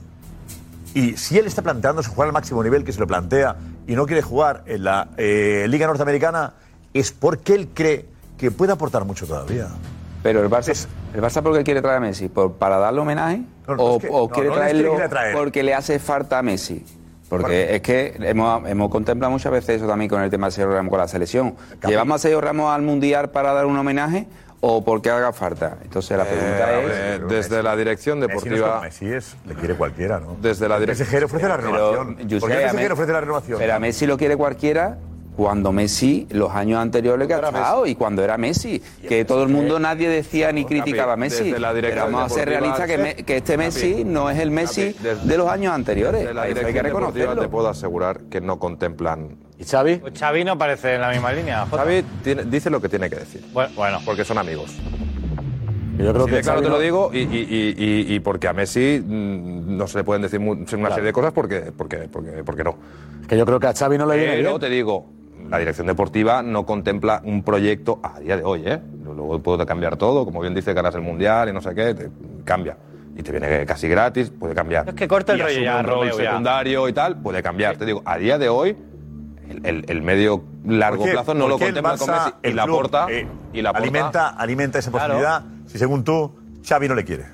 Speaker 11: Y si él está planteándose jugar al máximo nivel que se lo plantea y no quiere jugar en la eh, Liga Norteamericana, es porque él cree que puede aportar mucho todavía.
Speaker 17: Pero el Barça, el Barça ¿por qué quiere traer a Messi? ¿Por, ¿Para darle homenaje?
Speaker 11: no,
Speaker 17: ¿O,
Speaker 11: es que-
Speaker 17: o
Speaker 11: no,
Speaker 17: quiere
Speaker 11: no les quiere
Speaker 17: traerlo
Speaker 11: ir a traer.
Speaker 17: porque le hace falta a Messi? Porque es que hemos, hemos contemplado muchas veces eso también con el tema de Sergio Ramos con la selección. ¿Llevamos a Sergio Ramos al Mundial para dar un homenaje o porque haga falta? Entonces la pregunta
Speaker 19: Eh,
Speaker 17: es...
Speaker 19: eh, desde la dirección deportiva.
Speaker 11: Messi es, le quiere cualquiera, ¿no?
Speaker 19: Desde la dirección.
Speaker 11: PSG le ofrece la renovación.
Speaker 17: yo
Speaker 11: ¿Por qué
Speaker 17: sé,
Speaker 11: el
Speaker 17: a
Speaker 11: PSG
Speaker 17: Me-
Speaker 11: le ofrece la renovación?
Speaker 17: Pero a Messi lo quiere cualquiera cuando Messi, los años anteriores que ha estado y cuando era Messi, que todo el mundo, nadie decía ni criticaba a Messi.
Speaker 19: desde la
Speaker 17: Pero
Speaker 19: dirección
Speaker 17: vamos a ser
Speaker 19: deportiva-
Speaker 17: realistas que, me- que este
Speaker 19: Capi,
Speaker 17: Messi no es el Messi
Speaker 19: Capi, desde-
Speaker 17: de los años anteriores.
Speaker 19: Desde
Speaker 17: Eso
Speaker 19: la
Speaker 17: hay que
Speaker 19: dirección deportiva te
Speaker 17: reconocerlo.
Speaker 19: puedo asegurar que no contemplan.
Speaker 7: ¿Y Xavi?
Speaker 13: Pues Xavi no parece en la misma línea. Jota.
Speaker 19: Xavi tiene- dice lo que tiene que decir.
Speaker 13: Bueno,
Speaker 19: Porque son amigos.
Speaker 7: Yo creo
Speaker 19: Sí,
Speaker 7: que
Speaker 19: de claro
Speaker 7: Xavi
Speaker 19: te lo
Speaker 7: no-
Speaker 19: digo, y, y- y- y- y porque a Messi mm, no se le pueden decir mu- una serie de cosas porque, porque, porque, porque no.
Speaker 7: Que yo creo que a Xavi no le viene
Speaker 19: Pero
Speaker 7: bien.
Speaker 19: te digo, la dirección deportiva no contempla un proyecto a día de hoy, ¿eh? Luego puedo cambiar todo, como bien dice, ganas el mundial y no sé qué, te- cambia. Y te viene casi gratis, puede cambiar. Es
Speaker 13: que corta el rollo ya,
Speaker 19: un rol
Speaker 13: Romeo, ya.
Speaker 19: secundario y tal, puede cambiar. Te digo, a día de hoy, el, el- el medio largo
Speaker 11: ¿Por qué-
Speaker 19: plazo no
Speaker 11: por
Speaker 19: lo
Speaker 11: qué el
Speaker 19: contempla con
Speaker 11: Barça,
Speaker 19: Messi. Y
Speaker 11: el
Speaker 19: la
Speaker 11: club,
Speaker 19: porta.
Speaker 11: eh,
Speaker 19: y la Porta-
Speaker 11: alimenta, alimenta esa
Speaker 19: Claro.
Speaker 11: posibilidad si según tú Xavi no le quiere.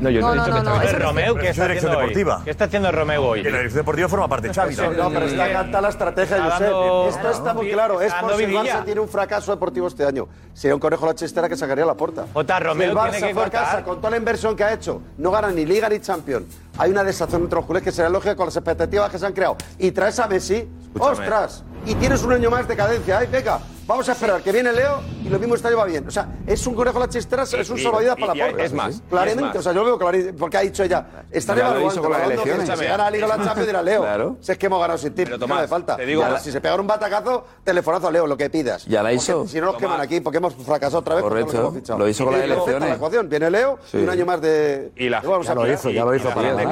Speaker 19: No, yo
Speaker 13: no he No, dicho no, que no, Xavi- eso
Speaker 11: Pero
Speaker 13: no es
Speaker 11: ¿qué está
Speaker 13: cierto. Dirección
Speaker 11: haciendo
Speaker 13: deportiva.
Speaker 11: deportiva?
Speaker 13: ¿Qué está haciendo Romeo hoy?
Speaker 11: Que la dirección deportiva forma parte de Xavi.
Speaker 13: Eso
Speaker 9: No, pero está canta la estrategia,
Speaker 13: Está
Speaker 9: Josep.
Speaker 13: dando-
Speaker 9: Esto está muy claro. Es
Speaker 13: está
Speaker 9: por
Speaker 13: dando
Speaker 9: si el
Speaker 13: vidilla.
Speaker 9: Barça tiene un fracaso deportivo este año. Sería un conejo a la chistera que sacaría la puerta.
Speaker 13: Jota, Romeo
Speaker 9: si el Barça
Speaker 13: tiene que
Speaker 9: fracasa
Speaker 13: cortar.
Speaker 9: con toda la inversión que ha hecho, no gana ni Liga ni Champions. Hay una desazón entre los culés que será lógica con las expectativas que se han creado. Y traes a Messi,
Speaker 19: Escúchame.
Speaker 9: ostras, y tienes un año más de cadencia. Ay, venga, vamos a esperar que viene Leo y lo mismo este año va bien. O sea, es un conejo a la chistera, es un
Speaker 19: y-
Speaker 9: salvavidas
Speaker 19: y-
Speaker 9: para
Speaker 19: y
Speaker 9: la puerta.
Speaker 19: es más,
Speaker 9: Claramente,
Speaker 19: es más.
Speaker 9: o sea, yo lo veo claramente, porque ha dicho ella, están
Speaker 19: Ya lo
Speaker 9: evaluando,
Speaker 19: hizo con las
Speaker 9: evaluando, que
Speaker 19: elecciones.
Speaker 9: Si gana la Liga o la Champions dirá Leo.
Speaker 17: Claro.
Speaker 9: Si es que hemos ganado sin ti, no
Speaker 17: Tomás,
Speaker 9: me falta.
Speaker 17: te digo-
Speaker 9: Y ahora, si se pega un batacazo, telefonazo a Leo, lo que pidas.
Speaker 17: Ya la
Speaker 9: Porque
Speaker 17: hizo.
Speaker 9: Si no nos
Speaker 17: Tomás.
Speaker 9: queman aquí, porque hemos fracasado otra vez. con
Speaker 17: Correcto.
Speaker 9: todos los que hemos fichado.
Speaker 17: Lo hizo con
Speaker 9: Y
Speaker 17: las
Speaker 9: acepta
Speaker 17: elecciones.
Speaker 9: la ecuación. Viene Leo y
Speaker 19: Sí.
Speaker 9: un año más de.
Speaker 19: Y la,
Speaker 9: vamos a esperar.
Speaker 19: y la gente que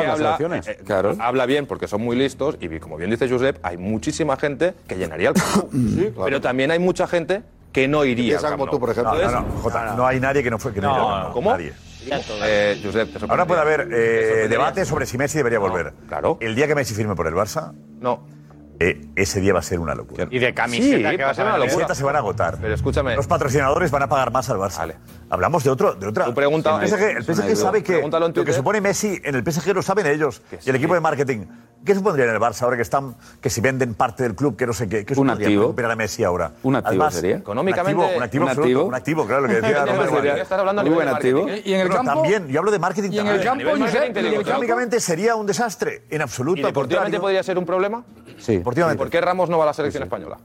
Speaker 19: habla, eh, eh, habla bien porque son muy listos y como bien dice Josep, hay muchísima gente que llenaría el campo. Pero también hay mucha gente que no iría.
Speaker 4: piensa
Speaker 19: al Camp
Speaker 4: como
Speaker 19: Nou.
Speaker 4: tú, por ejemplo.
Speaker 11: No,
Speaker 19: Entonces,
Speaker 11: no, no, Jota, no hay nadie que no fue. Que no,
Speaker 19: No,
Speaker 11: haya ganado,
Speaker 19: ¿cómo?
Speaker 11: Nadie.
Speaker 19: Eh, Josep, te
Speaker 11: Ahora puede
Speaker 19: sorprendería.
Speaker 11: haber eh,
Speaker 19: Te sorprendería.
Speaker 11: debate sobre si Messi debería volver. claro. El día que Messi firme por el Barça, eh,
Speaker 19: no.
Speaker 11: ese día va a ser una locura.
Speaker 13: Y de camiseta
Speaker 11: Sí,
Speaker 13: que vas a
Speaker 11: va
Speaker 13: ver.
Speaker 11: ser una locura. se van a agotar.
Speaker 19: Pero escúchame.
Speaker 11: Los patrocinadores van a pagar más al Barça. Hablamos de otro, de otra.
Speaker 19: pregunta-
Speaker 11: el PSG, el
Speaker 19: es una
Speaker 11: PSG
Speaker 19: idea.
Speaker 11: sabe que
Speaker 19: Pregúntalo en
Speaker 11: lo que
Speaker 19: Twitter.
Speaker 11: supone Messi en el PSG lo saben ellos y el
Speaker 19: sí.
Speaker 11: equipo de marketing. ¿Qué supondría en el Barça ahora que están, que si venden parte del club, que no sé qué, qué
Speaker 17: Un
Speaker 11: supondría
Speaker 17: activo.
Speaker 11: recuperar a Messi ahora?
Speaker 17: Un activo
Speaker 11: Además,
Speaker 17: sería.
Speaker 11: un
Speaker 17: Económicamente,
Speaker 11: activo, un activo,
Speaker 17: un
Speaker 11: absoluto,
Speaker 17: activo.
Speaker 11: un activo, claro, lo que decía.
Speaker 17: Económicamente
Speaker 11: Romero
Speaker 17: sería.
Speaker 11: Guardia.
Speaker 17: Estás hablando a Muy nivel buen de activo. marketing, ¿eh?
Speaker 11: Y en el
Speaker 17: Pero
Speaker 11: campo
Speaker 17: también,
Speaker 11: también, yo hablo de marketing
Speaker 17: y en el campo, Josep,
Speaker 11: Económicamente
Speaker 17: y en el
Speaker 11: económicamente sería un desastre en absoluto.
Speaker 19: ¿Y deportivamente podría ser un problema?
Speaker 17: Sí.
Speaker 19: ¿Por qué Ramos no va a la selección española?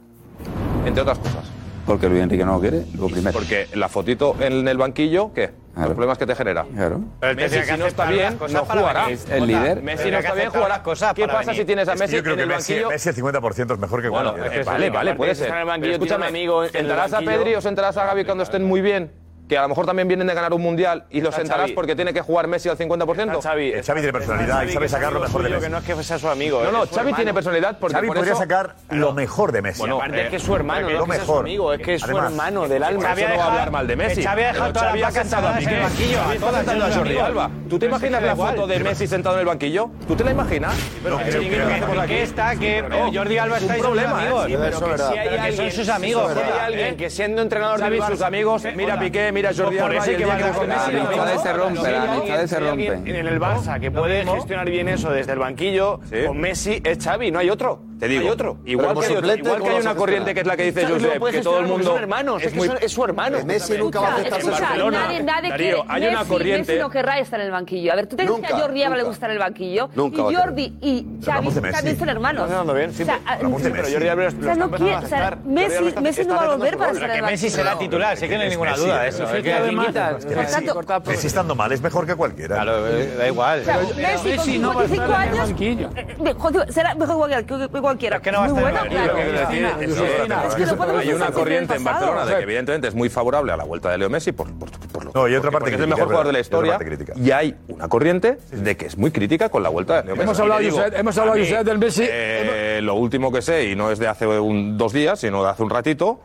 Speaker 19: Entre otras cosas.
Speaker 17: Porque Luis Enrique no lo quiere, lo primero.
Speaker 19: Porque la fotito en el banquillo, ¿qué? Los problemas que te genera.
Speaker 17: Claro.
Speaker 19: Pero
Speaker 13: Messi,
Speaker 19: Messi, si
Speaker 13: que
Speaker 19: no está
Speaker 13: aceptar
Speaker 19: bien,
Speaker 13: las cosas
Speaker 19: no
Speaker 13: para
Speaker 19: jugará.
Speaker 13: venir.
Speaker 17: El líder.
Speaker 19: Messi
Speaker 13: Tendrá que
Speaker 19: no está bien,
Speaker 13: aceptar
Speaker 19: jugará.
Speaker 13: las cosas
Speaker 19: ¿Qué
Speaker 13: para
Speaker 19: pasa si
Speaker 13: venir.
Speaker 19: tienes a
Speaker 13: Es que
Speaker 19: Messi
Speaker 11: Yo creo
Speaker 19: en
Speaker 11: que
Speaker 19: el
Speaker 11: Messi,
Speaker 19: banquillo?
Speaker 11: Messi el 50% es mejor que
Speaker 19: Bueno,
Speaker 11: Guardiola.
Speaker 19: es que vale, vale, puede ser. Pero escúchame, amigo, ¿sentarás a Pedri o sentarás a Gaby cuando estén muy bien? Que a lo mejor también vienen de ganar un mundial y los
Speaker 13: Está
Speaker 19: sentarás
Speaker 13: Xavi.
Speaker 19: porque tiene que jugar Messi al 50%.
Speaker 13: Xavi,
Speaker 11: El Xavi tiene personalidad y sabe sacar lo mejor de Messi.
Speaker 13: Que no es que sea su amigo.
Speaker 19: No, no,
Speaker 13: es ¿eh? su
Speaker 19: Xavi
Speaker 13: hermano.
Speaker 19: tiene personalidad porque
Speaker 11: Xavi
Speaker 19: por
Speaker 11: podría
Speaker 19: eso-
Speaker 11: sacar lo mejor de Messi.
Speaker 19: Bueno,
Speaker 11: Bueno,
Speaker 19: aparte
Speaker 11: eh,
Speaker 19: es que es su hermano,
Speaker 11: porque
Speaker 19: no
Speaker 11: lo
Speaker 19: es que sea su
Speaker 11: mejor.
Speaker 19: amigo, es que es su hermano del
Speaker 11: por
Speaker 19: alma,
Speaker 11: eso
Speaker 19: eso no va a hablar mal de Messi.
Speaker 11: Xavi ha dejado
Speaker 19: Pero
Speaker 11: todas las
Speaker 19: Xavi ha
Speaker 11: vacas
Speaker 19: sentado a
Speaker 11: sentadas en el
Speaker 19: Piqué,
Speaker 11: banquillo, a
Speaker 19: Xavi
Speaker 11: todas,
Speaker 19: ha sentado
Speaker 11: es
Speaker 19: a
Speaker 11: un
Speaker 19: Jordi
Speaker 11: amigo.
Speaker 19: Alba. ¿Tú te
Speaker 11: Pero
Speaker 19: imaginas
Speaker 11: se queda
Speaker 19: la foto
Speaker 11: igual.
Speaker 19: de Messi sentado en el banquillo? ¿Tú te la imaginas?
Speaker 13: Pero el chiringuito que hacemos aquí está, que eh, Jordi Alba está ahí
Speaker 19: un
Speaker 13: sus
Speaker 19: problema,
Speaker 13: amigos.
Speaker 19: ¿eh?
Speaker 13: Pero que si hay alguien- son sus amigos.
Speaker 19: Si hay
Speaker 13: joder,
Speaker 19: alguien
Speaker 13: ¿eh?
Speaker 19: que siendo entrenador
Speaker 13: Xavi
Speaker 19: de
Speaker 13: y
Speaker 19: sus amigos, mira a Piqué, mira a Jordi
Speaker 13: ¿eh? Pues por
Speaker 19: Alba.
Speaker 13: ese
Speaker 19: y el
Speaker 13: que
Speaker 19: día
Speaker 13: va a
Speaker 19: con
Speaker 13: jugar
Speaker 19: Messi,
Speaker 13: Messi, ¿no?
Speaker 19: no, no, no,
Speaker 13: Si hay
Speaker 19: no, no,
Speaker 13: alguien-
Speaker 19: no,
Speaker 13: si hay alguien En el Barça, que puede gestionar bien eso desde el banquillo, con Messi es Xavi, no hay otro.
Speaker 19: Te digo.
Speaker 13: No hay otro.
Speaker 19: Pero como
Speaker 13: Igual que hay, otro-
Speaker 19: suplente,
Speaker 13: igual que
Speaker 19: ¿cómo
Speaker 13: hay
Speaker 19: lo vas
Speaker 13: una
Speaker 19: a
Speaker 13: corriente
Speaker 19: gestionar?
Speaker 13: que es la que dice
Speaker 19: Xavi no lo
Speaker 13: Josep,
Speaker 19: puedes
Speaker 13: que todo el
Speaker 19: gestionar porque
Speaker 13: mundo...
Speaker 19: son hermanos, es que son- es su hermano.
Speaker 13: Messi
Speaker 19: nunca va a
Speaker 13: en
Speaker 19: aceptarse el
Speaker 13: Barcelona.
Speaker 19: Barcelona.
Speaker 6: Nadie, nadie
Speaker 13: Darío,
Speaker 6: quiere.
Speaker 13: hay una
Speaker 6: Messi-
Speaker 13: corriente-
Speaker 6: Messi no querrá estar en el banquillo. A ver, ¿tú te crees que a
Speaker 13: Nunca,
Speaker 6: Jordi Alba le
Speaker 13: nunca.
Speaker 6: gusta en el banquillo?
Speaker 13: Nunca va
Speaker 6: y
Speaker 13: a
Speaker 6: Jordi y Xavi
Speaker 13: hablamos de Messi.
Speaker 6: también son hermanos.
Speaker 13: Está sonando bien, sí,
Speaker 6: o sea,
Speaker 13: pero hablamos de
Speaker 6: sí, pero
Speaker 13: Messi.
Speaker 6: Jordi Alba lo- lo o sea,
Speaker 13: está
Speaker 6: no
Speaker 13: empezando a
Speaker 6: quiere- o sea,
Speaker 13: aceptar. Jordi Alba
Speaker 6: Messi,
Speaker 13: está-
Speaker 6: Messi
Speaker 13: está
Speaker 6: no va a
Speaker 13: metiendo
Speaker 6: volver
Speaker 13: su
Speaker 6: para
Speaker 13: gol.
Speaker 6: estar en
Speaker 13: Que
Speaker 6: el
Speaker 13: Messi
Speaker 6: banquillo.
Speaker 13: será titular, sí que no hay ninguna duda de eso. Es que-
Speaker 11: Es que Messi- Messi estando mal es mejor que cualquiera. Claro,
Speaker 13: eh, da igual.
Speaker 6: O sea, Messi con 55 años. eh, eh, joder, será mejor que cualquiera. que cualquiera.
Speaker 13: que no va a
Speaker 6: Muy
Speaker 13: estar en
Speaker 6: bueno,
Speaker 13: el
Speaker 6: claro.
Speaker 19: Hay una corriente en Barcelona de que evidentemente es muy favorable a la vuelta de Leo Messi por, por, por lo no, y otra
Speaker 11: parte
Speaker 19: es el
Speaker 11: crítica,
Speaker 19: mejor jugador de la
Speaker 11: es verdad, y otra
Speaker 19: historia
Speaker 11: parte
Speaker 19: y hay una corriente de que es muy crítica con la vuelta de Leo Messi.
Speaker 3: Hemos
Speaker 19: Y
Speaker 3: hablado,
Speaker 19: te digo,
Speaker 3: Josep, hemos hablado,
Speaker 19: a mí,
Speaker 3: Josep, del Messi.
Speaker 19: eh, lo último que sé y no es de hace un- dos días sino de hace un ratito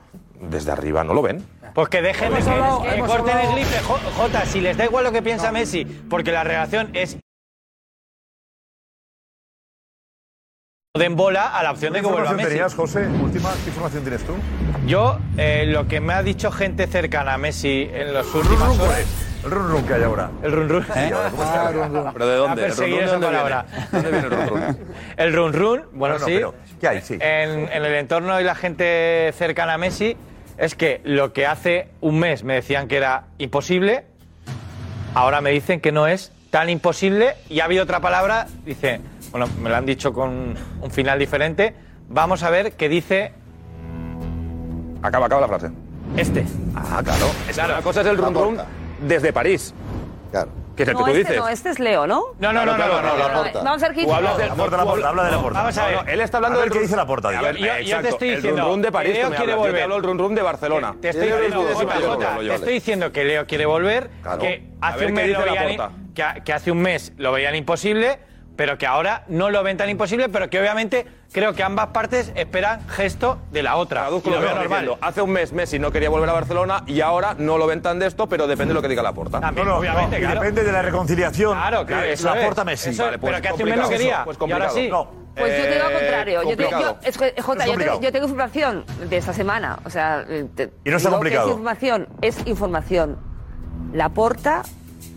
Speaker 19: desde arriba no lo ven.
Speaker 13: Pues que dejen
Speaker 19: Hemos
Speaker 13: que,
Speaker 19: hablado-
Speaker 13: que
Speaker 19: hemos
Speaker 13: corten
Speaker 19: hablado-
Speaker 13: el gripe, Jo- Jota, si les da igual lo que piensa Messi, porque la relación es... Den bola a la opción de que vuelva
Speaker 11: información
Speaker 13: Messi.
Speaker 11: tenías, José? Última, ¿qué información tienes tú?
Speaker 13: Yo, eh, lo que me ha dicho gente cercana a Messi en los últimos horas... ¿Eh?
Speaker 11: El run run que hay ahora.
Speaker 13: El run run.
Speaker 19: Ah,
Speaker 11: ¿Pero de
Speaker 13: A perseguir Ah, pues esa palabra. El run run, bueno,
Speaker 11: No, no,
Speaker 13: sí.
Speaker 11: pero, ¿qué hay? Sí.
Speaker 13: En, en el entorno y la gente cercana a Messi es que lo que hace un mes me decían que era imposible, ahora me dicen que no es tan imposible y ha habido otra palabra, dice, bueno, me lo han dicho con un final diferente, vamos a ver qué dice
Speaker 19: Acaba, acaba la frase.
Speaker 13: este.
Speaker 19: Ah, claro. Es que Una cosa es el rum rum desde París. Claro. Que es el
Speaker 6: No,
Speaker 19: que tú
Speaker 6: este
Speaker 19: dices.
Speaker 6: no, este es Leo, ¿no?
Speaker 19: No, no, no, no, no, no, la porta.
Speaker 6: Vamos a ver qué
Speaker 19: Tú
Speaker 6: dice
Speaker 19: hablas
Speaker 6: Leo.
Speaker 19: de la porta, la porta, habla de la porta.
Speaker 13: Vamos a ver.
Speaker 19: No, no, él está hablando
Speaker 13: A ver
Speaker 19: del
Speaker 13: qué
Speaker 19: run-
Speaker 13: dice la porta,
Speaker 19: A
Speaker 13: digo.
Speaker 19: ver,
Speaker 13: Yo- yo te
Speaker 19: exacto,
Speaker 13: estoy
Speaker 19: el
Speaker 13: diciendo
Speaker 19: run run de París.
Speaker 13: que Leo
Speaker 19: tú me
Speaker 13: quiere
Speaker 19: hablas, yo
Speaker 13: volver.
Speaker 19: Te hablo el run run de Barcelona.
Speaker 13: Te estoy,
Speaker 19: Yo te
Speaker 13: diciendo,
Speaker 19: hablo del run
Speaker 13: Jota,
Speaker 19: de
Speaker 13: Jota,
Speaker 19: Barcelona.
Speaker 13: te estoy diciendo que Leo quiere volver,
Speaker 19: Claro.
Speaker 13: que,
Speaker 19: A
Speaker 13: hace
Speaker 19: ver
Speaker 13: un
Speaker 19: qué
Speaker 13: mes lo
Speaker 19: dice
Speaker 13: veían
Speaker 19: Laporta.
Speaker 13: i- que, ha- que hace un mes lo veían imposible, pero que ahora no lo ven tan imposible, pero que obviamente creo que ambas partes esperan gesto de la otra.
Speaker 19: Traduzco
Speaker 13: Y
Speaker 19: lo
Speaker 13: lo
Speaker 19: que
Speaker 13: veo
Speaker 19: estás
Speaker 13: normal.
Speaker 19: diciendo. Hace un mes Messi no quería volver a Barcelona y ahora no lo ven tan de esto, pero depende de lo que diga la porta.
Speaker 11: No, no, no, y depende de la reconciliación.
Speaker 19: Claro, claro,
Speaker 11: eh,
Speaker 19: eso
Speaker 11: la
Speaker 19: es.
Speaker 11: porta Messi.
Speaker 19: Eso es, Vale, pues pero que hace un mes no
Speaker 11: complicado.
Speaker 19: quería,
Speaker 11: Pues
Speaker 19: y ahora
Speaker 11: complicado.
Speaker 19: sí.
Speaker 11: No. eh,
Speaker 6: Pues yo te digo al contrario. Yo te-
Speaker 11: complicado.
Speaker 6: yo- es que, Jota,
Speaker 11: Es
Speaker 6: yo tengo,
Speaker 11: complicado.
Speaker 6: yo tengo información de esta semana. O sea, eh, te-
Speaker 11: Y no está
Speaker 6: digo que
Speaker 11: complicado.
Speaker 6: Es información, es información. La Porta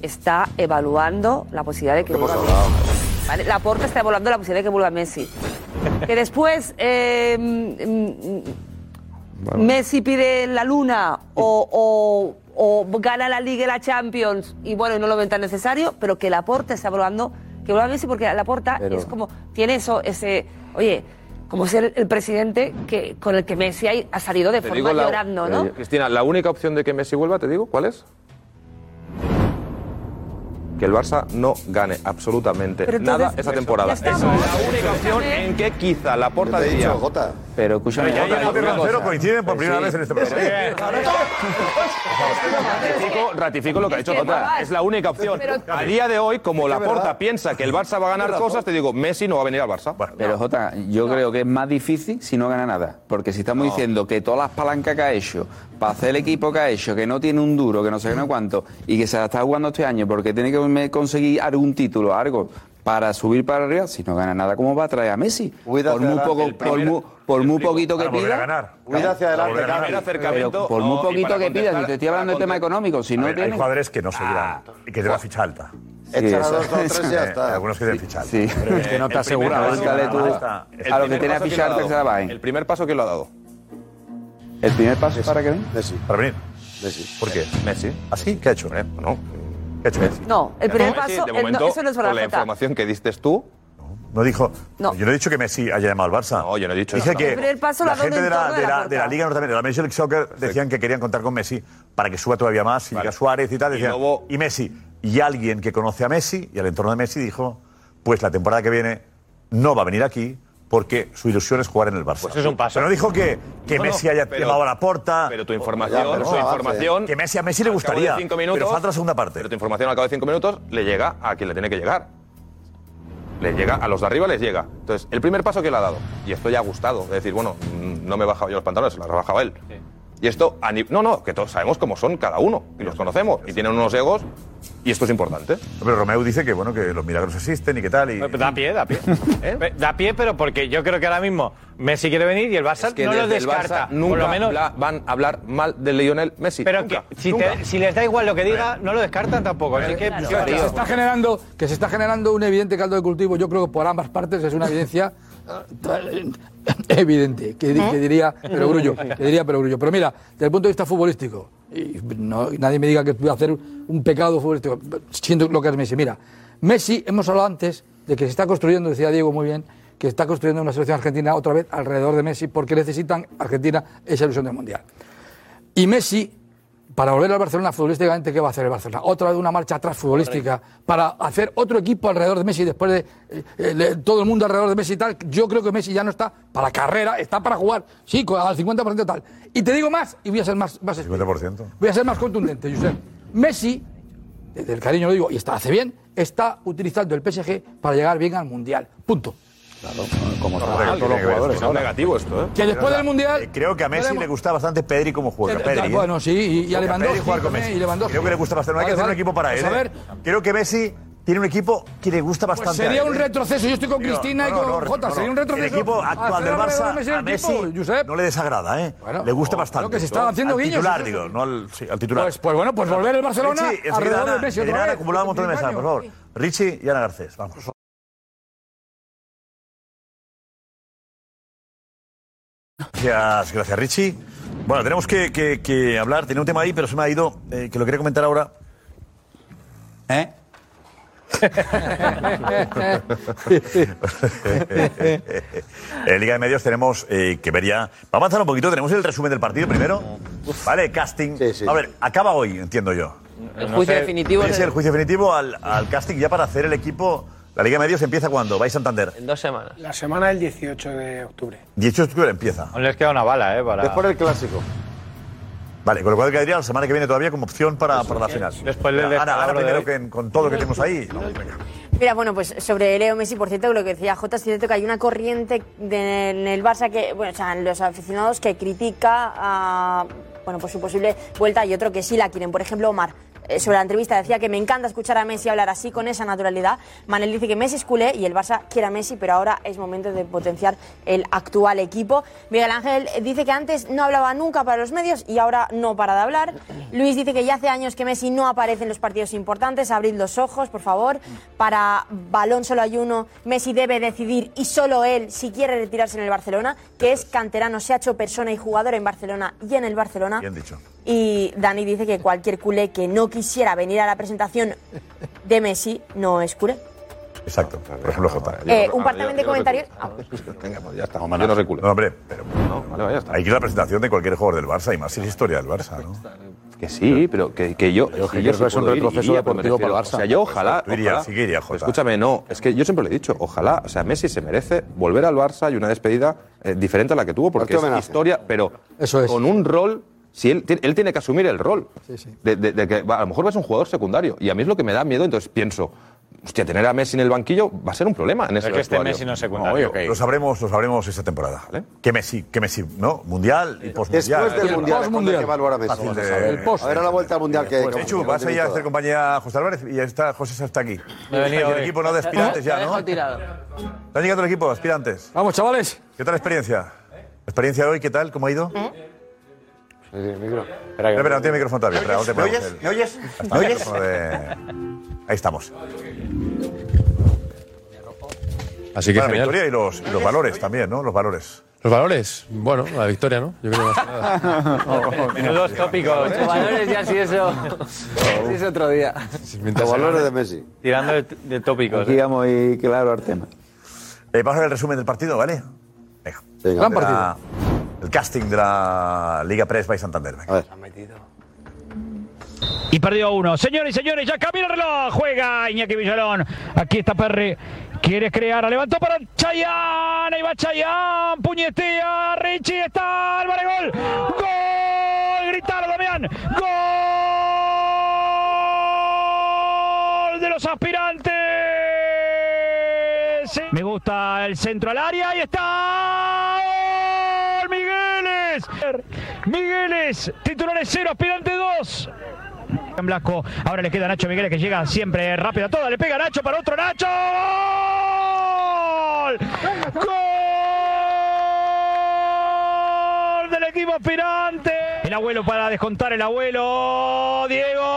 Speaker 6: está evaluando la posibilidad de que vuelva Messi. ¿vale? La Porta está evaluando la posibilidad de que vuelva Messi. Que después eh, mm, mm, Messi pide la luna o, o- o gana la Liga y la Champions y bueno, y no lo ven tan necesario, pero que Laporta está evaluando que vuelva Messi porque Laporta
Speaker 17: Pero-
Speaker 6: es como, tiene eso, ese, oye, como ser el, el presidente que, con el que Messi ha, ha salido de
Speaker 19: Te
Speaker 6: forma
Speaker 19: digo la- eh,
Speaker 6: llorando, ¿no?
Speaker 19: Cristina, la única opción de que Messi vuelva, te digo, ¿cuál es? Que el Barça no gane absolutamente
Speaker 6: Pero entonces-
Speaker 19: nada esta temporada.
Speaker 6: Ya
Speaker 19: Esa es la única opción en que quizá la
Speaker 9: Yo
Speaker 19: porta
Speaker 9: te he
Speaker 19: diría.
Speaker 9: dicho, Jota.
Speaker 17: Pero escúchame.
Speaker 11: Pero ya
Speaker 17: otra-
Speaker 11: llegó
Speaker 17: otra
Speaker 11: Terrancero,
Speaker 17: cosa.
Speaker 11: coinciden por primera vez en este programa.
Speaker 17: sí.
Speaker 19: Ratifico, ratifico lo que ha dicho Jota. Es la única opción.
Speaker 17: Pero-
Speaker 19: A día de hoy, como
Speaker 17: Es
Speaker 19: la
Speaker 17: que
Speaker 19: Porta
Speaker 17: verdad.
Speaker 19: piensa que el Barça va a ganar cosas, te digo, Messi no va a venir al Barça.
Speaker 17: Pero Jota, yo creo que es más difícil si no gana nada. Porque si estamos
Speaker 19: No.
Speaker 17: diciendo que todas las palancas que ha hecho, para hacer el equipo que ha hecho, que no tiene un duro, que no sé qué no cuánto, y que se la está jugando este año porque tiene que me- conseguir algún título, algo, para subir para arriba, si no gana nada, ¿cómo va a traer a Messi? por muy, poco,
Speaker 14: el
Speaker 17: por
Speaker 14: primer-
Speaker 17: muy, por muy poquito que
Speaker 14: Para volver
Speaker 17: pida.
Speaker 14: a ganar. Huida
Speaker 17: Claro.
Speaker 14: hacia adelante, Para volver a ganar.
Speaker 17: Pero
Speaker 14: acercamiento,
Speaker 17: Por muy
Speaker 14: no, y
Speaker 17: poquito
Speaker 14: para
Speaker 17: que pida, si
Speaker 14: contestar- Ah.
Speaker 17: te estoy hablando de tema económico, si no
Speaker 11: A ver,
Speaker 17: tiene.
Speaker 11: Hay jugadores que no seguirán y que te va a fichar alta.
Speaker 17: Sí, Echar a eso- dos, dos, tres y ya
Speaker 11: Eh,
Speaker 17: está.
Speaker 11: Algunos que te fichar.
Speaker 17: Sí.
Speaker 11: Pero,
Speaker 17: Es que no
Speaker 11: eh, el primer
Speaker 17: te asegura,
Speaker 11: paso
Speaker 17: búscale
Speaker 11: nada
Speaker 17: tú
Speaker 11: más está.
Speaker 17: El a lo que tiene a fichar, que se la bajen.
Speaker 19: El primer paso que lo ha dado.
Speaker 17: ¿El primer paso para qué?
Speaker 19: Messi.
Speaker 11: Para venir.
Speaker 19: Messi. ¿Por qué? Messi.
Speaker 11: ¿Así? ¿Ah, ¿Qué ha hecho? ¿Eh?
Speaker 19: No.
Speaker 11: ¿Qué ha hecho Messi?
Speaker 6: No, el primer
Speaker 19: Messi,
Speaker 6: paso.
Speaker 19: de
Speaker 6: el-
Speaker 19: momento,
Speaker 6: no, eso no es verdad,
Speaker 19: con la
Speaker 6: Jota.
Speaker 19: información que diste tú.
Speaker 11: No dijo.
Speaker 6: No.
Speaker 11: Yo no he dicho que Messi haya llamado al Barça. No, yo no he dicho Dije
Speaker 6: no.
Speaker 11: que
Speaker 6: El primer paso lo
Speaker 11: la
Speaker 6: ha dado
Speaker 11: gente
Speaker 6: en
Speaker 11: de la,
Speaker 6: torno
Speaker 11: de
Speaker 6: de la
Speaker 11: la-
Speaker 6: puerta.
Speaker 11: de la Liga Norteamericana, de la Major League Soccer, decían que querían contar con Messi para que suba todavía más. Y llega Suárez y tal. decían, y Messi. Y alguien que conoce a Messi y al entorno de Messi dijo: Pues la temporada que viene no va a venir aquí porque su ilusión es jugar en el Barça.
Speaker 19: Pues es un paso.
Speaker 11: Pero no dijo que, que
Speaker 19: No, no,
Speaker 11: Messi haya
Speaker 19: pero-
Speaker 11: llamado a la puerta.
Speaker 19: Pero tu información,
Speaker 11: Ya, pero
Speaker 19: su
Speaker 11: no,
Speaker 19: información.
Speaker 11: Que Messi a Messi le
Speaker 19: al cabo de
Speaker 11: gustaría.
Speaker 19: cinco minutos,
Speaker 11: pero falta la segunda parte.
Speaker 19: Pero tu información al cabo de cinco minutos le llega a quien le tiene que llegar. Le llega, a los de arriba les llega. Entonces, el primer paso que le ha dado, y esto ya ha gustado, es decir, bueno, mm, no me he bajado yo los pantalones, se los ha bajado él. Y esto, a ni- no, no, que todos sabemos cómo son cada uno, y los conocemos, y tienen unos egos, y esto es importante.
Speaker 11: Pero Romeo dice que bueno que los milagros existen y que tal. Y,
Speaker 13: Pues
Speaker 11: ¿Eh?
Speaker 13: Da pie, da pie. Pe- Da pie, pero porque yo creo que ahora mismo Messi quiere venir y el Barça
Speaker 19: que
Speaker 13: no lo
Speaker 19: desde el
Speaker 13: descarta.
Speaker 19: Barça nunca
Speaker 13: por lo menos,
Speaker 19: habla- van a hablar mal de Lionel Messi.
Speaker 13: pero
Speaker 19: Nunca,
Speaker 13: que si,
Speaker 19: nunca.
Speaker 13: te- si les da igual lo que diga, no lo descartan tampoco. Así que, pues,
Speaker 3: Que se está generando que se está generando un evidente caldo de cultivo yo creo que por ambas partes es una evidencia eh, evidente que, di- que diría pero grullo que diría pero grullo pero mira desde el punto de vista futbolístico y no- nadie me diga que voy a hacer un pecado futbolístico siendo lo que es Messi mira Messi hemos hablado antes de que se está construyendo decía Diego muy bien que está construyendo una selección argentina otra vez alrededor de Messi porque necesitan Argentina esa ilusión del mundial y Messi, para volver al Barcelona futbolísticamente, ¿qué va a hacer el Barcelona? Otra vez una marcha atrás futbolística para hacer otro equipo alrededor de Messi después de eh, eh, le- todo el mundo alrededor de Messi y tal. Yo creo que Messi ya no está para carrera, está para jugar, sí, co- al 50% tal. Y te digo más, y voy a ser más, más explícito.
Speaker 11: 50%.
Speaker 3: Voy a ser más contundente, Josep. Messi, desde el cariño lo digo, y está, hace bien, está utilizando el PSG para llegar bien al Mundial. Punto.
Speaker 11: como
Speaker 3: todos los jugadores
Speaker 11: Es
Speaker 3: ahora.
Speaker 11: negativo esto, ¿eh?
Speaker 3: Que después del Mundial-
Speaker 11: Eh, Creo que a Messi
Speaker 3: Podemos-
Speaker 11: le gusta bastante Pedri como juega.
Speaker 3: Eh,
Speaker 11: Pedri, ¿eh?
Speaker 3: bueno, sí, y- y
Speaker 11: Porque
Speaker 3: a Lewandowski
Speaker 11: Pedri jugar con
Speaker 3: también,
Speaker 11: Messi.
Speaker 3: y Lewandowski.
Speaker 11: Creo que le gusta bastante. No hay
Speaker 3: Vale,
Speaker 11: que hacer
Speaker 3: vale.
Speaker 11: un equipo para
Speaker 3: Pues
Speaker 11: él.
Speaker 3: a
Speaker 11: ¿eh?
Speaker 3: ver.
Speaker 11: Creo que Messi tiene un equipo que le gusta
Speaker 3: Pues
Speaker 11: bastante.
Speaker 3: sería
Speaker 11: a él,
Speaker 3: un
Speaker 11: ¿eh?
Speaker 3: retroceso. Yo estoy con
Speaker 11: Digo,
Speaker 3: Cristina y
Speaker 11: no, no,
Speaker 3: con
Speaker 11: no,
Speaker 3: Jota.
Speaker 11: no,
Speaker 3: sería un
Speaker 11: no.
Speaker 3: retroceso.
Speaker 11: El equipo actual
Speaker 3: Hacer
Speaker 11: del
Speaker 3: alrededor de
Speaker 11: Barça a
Speaker 3: Messi
Speaker 11: Messi
Speaker 3: el equipo, Josep.
Speaker 11: no le desagrada, ¿eh? le gusta bastante.
Speaker 3: lo que se está haciendo
Speaker 11: Al
Speaker 3: guiños,
Speaker 11: titular,
Speaker 3: eso sí.
Speaker 11: digo, no al, sí, al titular.
Speaker 3: Pues- pues bueno, pues volver el Barcelona
Speaker 11: Richie, enseguida
Speaker 3: alrededor de Messi
Speaker 11: Ana,
Speaker 3: otra
Speaker 11: enseguida
Speaker 3: vez.
Speaker 11: Ana, acumulado un montón de mensajes, por favor. Richie y Ana Garcés, vamos. Gracias, gracias Richie. Bueno, tenemos que, que- que hablar, tenía un tema ahí, pero se me ha ido, eh, que lo quería comentar ahora. ¿Eh? en Liga de Medios tenemos eh, que ver ya. Vamos a avanzar un poquito, tenemos el resumen del partido primero. Vale, casting. A ver, acaba hoy, entiendo yo.
Speaker 10: El juicio definitivo
Speaker 11: Es
Speaker 10: del-
Speaker 11: el juicio definitivo al, al casting ya para hacer el equipo. La Liga de Medios empieza cuando, vais a Santander.
Speaker 28: En dos semanas.
Speaker 29: La semana del 18 de octubre.
Speaker 11: 18 de octubre empieza.
Speaker 13: Aún les queda una bala, ¿eh? Para...
Speaker 11: Después del
Speaker 13: clásico.
Speaker 11: Vale, con lo cual quedaría la semana que viene todavía como opción para, para la
Speaker 13: sí.
Speaker 11: final.
Speaker 13: Después del
Speaker 11: Ana, Ana,
Speaker 13: descalabro de
Speaker 11: primero
Speaker 13: hoy.
Speaker 11: que- con todo lo que tenemos ahí. No, venga.
Speaker 9: Mira, bueno, pues sobre Leo Messi, por cierto, lo que decía Jota, es cierto que hay una corriente de- en el Barça que, bueno, o sea, en los aficionados que critica a, bueno, pues su posible vuelta y otro que sí la quieren. Por ejemplo, Omar, eh, sobre la entrevista decía que me encanta escuchar a Messi hablar así con esa naturalidad. Manel dice que Messi es culé y el Barça quiere a Messi, pero ahora es momento de potenciar el actual equipo. Miguel Ángel dice que antes no hablaba nunca para los medios y ahora no para de hablar. Luis dice que ya hace años que Messi no aparece en los partidos importantes. Abrid los ojos, por favor. Para balón solo hay uno. Messi debe decidir y solo él si quiere retirarse en el Barcelona, que es canterano, se ha hecho persona y jugador en Barcelona y en el Barcelona.
Speaker 11: Bien dicho.
Speaker 9: Y Dani dice que cualquier culé que no quisiera venir a la presentación de Messi no es culé.
Speaker 11: Exacto. Por ejemplo, Jota.
Speaker 9: Eh, un par también de comentarios.
Speaker 11: Venga, pues ya está. yo no reculo. No, hombre, pero. Hay que ir a la presentación de cualquier jugador del Barça y más si es historia del Barça, ¿no?
Speaker 19: Que sí, pero que, que yo.
Speaker 7: Pero yo
Speaker 19: si
Speaker 7: creo que
Speaker 19: sí
Speaker 7: es un
Speaker 19: puedo ir,
Speaker 7: retroceso
Speaker 19: iría, pero me
Speaker 7: deportivo
Speaker 19: refiero-
Speaker 7: para el Barça.
Speaker 19: O sea, yo ojalá.
Speaker 11: Tú irías,
Speaker 19: ojalá-
Speaker 11: sí que irías, Jota.
Speaker 19: Escúchame, no, es que yo siempre lo he dicho, ojalá. O sea, Messi se merece volver al Barça y una despedida eh, diferente a la que tuvo,
Speaker 3: Hazte
Speaker 19: porque es
Speaker 3: homenaje.
Speaker 19: historia, pero con un rol. Si él, ti- él tiene que asumir el rol. De, de- de que va, a lo mejor va a ser un jugador secundario. Y a mí es lo que me da miedo, entonces pienso. Hostia, tener a Messi en el banquillo va a ser un problema en ese
Speaker 13: que este
Speaker 19: vestuario.
Speaker 13: Messi no es secundario.
Speaker 11: No, Lo sabremos, lo sabremos esta temporada. Que Messi, que Messi, ¿no? Mundial y postmundial.
Speaker 9: Después del mundial, es cuando hay que evaluar a Messi.
Speaker 11: Fácil de-
Speaker 9: El post. A ver, a la vuelta al mundial que.
Speaker 11: Pues, Chechu, vas a ir a hacer compañía a José Álvarez y está, José está aquí.
Speaker 9: Me he
Speaker 11: Está
Speaker 9: venido
Speaker 11: aquí el
Speaker 9: hoy.
Speaker 11: equipo,
Speaker 19: ¿Eh?
Speaker 11: ¿no? De aspirantes ya, ¿no? ¿Está llegando el equipo de aspirantes?
Speaker 3: Vamos, chavales.
Speaker 11: ¿Qué tal la experiencia? ¿La experiencia de hoy qué tal? ¿Cómo ha ido? Espera, espera, no tiene micrófono todavía. espera,
Speaker 18: ¿Me
Speaker 11: ahora te
Speaker 18: oyes?
Speaker 11: ponemos
Speaker 18: ¿Me oyes?
Speaker 11: el-
Speaker 18: ¿Me oyes?
Speaker 11: el micrófono de- Ahí estamos.
Speaker 8: Así que genial.
Speaker 11: Bueno, la victoria y los, y los valores también, ¿no? Los valores.
Speaker 8: Los valores, bueno, la victoria, ¿no? Yo creo más que nada.
Speaker 14: Menudos tópicos.
Speaker 12: Valores ya sí eso.
Speaker 17: Sí, es otro día.
Speaker 14: Los valores de
Speaker 17: Messi.
Speaker 13: Tirando de, de tópicos. eh.
Speaker 17: Aquí vamos y claro al tema.
Speaker 11: Eh, vamos a ver el resumen del partido, ¿vale? Venga.
Speaker 17: Gran
Speaker 11: De la- El casting de la Liga Press by Santander. venga.
Speaker 15: Y perdió uno. Señores y señores, ya camina el reloj. Juega Iñaki Villalón. Aquí está Perry. Quiere crear. Levantó para Chayán. Ahí va Chayán. Puñetea. Richie está. Álvarez gol. Gol. Gritalo, Damián. Gol de los aspirantes. Me gusta el centro al área. Ahí está. Gol, Migueles. Migueles. Titulares 0, aspirante 2. En Blasco, ahora le queda a Nacho Migueles que llega siempre rápido a toda, le pega a Nacho para otro Nacho. ¡Gol! ¡Gol del equipo aspirante! El abuelo para descontar el abuelo. Diego.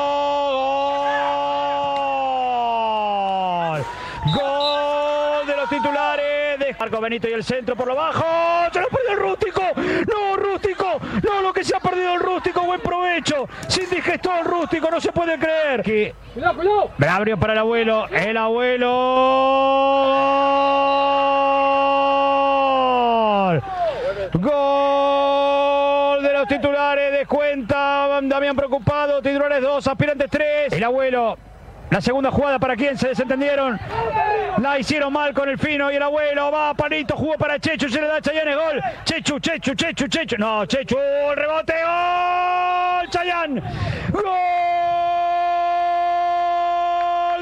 Speaker 15: Gol. Gol de los titulares. De Marco Benito y el centro por lo bajo. Se lo perdió el rústico. No, rústico. No, lo que se ha perdido el rústico. Buen provecho. Sin digestón, rústico. No se puede creer. Que... Abrió para el abuelo. El abuelo. Gol. Gol de los titulares. Descuenta. Damián preocupado. Titulares 2, aspirantes 3. El abuelo. La segunda jugada para quién se desentendieron. La hicieron mal con el fino y el abuelo. Va, palito, jugó para Chechu. Se le da a Chayanne gol. Chechu, Chechu, Chechu, Chechu. No, Chechu, el rebote. Gol, Chayán. Gol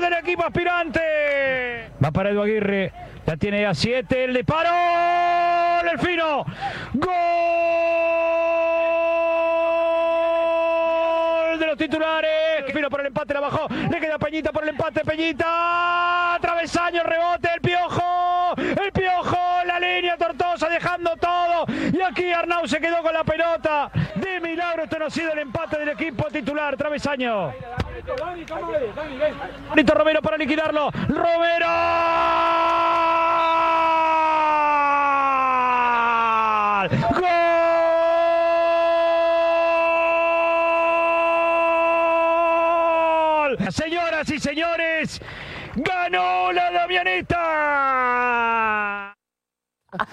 Speaker 15: del equipo aspirante. Va para Edu Aguirre. La tiene a 7. El disparo. El fino. Gol de los titulares. Fino por el empate, la bajó. Le queda Peñita por el empate. Peñita. Travesaño, rebote. El piojo. El piojo. La línea tortosa dejando todo. Y aquí Arnau se quedó con la pelota. De milagro, esto no ha sido el empate del equipo titular. Travesaño. Bonito Romero para liquidarlo. Romero. ¡Gol! Señoras y señores, ganó la Damianeta.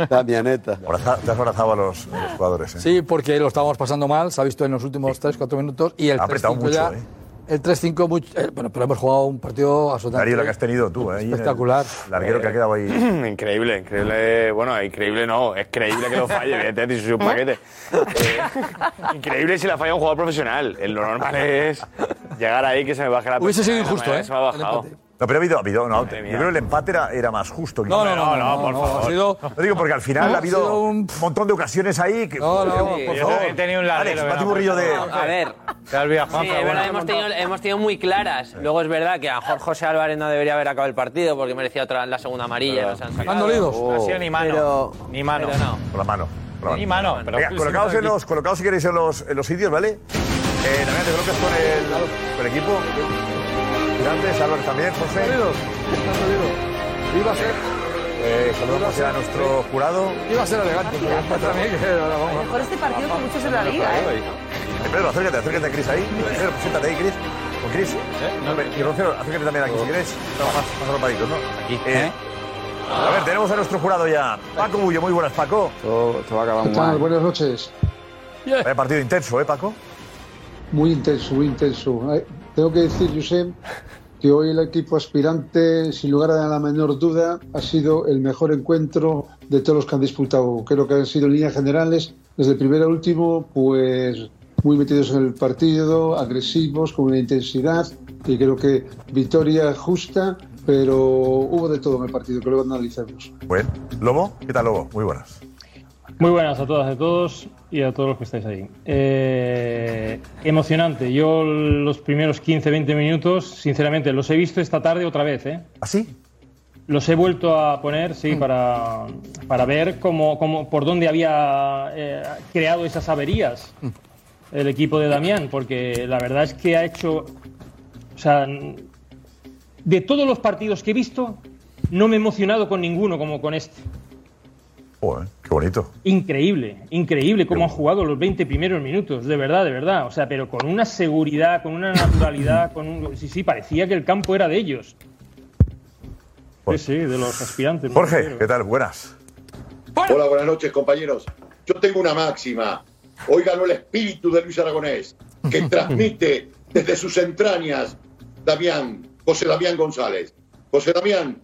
Speaker 9: Damianeta.
Speaker 11: Abraza- Te has abrazado a los, a los jugadores. ¿eh?
Speaker 3: Sí, porque lo estábamos pasando mal, se ha visto en los últimos 3-4 minutos y el
Speaker 11: Ha apretado
Speaker 3: 3-5
Speaker 11: mucho,
Speaker 3: ya.
Speaker 11: ¿eh?
Speaker 3: El 3-5, mucho- eh, bueno, pero hemos jugado un partido absolutamente.
Speaker 11: Darío, la que has tenido tú, ¿eh? Ahí en el
Speaker 3: Espectacular. Eh,
Speaker 11: Larguero que ha quedado ahí.
Speaker 14: Increíble, increíble. Bueno, increíble no, es creíble que lo falle, evidentemente, si es un paquete. Eh, increíble si la falla un jugador profesional. Eh, Lo normal es llegar ahí que se me baje la
Speaker 11: Hubiese sido
Speaker 14: persiana,
Speaker 11: injusto,
Speaker 14: me-
Speaker 11: ¿eh?
Speaker 14: Se me ha bajado.
Speaker 11: No, pero ha habido, ha habido no,
Speaker 14: Madre
Speaker 11: yo
Speaker 14: mía.
Speaker 11: creo que el empate era, era más justo. que-
Speaker 14: No, no, no, no, por favor.
Speaker 11: Ha sido- Lo digo porque al final
Speaker 14: No,
Speaker 11: ha habido
Speaker 14: ha sido
Speaker 11: un montón de ocasiones ahí que... No,
Speaker 14: no, por favor.
Speaker 13: He tenido un larguero,
Speaker 11: Alex,
Speaker 13: que no
Speaker 11: Pati
Speaker 13: ha
Speaker 11: Burrillo de...
Speaker 13: puesto.
Speaker 10: A ver.
Speaker 13: Te has olvidado, Juanpa,
Speaker 10: Sí, es
Speaker 13: bueno.
Speaker 10: verdad, hemos tenido, hemos tenido muy claras. Luego es verdad que a Jorge José Álvarez no debería haber acabado el partido porque merecía otra la segunda amarilla. Nos han sacado.
Speaker 13: No ha sido ni mano. Ni mano.
Speaker 10: Pero no.
Speaker 11: Con la mano. con la
Speaker 13: Ni mano, pero-
Speaker 11: Venga, colocaos, en los, colocaos si queréis en los, en los sitios, ¿vale? Eh, Damián, te colocas con el, con el equipo. Girantes, Álvarez también, José.
Speaker 3: Iba a ser.
Speaker 11: Eh, saludamos ya a nuestro jurado.
Speaker 3: Iba a ser elegante, pero ya está también, que ahora vamos.
Speaker 6: Mejor este partido que muchos en la liga, ¿eh?
Speaker 11: Eh, Pedro, acércate, acércate a Cris ahí. Pedro, pues siéntate ahí, Cris. Con Cris. Y Rocío, acércate también aquí si quieres. No, más, más a los maritos, ¿no? Aquí. a ver, tenemos a nuestro jurado ya. Paco Bullo, muy buenas, Paco.
Speaker 17: Todo, todo ha acabado
Speaker 23: ¿Qué
Speaker 17: mal.
Speaker 23: tal? Buenas noches.
Speaker 11: Vaya partido intenso, ¿eh, Paco?
Speaker 1: Muy intenso, muy intenso. Eh, Tengo que decir, Josep, que hoy el equipo aspirante, sin lugar a la menor duda, ha sido el mejor encuentro de todos los que han disputado. Creo que han sido en líneas generales, desde el primero al último, pues muy metidos en el partido, agresivos, con una intensidad, y creo que victoria justa, pero hubo de todo en el partido, que luego analizaremos.
Speaker 11: Bueno, Lobo, ¿qué tal Lobo? Muy buenas.
Speaker 16: Muy buenas a todas y a todos y a todos los que estáis ahí. Eh, emocionante. Yo los primeros 15-20 minutos, sinceramente, los he visto esta tarde otra vez. ¿eh?
Speaker 11: ¿Ah, sí? Mm.
Speaker 16: Los he vuelto a poner, sí, para, para ver cómo, cómo, por dónde había eh, creado esas averías
Speaker 11: Mm.
Speaker 16: el equipo de Damián, porque la verdad es que ha hecho... O sea, de todos los partidos que he visto, no me he emocionado con ninguno como con este.
Speaker 11: Joder, qué bonito.
Speaker 16: Increíble, increíble cómo han jugado los 20 primeros minutos, de verdad, de verdad. O sea, pero con una seguridad, con una naturalidad, con un... Sí, sí, parecía que el campo era de ellos. Sí, sí, de los aspirantes. me
Speaker 11: Jorge,
Speaker 16: refiero.
Speaker 11: ¿qué tal? Buenas.
Speaker 23: Hola, buenas noches, compañeros. Yo tengo una máxima. Hoy ganó el espíritu de Luis Aragonés, que transmite desde sus entrañas Damián, José Damián González. José Damián,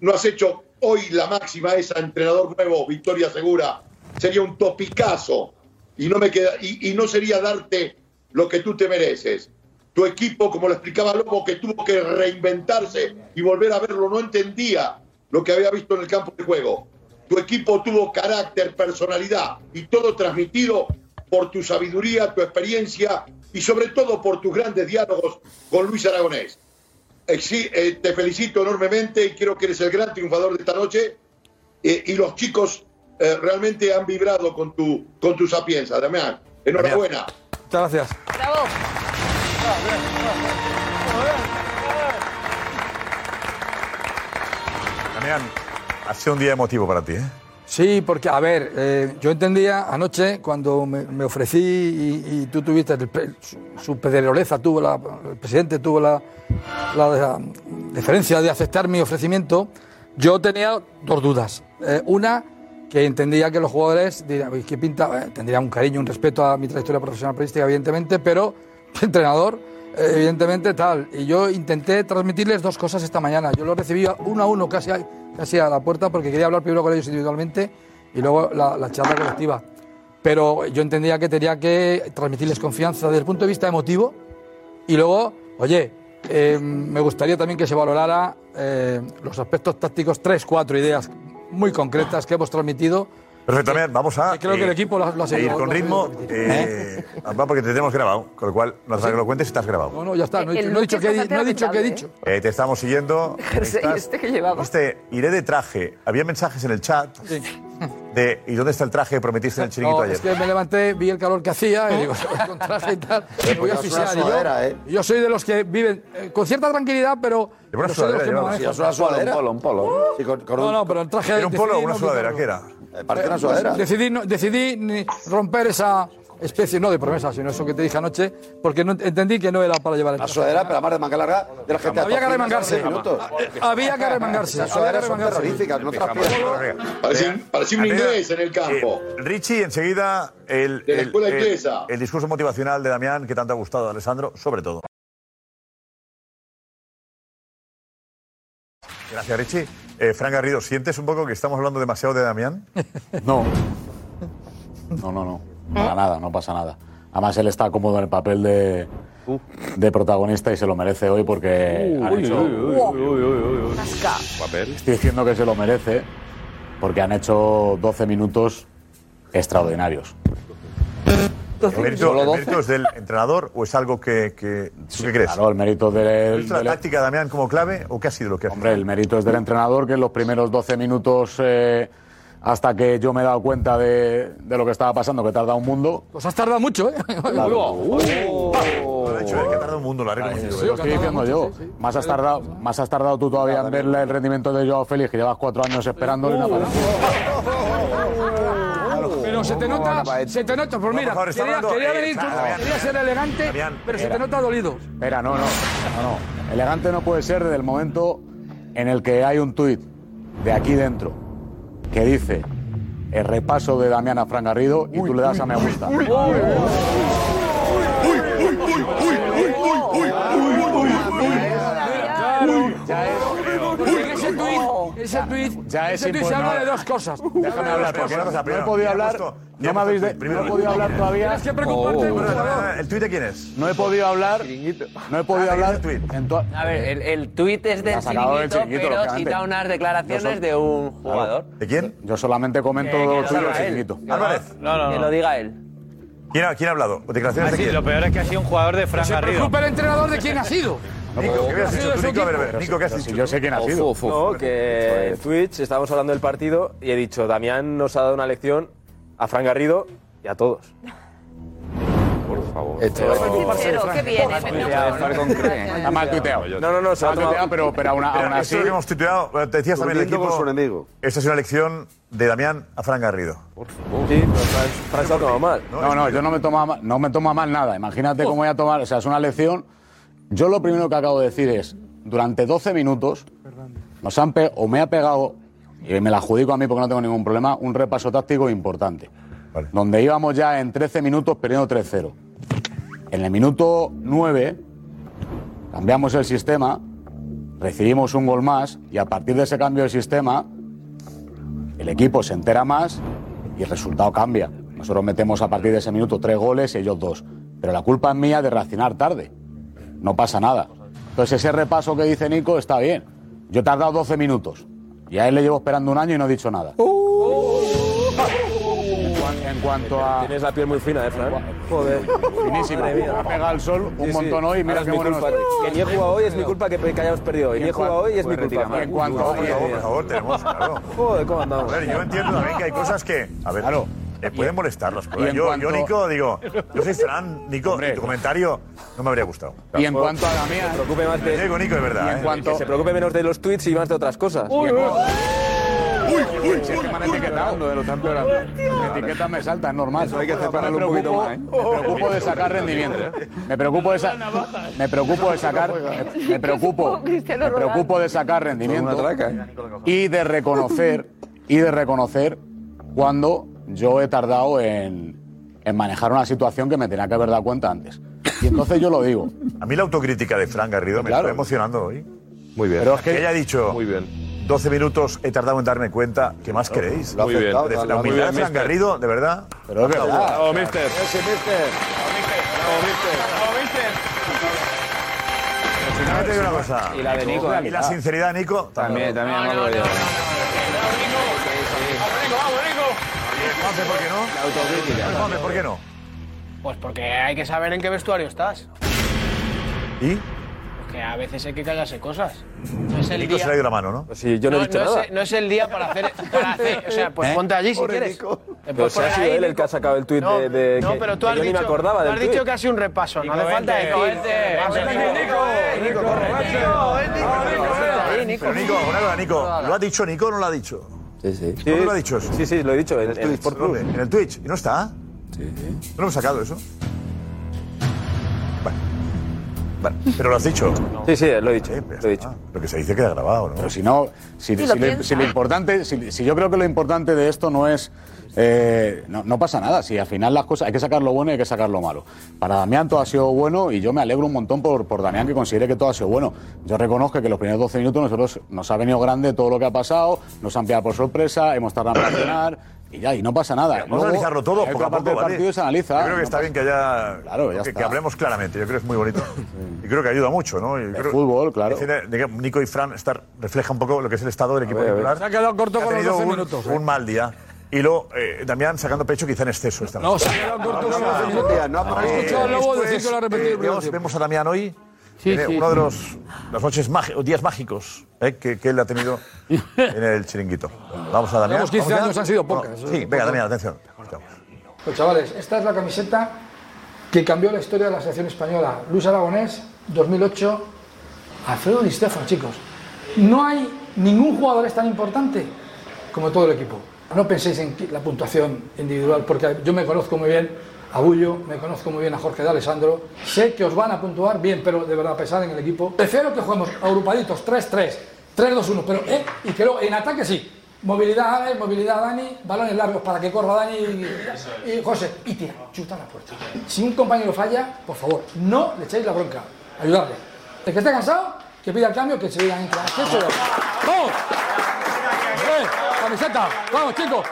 Speaker 23: no has hecho hoy la máxima esa, entrenador nuevo, victoria segura. Sería un topicazo y no, me queda, y, y no sería darte lo que tú te mereces. Tu equipo, como lo explicaba Lobo, que tuvo que reinventarse y volver a verlo, no entendía lo que había visto en el campo de juego. Tu equipo tuvo carácter, personalidad y todo transmitido por tu sabiduría, tu experiencia y sobre todo por tus grandes diálogos con Luis Aragonés. Exi- eh, te felicito enormemente y creo que eres el gran triunfador de esta noche. Eh, y los chicos eh, realmente han vibrado con tu, con tu sapienza, Damián. Enhorabuena.
Speaker 3: Muchas gracias.
Speaker 11: Damián, ha sido un día emotivo para ti, ¿eh?
Speaker 3: Sí, porque, a ver, eh, yo entendía anoche cuando me, me ofrecí y, y tú tuviste, el pe- su, su pedreroleza tuvo, la, el presidente tuvo la, la, la deferencia de aceptar mi ofrecimiento, yo tenía dos dudas. Eh, una, que entendía que los jugadores, dirán, "Uy, ¿qué pinta? Eh, tendrían un cariño, un respeto a mi trayectoria profesional periodística, evidentemente, pero entrenador, eh, evidentemente tal. Y yo intenté transmitirles dos cosas esta mañana. Yo los recibí a- uno a uno casi a, casi a la puerta porque quería hablar primero con ellos individualmente y luego la, la charla colectiva. Pero yo entendía que tenía que transmitirles confianza desde el punto de vista emotivo y luego, oye, eh, me gustaría también que se valorara eh, los aspectos tácticos, tres, cuatro ideas muy concretas que hemos transmitido.
Speaker 11: Perfectamente, vamos a.
Speaker 3: Creo que el equipo lo, ha- lo ha
Speaker 11: e ir
Speaker 3: seguido.
Speaker 11: con
Speaker 3: lo ha seguido
Speaker 11: ritmo. Eh, va, porque te tenemos grabado, con lo cual no hace falta que lo cuentes, estás grabado.
Speaker 3: No, no, ya está. No he dicho, no he dicho que, he di- no he dicho que he dicho.
Speaker 11: Eh, te estamos siguiendo. Estás-
Speaker 6: que llevaba.
Speaker 11: Este, iré de traje. Había mensajes en el chat de ¿y dónde está el traje que prometiste en el chiringuito
Speaker 3: No,
Speaker 11: ayer?
Speaker 3: es que me levanté, vi el calor que hacía y digo, con traje y tal, me voy a
Speaker 4: llevas
Speaker 3: asfixiar.
Speaker 4: una
Speaker 3: Y yo,
Speaker 4: sudadera, ¿eh?
Speaker 3: yo soy de los que viven eh, con cierta tranquilidad, pero.
Speaker 11: Lleva una
Speaker 3: yo soy de los
Speaker 11: sudadera,
Speaker 3: que ¿eh?
Speaker 11: lleva-
Speaker 3: manejan.
Speaker 11: sí, llevas una sudadera. Un polo, un polo. Sí, con- con
Speaker 3: no,
Speaker 11: un-
Speaker 3: no, pero el traje.
Speaker 11: ¿Era un polo o
Speaker 3: decidí
Speaker 11: una
Speaker 3: no
Speaker 11: sudadera?
Speaker 3: quitarlo.
Speaker 11: ¿Qué era?
Speaker 4: parece una sudadera.
Speaker 3: Eh, pues Decidí, no- decidí ni romper esa especie, no de promesa, sino eso que te dije anoche, porque no, entendí que no era para llevar el traje.
Speaker 4: sudadera, pero además de manga larga, de la gente
Speaker 3: Había que
Speaker 4: atorcida,
Speaker 3: remangarse.
Speaker 4: hace minutos.
Speaker 3: Había que remangarse.
Speaker 4: Esas
Speaker 3: Había que
Speaker 4: sudaderas son
Speaker 3: remangarse.
Speaker 4: terroríficas, no
Speaker 11: Pijama,
Speaker 4: transpiras.
Speaker 11: no, no, no.
Speaker 23: Parecía-
Speaker 11: Eh,
Speaker 23: parecía un
Speaker 11: Andrea,
Speaker 23: inglés en el campo.
Speaker 11: eh, Richie, enseguida el,
Speaker 23: De la
Speaker 11: el-
Speaker 23: escuela
Speaker 11: el-
Speaker 23: inglesa.
Speaker 11: el discurso motivacional de Damián, que tanto ha gustado a Alessandro, sobre todo. Gracias, Richie. Eh, Fran Garrido, ¿sientes un poco que estamos hablando demasiado de Damián?
Speaker 7: No. No, no, no. Para nada, no pasa nada. Además, él está cómodo en el papel de, de protagonista y se lo merece hoy porque
Speaker 21: Uh,
Speaker 7: han
Speaker 10: Uy,
Speaker 7: hecho-
Speaker 10: uy, uy, uy, uy, uy, uy.
Speaker 7: Estoy diciendo que se lo merece porque han hecho 12 minutos extraordinarios.
Speaker 11: ¿El mérito, el mérito es del entrenador o es algo que, que- ¿tú qué crees?
Speaker 7: Claro, el mérito del,
Speaker 11: ¿Es la táctica, Damián, como clave o qué ha sido lo que ha
Speaker 7: Hombre, el mérito es del entrenador que en los primeros 12 minutos, eh, hasta que yo me he dado cuenta de, de lo que estaba pasando, que tarda un mundo.
Speaker 3: Pues has tardado mucho, ¿eh?
Speaker 11: Lo ha hecho él, que ha tardado un mundo, lo ha reconocido.
Speaker 7: Lo estoy diciendo Pues yo. Más has, tardado, más has tardado tú todavía en ver la- el rendimiento de Joao Félix, que llevas cuatro años esperando.
Speaker 4: Uh.
Speaker 3: Ah, Pero se te nota, se te nota, pues mira,
Speaker 7: favor, está
Speaker 3: quería,
Speaker 7: hablando-
Speaker 3: quería
Speaker 7: eh,
Speaker 3: venir, tú,
Speaker 7: Damián,
Speaker 3: quería ser elegante, pero se te
Speaker 7: espera.
Speaker 3: nota dolido.
Speaker 7: Espera, no, no, no, no. Elegante no puede ser desde el momento en el que hay un tuit de aquí dentro que dice el repaso de Damián a Fran Garrido y tú le das a me gusta.
Speaker 23: Uy,
Speaker 21: uy, uy, uy, uy, uy, uy, uy, uy, uy.
Speaker 4: Porque ese tweet, ese tweet,
Speaker 7: Ya es
Speaker 4: ese tweet se habla
Speaker 7: impugnable.
Speaker 4: de dos cosas.
Speaker 7: Déjame hablar, porque no, no he podido hablar. No me habéis de- no he podido hablar todavía.
Speaker 4: Tienes que
Speaker 11: Oh.
Speaker 4: preocuparte. por favor.
Speaker 7: ¿El tuit de quién es? No he podido hablar. No he podido hablar. en to-
Speaker 10: A ver, el, el tuit es
Speaker 7: Lo
Speaker 10: del
Speaker 7: ha sacado
Speaker 10: chiringuito,
Speaker 7: del chiringuito,
Speaker 10: pero
Speaker 7: lógicamente.
Speaker 10: cita unas
Speaker 7: Yo
Speaker 10: declaraciones
Speaker 7: so-
Speaker 10: de un jugador. Eh,
Speaker 7: ¿De quién? Yo solamente comento lo tuyo, chiquito.
Speaker 10: Álvarez. Que lo diga él.
Speaker 11: ¿Quién ha, quién ha hablado? ¿Declaraciones
Speaker 13: Ah,
Speaker 11: de
Speaker 13: sí,
Speaker 11: quién?
Speaker 13: lo peor es que ha sido un jugador de Fran
Speaker 11: se
Speaker 13: Garrido.
Speaker 4: Preocupa el entrenador de quién ha sido.
Speaker 11: Nico,
Speaker 4: Ha
Speaker 11: ¿qué habías
Speaker 4: sido
Speaker 11: dicho tú,
Speaker 4: de su
Speaker 11: Nico? A ver, a ver,
Speaker 7: equipo.
Speaker 11: Nico, ¿qué has dicho?
Speaker 7: yo sé quién ha sido.
Speaker 1: No, que en Twitch estábamos hablando del partido y he dicho, Damián nos ha dado una lección a Fran Garrido y a todos. Por favor.
Speaker 6: Pero es sincero, qué bien, eh, me
Speaker 7: Está mal tuiteado.
Speaker 1: No, no, no,
Speaker 7: Está
Speaker 1: se ha
Speaker 7: mal
Speaker 1: tomado-
Speaker 7: tuiteado, pero, pero aún, aún
Speaker 11: Esto
Speaker 7: así.
Speaker 11: es lo que hemos tuiteado, bueno, te decías también el
Speaker 7: Durmiendo
Speaker 11: equipo.
Speaker 7: con
Speaker 11: Esta es una elección de Damián a Fran Garrido.
Speaker 1: Sí, pero Fran- Fran se ha tomado mal.
Speaker 7: No, no, yo no me tomo a mal, no me tomo a mal nada. Imagínate cómo voy a tomar. O sea, es una lección. Yo lo primero que acabo de decir es: durante 12 minutos, nos han pe- o me ha pegado, y me la adjudico a mí porque no tengo ningún problema, un repaso táctico importante. Donde íbamos ya en 13 minutos perdiendo 3-0. En el minuto 9, cambiamos el sistema, recibimos un gol más, y a partir de ese cambio de sistema, el equipo se entera más y el resultado cambia. Nosotros metemos a partir de ese minuto tres goles y ellos dos. Pero la culpa es mía de reaccionar tarde. No pasa nada. Entonces ese repaso que dice Nico está bien. Yo he tardado 12 minutos. Y a él le llevo esperando un año y no he dicho nada. En cuanto a...
Speaker 1: Tienes la piel muy fina, ¿eh, Fran? Joder.
Speaker 7: Finísima. Ha pegado el sol un montón hoy, mira
Speaker 1: Ahora es
Speaker 7: qué
Speaker 1: mi
Speaker 7: bueno
Speaker 1: culpa.
Speaker 7: nos-
Speaker 1: Que ni he jugado hoy, es mi culpa que, que hayamos perdido. hoy. Ni he jugado hoy, es mi culpa.
Speaker 11: Por
Speaker 1: Fran.
Speaker 11: favor, Pues por
Speaker 1: Madre
Speaker 11: favor,
Speaker 1: mía.
Speaker 11: por favor, tenemos, claro.
Speaker 1: Joder, ¿cómo andamos?
Speaker 11: A ver, yo entiendo también que hay cosas que. A ver, claro. pueden molestar las
Speaker 7: y
Speaker 11: cosas.
Speaker 7: en
Speaker 11: Yo,
Speaker 7: cuanto-
Speaker 11: yo, Nico, digo, yo soy Fran, Nico, y tu comentario no me habría gustado.
Speaker 7: Y en cuanto a la mía.
Speaker 1: Se preocupe más de.
Speaker 11: Digo, Nico, es verdad.
Speaker 1: y en
Speaker 11: ¿eh?
Speaker 1: cuanto- Que se preocupe menos de los tweets y más de otras cosas.
Speaker 7: Uy, uy.
Speaker 1: uy, uy,
Speaker 7: Sí, es que me han etiquetado. Etiquetas me salta, es normal. hay que
Speaker 1: separarlo un poquito más, ¿eh?
Speaker 7: Me preocupo de sacar rendimiento. Me preocupo de, sa- me preocupo de sacar. Me, me preocupo. Me preocupo de sacar rendimiento. Y de reconocer. Y de reconocer cuando yo he tardado en, en manejar una situación que me tenía que haber dado cuenta antes. Y entonces yo lo digo.
Speaker 11: A mí la autocrítica de Fran Garrido me
Speaker 7: Claro.
Speaker 11: está emocionando hoy.
Speaker 1: Muy bien.
Speaker 11: Pero es que ella ha dicho. Muy bien. 12 minutos he tardado en darme cuenta. ¿Qué más
Speaker 1: Claro.
Speaker 11: queréis?
Speaker 1: Lo ha Muy bien. aceptado,
Speaker 11: De- La
Speaker 1: Muy
Speaker 11: humildad de
Speaker 1: bien,
Speaker 11: Fran
Speaker 1: mister.
Speaker 11: Garrido, de verdad.
Speaker 7: Pero es
Speaker 1: verdad.
Speaker 11: Bravo,
Speaker 1: mister.
Speaker 11: También te digo una cosa.
Speaker 1: Y la de Nico,
Speaker 11: Y
Speaker 1: realidad.
Speaker 11: la sinceridad de Nico.
Speaker 1: También, también, hemos perdido.
Speaker 11: Juanfe, ¿por qué no? La
Speaker 1: autocrítica.
Speaker 11: Juanfe, ¿por qué no?
Speaker 22: Pues porque hay que saber en qué vestuario estás.
Speaker 11: ¿Y?
Speaker 22: Porque a veces hay que callarse cosas. No es el
Speaker 11: Nico
Speaker 22: día.
Speaker 11: se le ha ido la mano, ¿no?
Speaker 1: Pues Sí, yo no, he dicho
Speaker 22: es-
Speaker 1: nada.
Speaker 22: no es el día para hacer, para hacer- O sea, pues
Speaker 1: ¿Eh?
Speaker 22: ponte allí si
Speaker 1: Pobre
Speaker 22: quieres.
Speaker 1: Nico.
Speaker 22: Te
Speaker 1: Pero
Speaker 22: puedes
Speaker 1: si ha
Speaker 22: poner
Speaker 1: sido
Speaker 22: ahí,
Speaker 1: él el que ha sacado el tuit de, de-
Speaker 22: No,
Speaker 1: que-
Speaker 22: pero tú
Speaker 1: que
Speaker 22: has
Speaker 1: yo
Speaker 22: dicho.
Speaker 1: ni me acordaba
Speaker 22: tú
Speaker 1: del
Speaker 22: has dicho
Speaker 1: tuit.
Speaker 22: que ha sido un repaso. No
Speaker 1: Nico,
Speaker 22: hace
Speaker 1: vente,
Speaker 22: falta decir.
Speaker 1: Nico, vente.
Speaker 22: Vamos,
Speaker 1: Vente, Nico, Nico, corre, macho.
Speaker 11: Pero Nico, una cosa, Nico, ¿lo ha dicho Nico o no lo ha dicho?
Speaker 1: Sí, sí.
Speaker 11: ¿Dónde lo ha dicho eso?
Speaker 1: Sí, sí, lo he dicho. En, en el Sport Club.
Speaker 11: ¿Dónde? ¿En el Twitch? ¿Y no está? Sí. ¿No
Speaker 14: pues
Speaker 11: lo hemos sacado eso? Vale. Vale. ¿Pero lo has dicho? ah,
Speaker 1: Sí, sí, lo he dicho. Lo he dicho.
Speaker 11: Lo que se dice queda grabado, ¿no?
Speaker 7: Pero si no, si,
Speaker 1: Sí,
Speaker 7: si
Speaker 1: lo
Speaker 7: lo,
Speaker 1: piensa.
Speaker 7: si lo importante, si, si yo creo que lo importante de esto no es. eh, no, no pasa nada, si al final las cosas hay que sacar lo bueno y hay que sacar lo malo. Para Damián todo ha sido bueno y yo me alegro un montón por, por Damián que considere que todo ha sido bueno. Yo reconozco que los primeros 12 minutos nosotros nos ha venido grande todo lo que ha pasado, nos han pillado por sorpresa, hemos tardado en reaccionar y ya, y no pasa nada.
Speaker 11: Vamos a analizarlo todo,
Speaker 7: eh,
Speaker 11: poco a poco,
Speaker 7: El
Speaker 11: ¿vale?
Speaker 7: partido se analiza.
Speaker 11: Yo creo que
Speaker 7: no
Speaker 11: está
Speaker 7: pasa-
Speaker 11: bien que haya...
Speaker 7: Claro, ya
Speaker 11: que,
Speaker 7: está.
Speaker 11: que hablemos claramente, yo creo que es muy bonito. Y creo que ayuda mucho, ¿no? El
Speaker 7: fútbol, claro.
Speaker 11: Nico y Fran estar, refleja un poco lo que es el estado del equipo
Speaker 1: ver, a ver.
Speaker 11: titular.
Speaker 1: Se ha quedado corto
Speaker 11: que
Speaker 1: con los
Speaker 11: tenido
Speaker 1: 12
Speaker 11: un,
Speaker 1: minutos, ¿eh?
Speaker 11: un mal día. Y luego, eh, Damián sacando pecho quizá en exceso esta
Speaker 4: No,
Speaker 11: noche.
Speaker 4: se ha quedado corto con los
Speaker 11: no,
Speaker 4: minutos.
Speaker 11: no,
Speaker 4: He escuchado al Lobo decir que lo ha repetido el
Speaker 11: vemos, vemos a Damián hoy. tiene
Speaker 4: sí,
Speaker 11: uno de
Speaker 4: sí.
Speaker 11: los las noches mági- o días mágicos eh, que, que él ha tenido en el chiringuito. Vamos a Damián.
Speaker 4: Los 15
Speaker 11: ¿Vamos ya?
Speaker 4: años han sido pocas.
Speaker 11: Sí, venga, Damián, atención.
Speaker 3: Pues chavales, esta es la camiseta que cambió la historia de la selección española. Luis Aragonés, 2008, Alfredo Di Stéfano, chicos. No hay ningún jugador es tan importante como todo el equipo. No penséis en la puntuación individual, porque yo me conozco muy bien a Bullo, me conozco muy bien a Jorge de Alessandro. Sé que os van a puntuar bien, pero de verdad, pensad en el equipo. Prefiero que juguemos agrupaditos 3-3, 3-2-1, pero eh, y que luego en ataque sí.
Speaker 21: Movilidad Alex, movilidad Dani, balones largos para que corra Dani y, y José. Y tira, chuta a la puerta. Si un compañero falla, por favor, no le echéis la bronca. Ayudarle. El que esté cansado, que pida el cambio, que se diga entra. ¿Qué se va? ¡Vamos! ¡Eh! ¡Camiseta! ¡Vamos, chicos!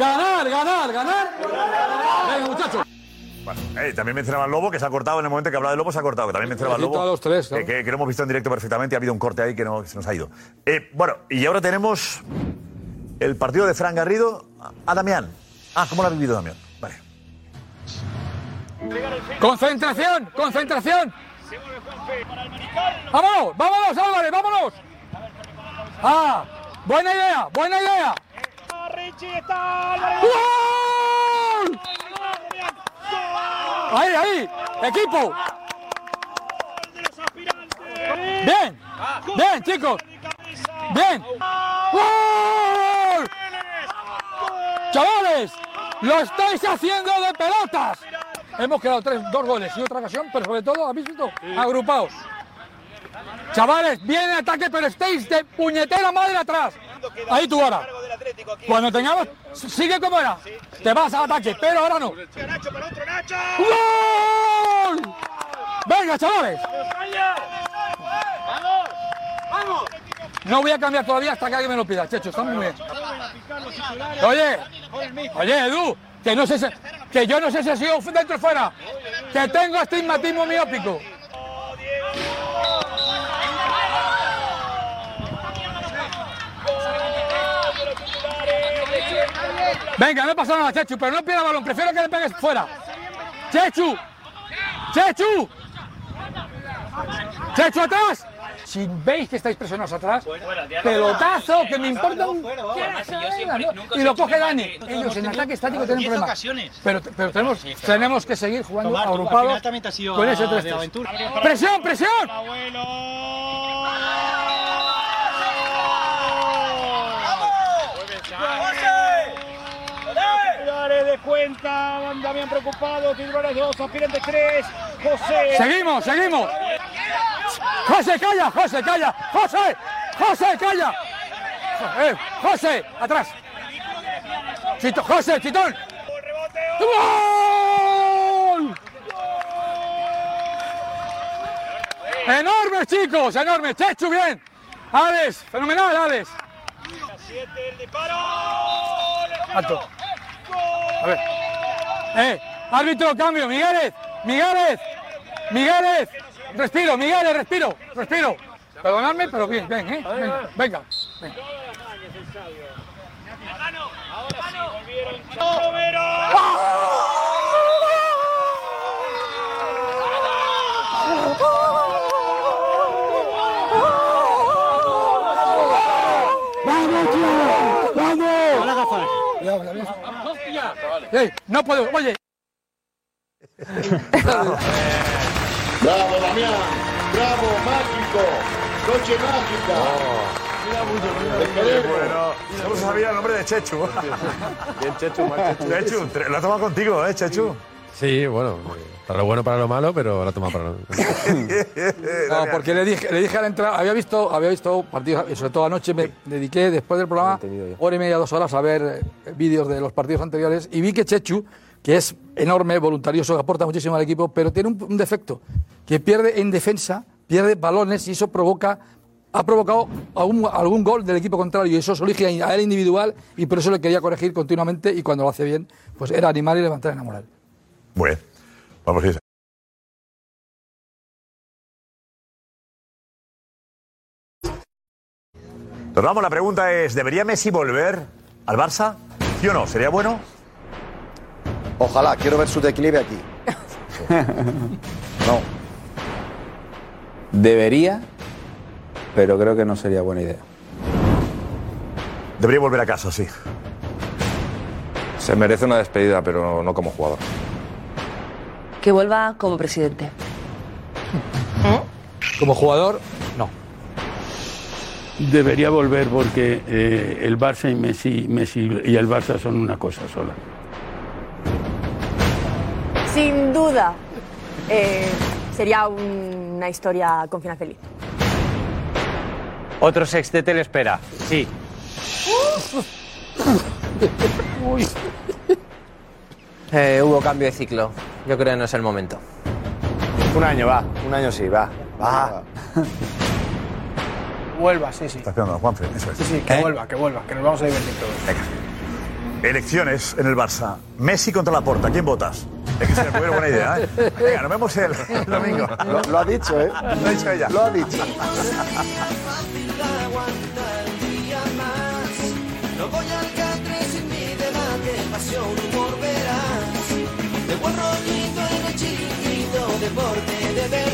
Speaker 21: ¡Ganar, ganar, ganar! Venga, muchachos.
Speaker 11: Bueno, eh, también mencionaba al Lobo, que se ha cortado en el momento que hablaba de Lobo, se ha cortado. Que también mencionaba al Lobo.
Speaker 3: Felicito a los tres, claro.
Speaker 11: eh, que, que lo hemos visto en directo perfectamente. Ha habido un corte ahí que, no, que se nos ha ido. Eh, bueno, y ahora tenemos el partido de Fran Garrido a Damián. Ah, ¿cómo lo ha vivido Damián? Vale.
Speaker 21: ¡Concentración! ¡Concentración! ¡Vamos! ¡Vámonos, Álvarez! ¡Vámonos! ¡Ah! ¡Buena idea! ¡Buena idea! ¡Gol! ¡Ahí, ahí! ¡Equipo! ¡Bien! ¡Bien, chicos! ¡Bien! ¡Gol! ¡Chavales! ¡Lo estáis haciendo de pelotas! Hemos quedado tres, dos goles y otra ocasión, pero sobre todo, ¿habéis visto? Agrupados. Chavales, viene el ataque, pero estáis de puñetera madre atrás. Ahí tú ahora. Cuando tengamos, sigue como era. Te vas al ataque, pero ahora no. ¡Gol! Venga, chavales. No voy a cambiar todavía hasta que alguien me lo pida, Checho. Está muy bien. Oye, oye, Edu, que no sé si- que yo no sé si ha sido dentro o fuera. Que tengo astigmatismo miópico. Venga, no pasa nada, Chechu, pero no pierda balón, prefiero que le pegues fuera. Chechu, Chechu, Chechu atrás. Si veis que estáis presionados atrás, pelotazo, que me importa un... Y lo coge Dani. Ellos en ataque estático tienen problemas. Pero, pero tenemos, tenemos que seguir jugando
Speaker 30: Tomás, tú, al
Speaker 21: agrupados
Speaker 30: final también te has ido
Speaker 21: con
Speaker 30: a-
Speaker 21: ese
Speaker 30: de
Speaker 21: 3
Speaker 30: aventura.
Speaker 21: ¡Presión, presión!
Speaker 15: Titulares de cuenta, van Damián preocupado, titulares 2, aspirantes 3, José.
Speaker 21: Seguimos, seguimos. José, calla, José, calla. José, José, calla. Eh, José, atrás. Chito, José, chitón. ¡Gol! Enormes, chicos, enormes. Chechu, bien. Alex, fenomenal, Alex. Alto. A ver. Eh, árbitro, cambio, Migueles, Migueles, Migueles. Respiro, Migueles, respiro, respiro. Perdonadme, pero bien, bien, eh. Venga, venga. venga. ¡Vamos, tío! ¡Vamos! Hola, gafas. ¡Ey! ¡No puedo! ¡Oye!
Speaker 31: ¡Bravo, Damián! ¡Bravo, mágico! ¡Noche mágica!
Speaker 11: Qué bueno. No sabía el nombre de Chechu. Bien, Chechu, Chechu, tre- lo ha tomado contigo, ¿eh, Chechu?
Speaker 8: Sí, bueno, eh, para lo bueno, para lo malo, pero la toma para lo
Speaker 3: No, porque le dije, le dije al entrar, había visto, había visto partidos, y sobre todo anoche me dediqué después del programa hora y media, dos horas a ver eh, vídeos de los partidos anteriores y vi que Chechu, que es enorme, voluntarioso, que aporta muchísimo al equipo, pero tiene un, un defecto, que pierde en defensa, pierde balones y eso provoca ha provocado algún, algún gol del equipo contrario y eso se origina a él individual y por eso le quería corregir continuamente y cuando lo hace bien, pues era animar y levantar en la moral.
Speaker 11: Muy bien. Vamos a ir. Nos vamos, la pregunta es, ¿debería Messi volver al Barça? ¿Sí o no? ¿Sería bueno?
Speaker 32: Ojalá, quiero ver su declive aquí.
Speaker 17: No. Debería, pero creo que no sería buena idea.
Speaker 11: Debería volver a casa, sí.
Speaker 19: Se merece una despedida, pero no, no como jugador.
Speaker 6: Que vuelva como presidente.
Speaker 3: Como jugador, no.
Speaker 5: Debería volver porque eh, el Barça y Messi, Messi y el Barça son una cosa sola.
Speaker 9: Sin duda, eh, sería un- una historia con final feliz.
Speaker 13: Otro sextete le espera. Sí.
Speaker 10: Eh, hubo cambio de ciclo. Yo creo que no es el momento.
Speaker 23: Un año va, un año sí, va.
Speaker 10: Ah.
Speaker 23: Va.
Speaker 3: Vuelva, sí, sí.
Speaker 11: Está esperando a Juanfe, eso es.
Speaker 3: Sí,
Speaker 11: ¿Eh?
Speaker 3: sí, que
Speaker 1: ¿Eh?
Speaker 3: vuelva, que vuelva, que nos vamos a divertir todos.
Speaker 11: Elecciones en el Barça. Messi contra la Porta. ¿Quién votas? Es que se me puede una buena idea, ¿eh? Venga, nos vemos el, el domingo.
Speaker 23: Lo, lo ha dicho, ¿eh?
Speaker 11: Lo ha dicho ella.
Speaker 23: Lo ha dicho.
Speaker 21: No voy al catre sin mi debate, pasión, humor verás. De buen rollito en el chiquito, deporte de ver.